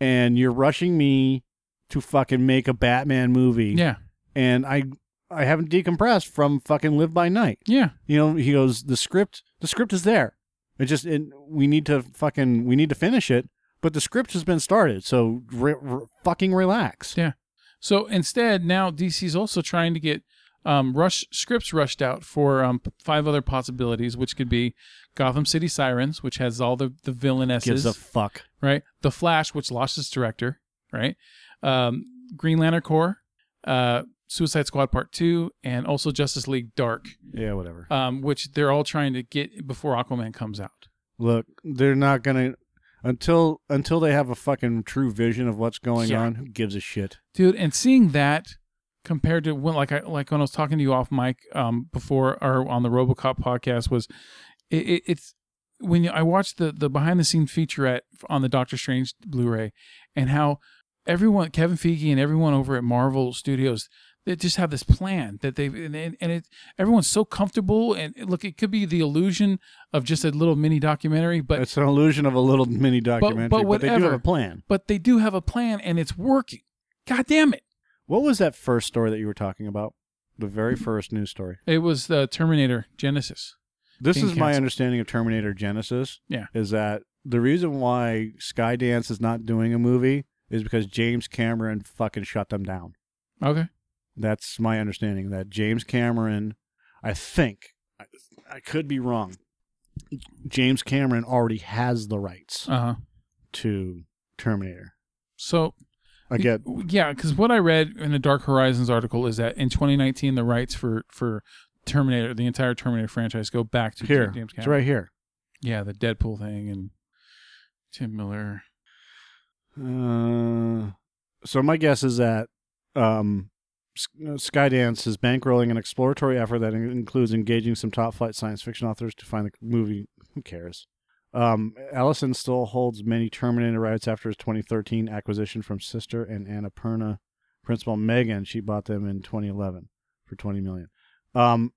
B: and you're rushing me to fucking make a Batman movie.
C: Yeah,
B: And I I haven't decompressed from fucking Live by Night
C: yeah,
B: you know he goes the script the script is there it just it, we need to fucking we need to finish it but the script has been started so re- re- fucking relax
C: Yeah. So instead, now DC's also trying to get um, rush scripts rushed out for um, five other possibilities, which could be Gotham City Sirens, which has all the the villainesses,
B: gives a fuck
C: right? The Flash, which lost its director, right? Um, Green Lantern Corps, uh, Suicide Squad Part Two, and also Justice League Dark,
B: yeah whatever
C: um, which they're all trying to get before Aquaman comes out.
B: look they're not gonna until until they have a fucking true vision of what's going
C: Yeah.
B: on who gives a shit
C: dude and seeing that compared to when like i like when i was talking to you off mic um before or on the robocop podcast was it, it it's when you, i watched the the behind the scene featurette on the doctor strange blu-ray and how everyone kevin feige and everyone over at marvel studios they just have this plan that they've and, and and it everyone's so comfortable and look it could be the illusion of just a little mini documentary but
B: It's an illusion of a little mini documentary, but, they do have
C: whatever.
B: a plan.
C: but they do have a plan and it's working god damn it
B: What was that first story that you were talking about? The very first news story.
C: it was the terminator genesis
B: This
C: being
B: is my
C: canceled.
B: understanding of Terminator Genesis.
C: Yeah.
B: Is that the reason why Skydance is not doing a movie is because James Cameron fucking shut them down.
C: okay
B: That's my understanding that James Cameron, I think, I, I could be wrong. James Cameron already has the rights
C: uh-huh
B: to Terminator.
C: so
B: I get
C: yeah because what i read in the dark horizons article is that in 2019 the rights for for terminator the entire terminator franchise go back to
B: here.
C: james
B: It's
C: Cameron.
B: right here.
C: yeah the deadpool thing and tim miller
B: Uh, so my guess is that um, S- uh, Skydance is bankrolling an exploratory effort that in- includes engaging some top-flight science fiction authors to find the movie. Who cares? Um, Allison still holds many Terminator rights after his 2013 acquisition from sister and Annapurna principal Megan. She bought them in 2011 for 20 million. Um,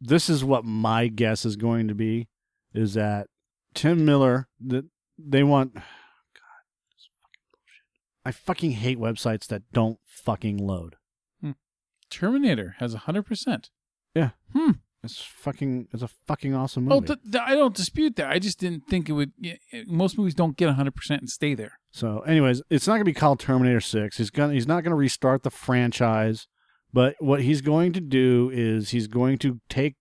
B: this is what my guess is going to be: is that Tim Miller that they want I fucking hate websites that don't fucking load.
C: terminator has 100%
B: It's fucking it's a fucking awesome movie.
C: Oh, th- th- I don't dispute that. I just didn't think it would. y- y- Most movies don't get 100% and stay there.
B: so anyways, it's not going to be called Terminator 6. He's going to he's not going to restart the franchise, but what he's going to do is he's going to take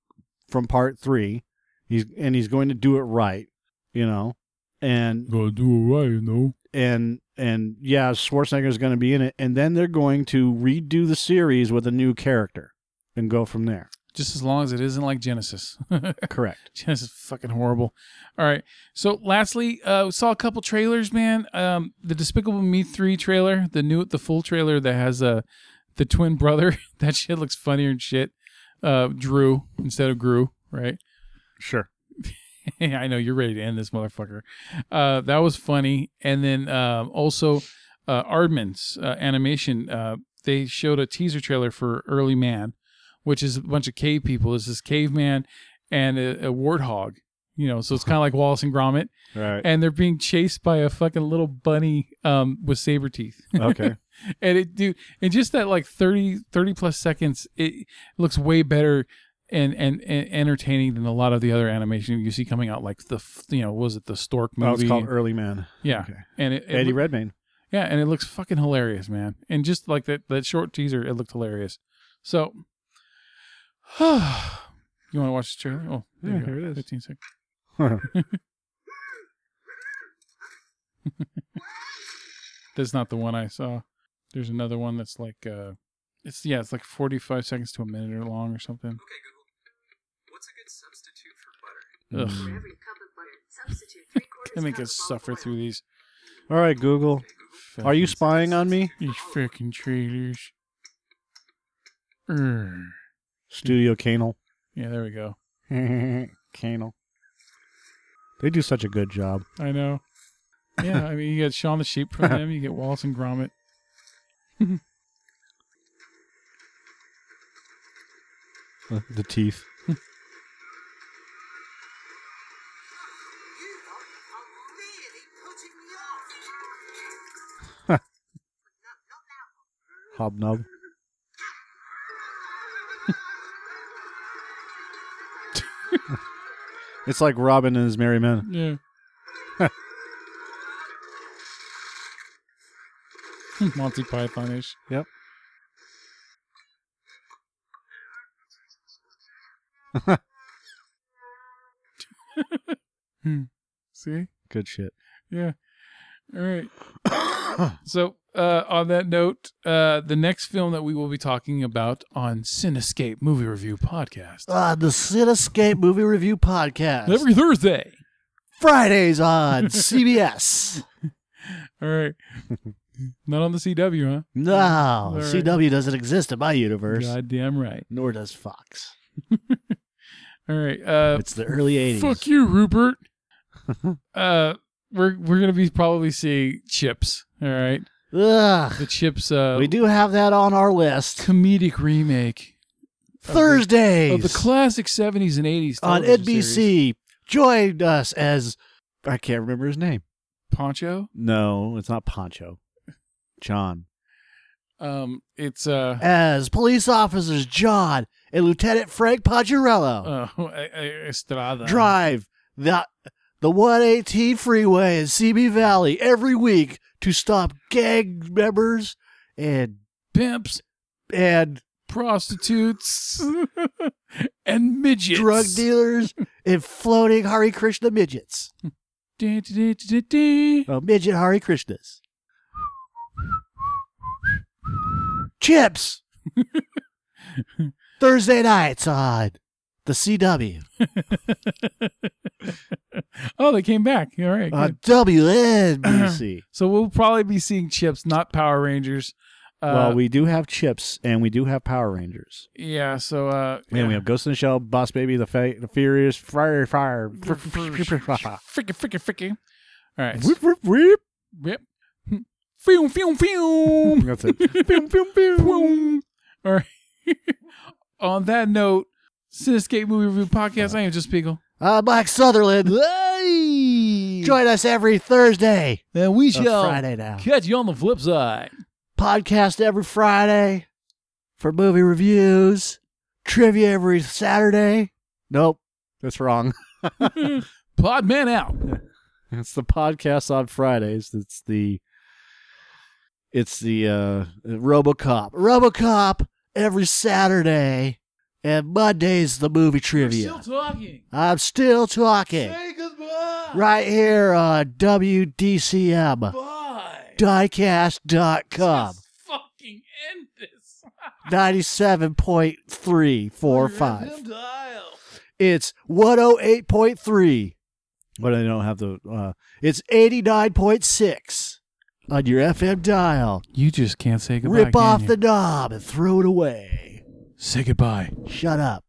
B: from part 3. He's and he's going to do it right, you know. And
C: Gotta do it right, you know.
B: and and yeah, Schwarzenegger's going to be in it and then they're going to redo the series with a new character and go from there.
C: Just as long as it isn't like Genesis.
B: Correct.
C: Genesis is fucking horrible. All right. So, lastly, uh, we saw a couple trailers, man. Um, the Despicable Me three trailer, the new, the full trailer that has uh, the twin brother. that shit looks funnier and shit. Uh, Drew instead of Gru, right?
B: Sure.
C: I know you're ready to end this motherfucker. Uh, that was funny. And then um, also uh, Aardman's uh, animation. Uh, they showed a teaser trailer for Early Man, which is a bunch of cave people. It's this caveman and a, a warthog. You know, so it's kind of like Wallace and Gromit,
B: Right.
C: and they're being chased by a fucking little bunny um, with saber teeth.
B: Okay.
C: and it dude and just that like 30 30 plus seconds it looks way better and, and and entertaining than a lot of the other animation you see coming out like the f- you know what was it the stork
B: Oh, it's
C: movie
B: called Early Man.
C: yeah
B: okay.
C: and it, it
B: Eddie
C: loo-
B: Redmayne.
C: yeah and it looks fucking hilarious man and just like that that short teaser it looked hilarious so you want to watch the trailer oh there
B: Yeah,
C: you go.
B: here it is.
C: 15 seconds that's not the one i saw there's another one that's like uh it's yeah it's like 45 seconds to a minute or long or something
E: Okay, Google. What's a good substitute for butter?
C: Ugh.
E: For every cup of butter, substitute three quarters.
C: I make
E: cup
C: us
E: of
C: suffer
E: olive
C: through
E: oil.
C: these.
B: All right, Google. Are you spying on me?
C: These freaking trailers. Urgh.
B: Studio Canal.
C: Yeah, there we go.
B: Canal. They do such a good job.
C: I know. Yeah, I mean, you get Shaun the Sheep from them. You get Wallace and Gromit.
B: The Uh, the teeth.
E: You lot are really putting me off.
B: Hobnob. it's like Robin and his merry men.
C: Yeah. Monty Python ish.
B: Yep.
C: Hmm. See?
B: Good shit.
C: Yeah. All right. So, uh, on that note, uh, the next film that we will be talking about on Cinescape Movie Review Podcast
B: Ah, the Cityscape Movie Review Podcast.
C: every Thursday.
B: Fridays on CBS.
C: All right. Not on the CW, huh?
B: No,
C: All right.
B: CW doesn't exist in my universe,
C: Goddamn right.
B: nor does Fox.
C: All right. Uh,
B: It's the early 80s.
C: Fuck you, Rupert. uh, we're we're gonna be probably seeing chips. All right.
G: Ugh.
C: The Chips uh,
G: we do have that on our list.
C: comedic remake
G: Thursdays
C: of the classic 70s and 80s
G: on
C: television
G: NBC.
C: series.
G: Joined us as I can't remember his name.
C: Poncho.
G: No, it's not Poncho. John.
C: Um, it's uh,
G: As police officers John and Lieutenant Frank Poggiarello.
C: uh Estrada.
G: drive the the 118 freeway in CB Valley every week to stop gang members and
C: pimps,
G: and
C: prostitutes, and midgets.
G: drug dealers and floating Hare Krishna midgets.
C: Da, da, da, da, da, da.
G: Well, midget Hare Krishnas. Chips. Thursday nights on the CW
C: Oh, they came back. All right.
G: on
C: good.
G: WNBC.
C: so we'll probably be seeing Chips, not Power Rangers. Uh,
G: well, we do have Chips and we do have Power Rangers.
C: yeah. So uh,
G: And we have Ghost in the Shell, Boss Baby, The, Fa- the Furious, Fire, Fire.
C: freaking, freaking, freaking. All right.
G: Whoop, whoop, whoop.
C: Yep. Film, film, film.
G: That's it. Boom, boom, boom.
C: Boom. All right. On that note, Cinescape Movie Review Podcast. I am just Spiegel.
G: Uh, Mike Sutherland. Join us every Thursday.
C: Then we
G: Or Friday now.
C: catch you on the flip side.
G: Podcast every Friday for movie reviews. Trivia every Saturday. Nope. That's wrong.
C: Podman out.
G: It's the podcast on Fridays. It's the it's the uh RoboCop. RoboCop every Saturday and Monday's the movie trivia.
C: talking.
G: I'm still talking
C: goodbye.
G: right here on WDCM
C: Bye.
G: diecast.com
C: fucking end this.
G: 97.345. It's 108.3. But I don't have the uh it's 89.6 on your FM dial.
C: You just can't say goodbye.
G: Rip
C: can
G: off
C: you?
G: the knob and throw it away.
C: Say goodbye.
G: Shut up.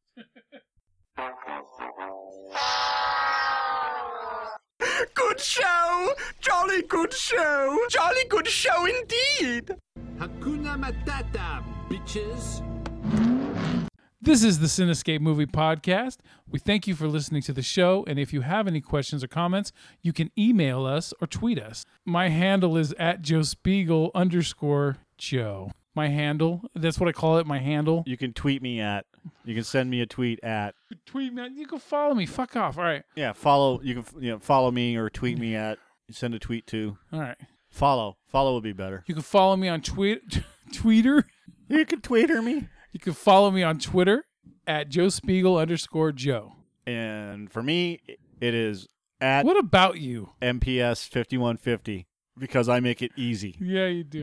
H: Good show! Jolly good show! Jolly good show indeed!
F: Hakuna Matata, bitches.
C: This is the Cinescape Movie Podcast. We thank you for listening to the show. And if you have any questions or comments, you can email us or tweet us. My handle is at Joe Spiegel underscore Joe. My handle. That's what I call it. My handle.
G: You can tweet me at. You can send me a tweet at.
C: Tweet me. You can follow me. Fuck off. All right.
G: Yeah, follow. You can you know, follow me or tweet me at. Send a tweet to.
C: All right.
G: Follow. Follow would be better.
C: You can follow me on tweet, Twitter.
G: You can tweeter me.
C: You can follow me on Twitter at Joe Spiegel underscore Joe.
G: And for me, it is at
C: What about you?
G: MPS fifty one fifty because I make it easy.
C: Yeah, you do.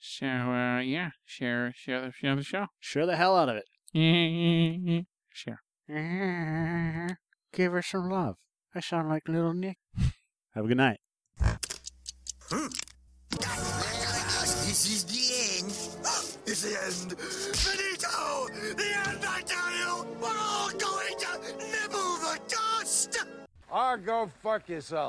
C: Shower, yeah. Share, share the share the show.
G: Share the hell out of it.
C: share.
G: Give her some love. I sound like little Nick. Have a good night.
I: This is the end. It's the end. Finito! The end, I tell you! We're all going to nibble the dust!
F: Or go fuck yourself.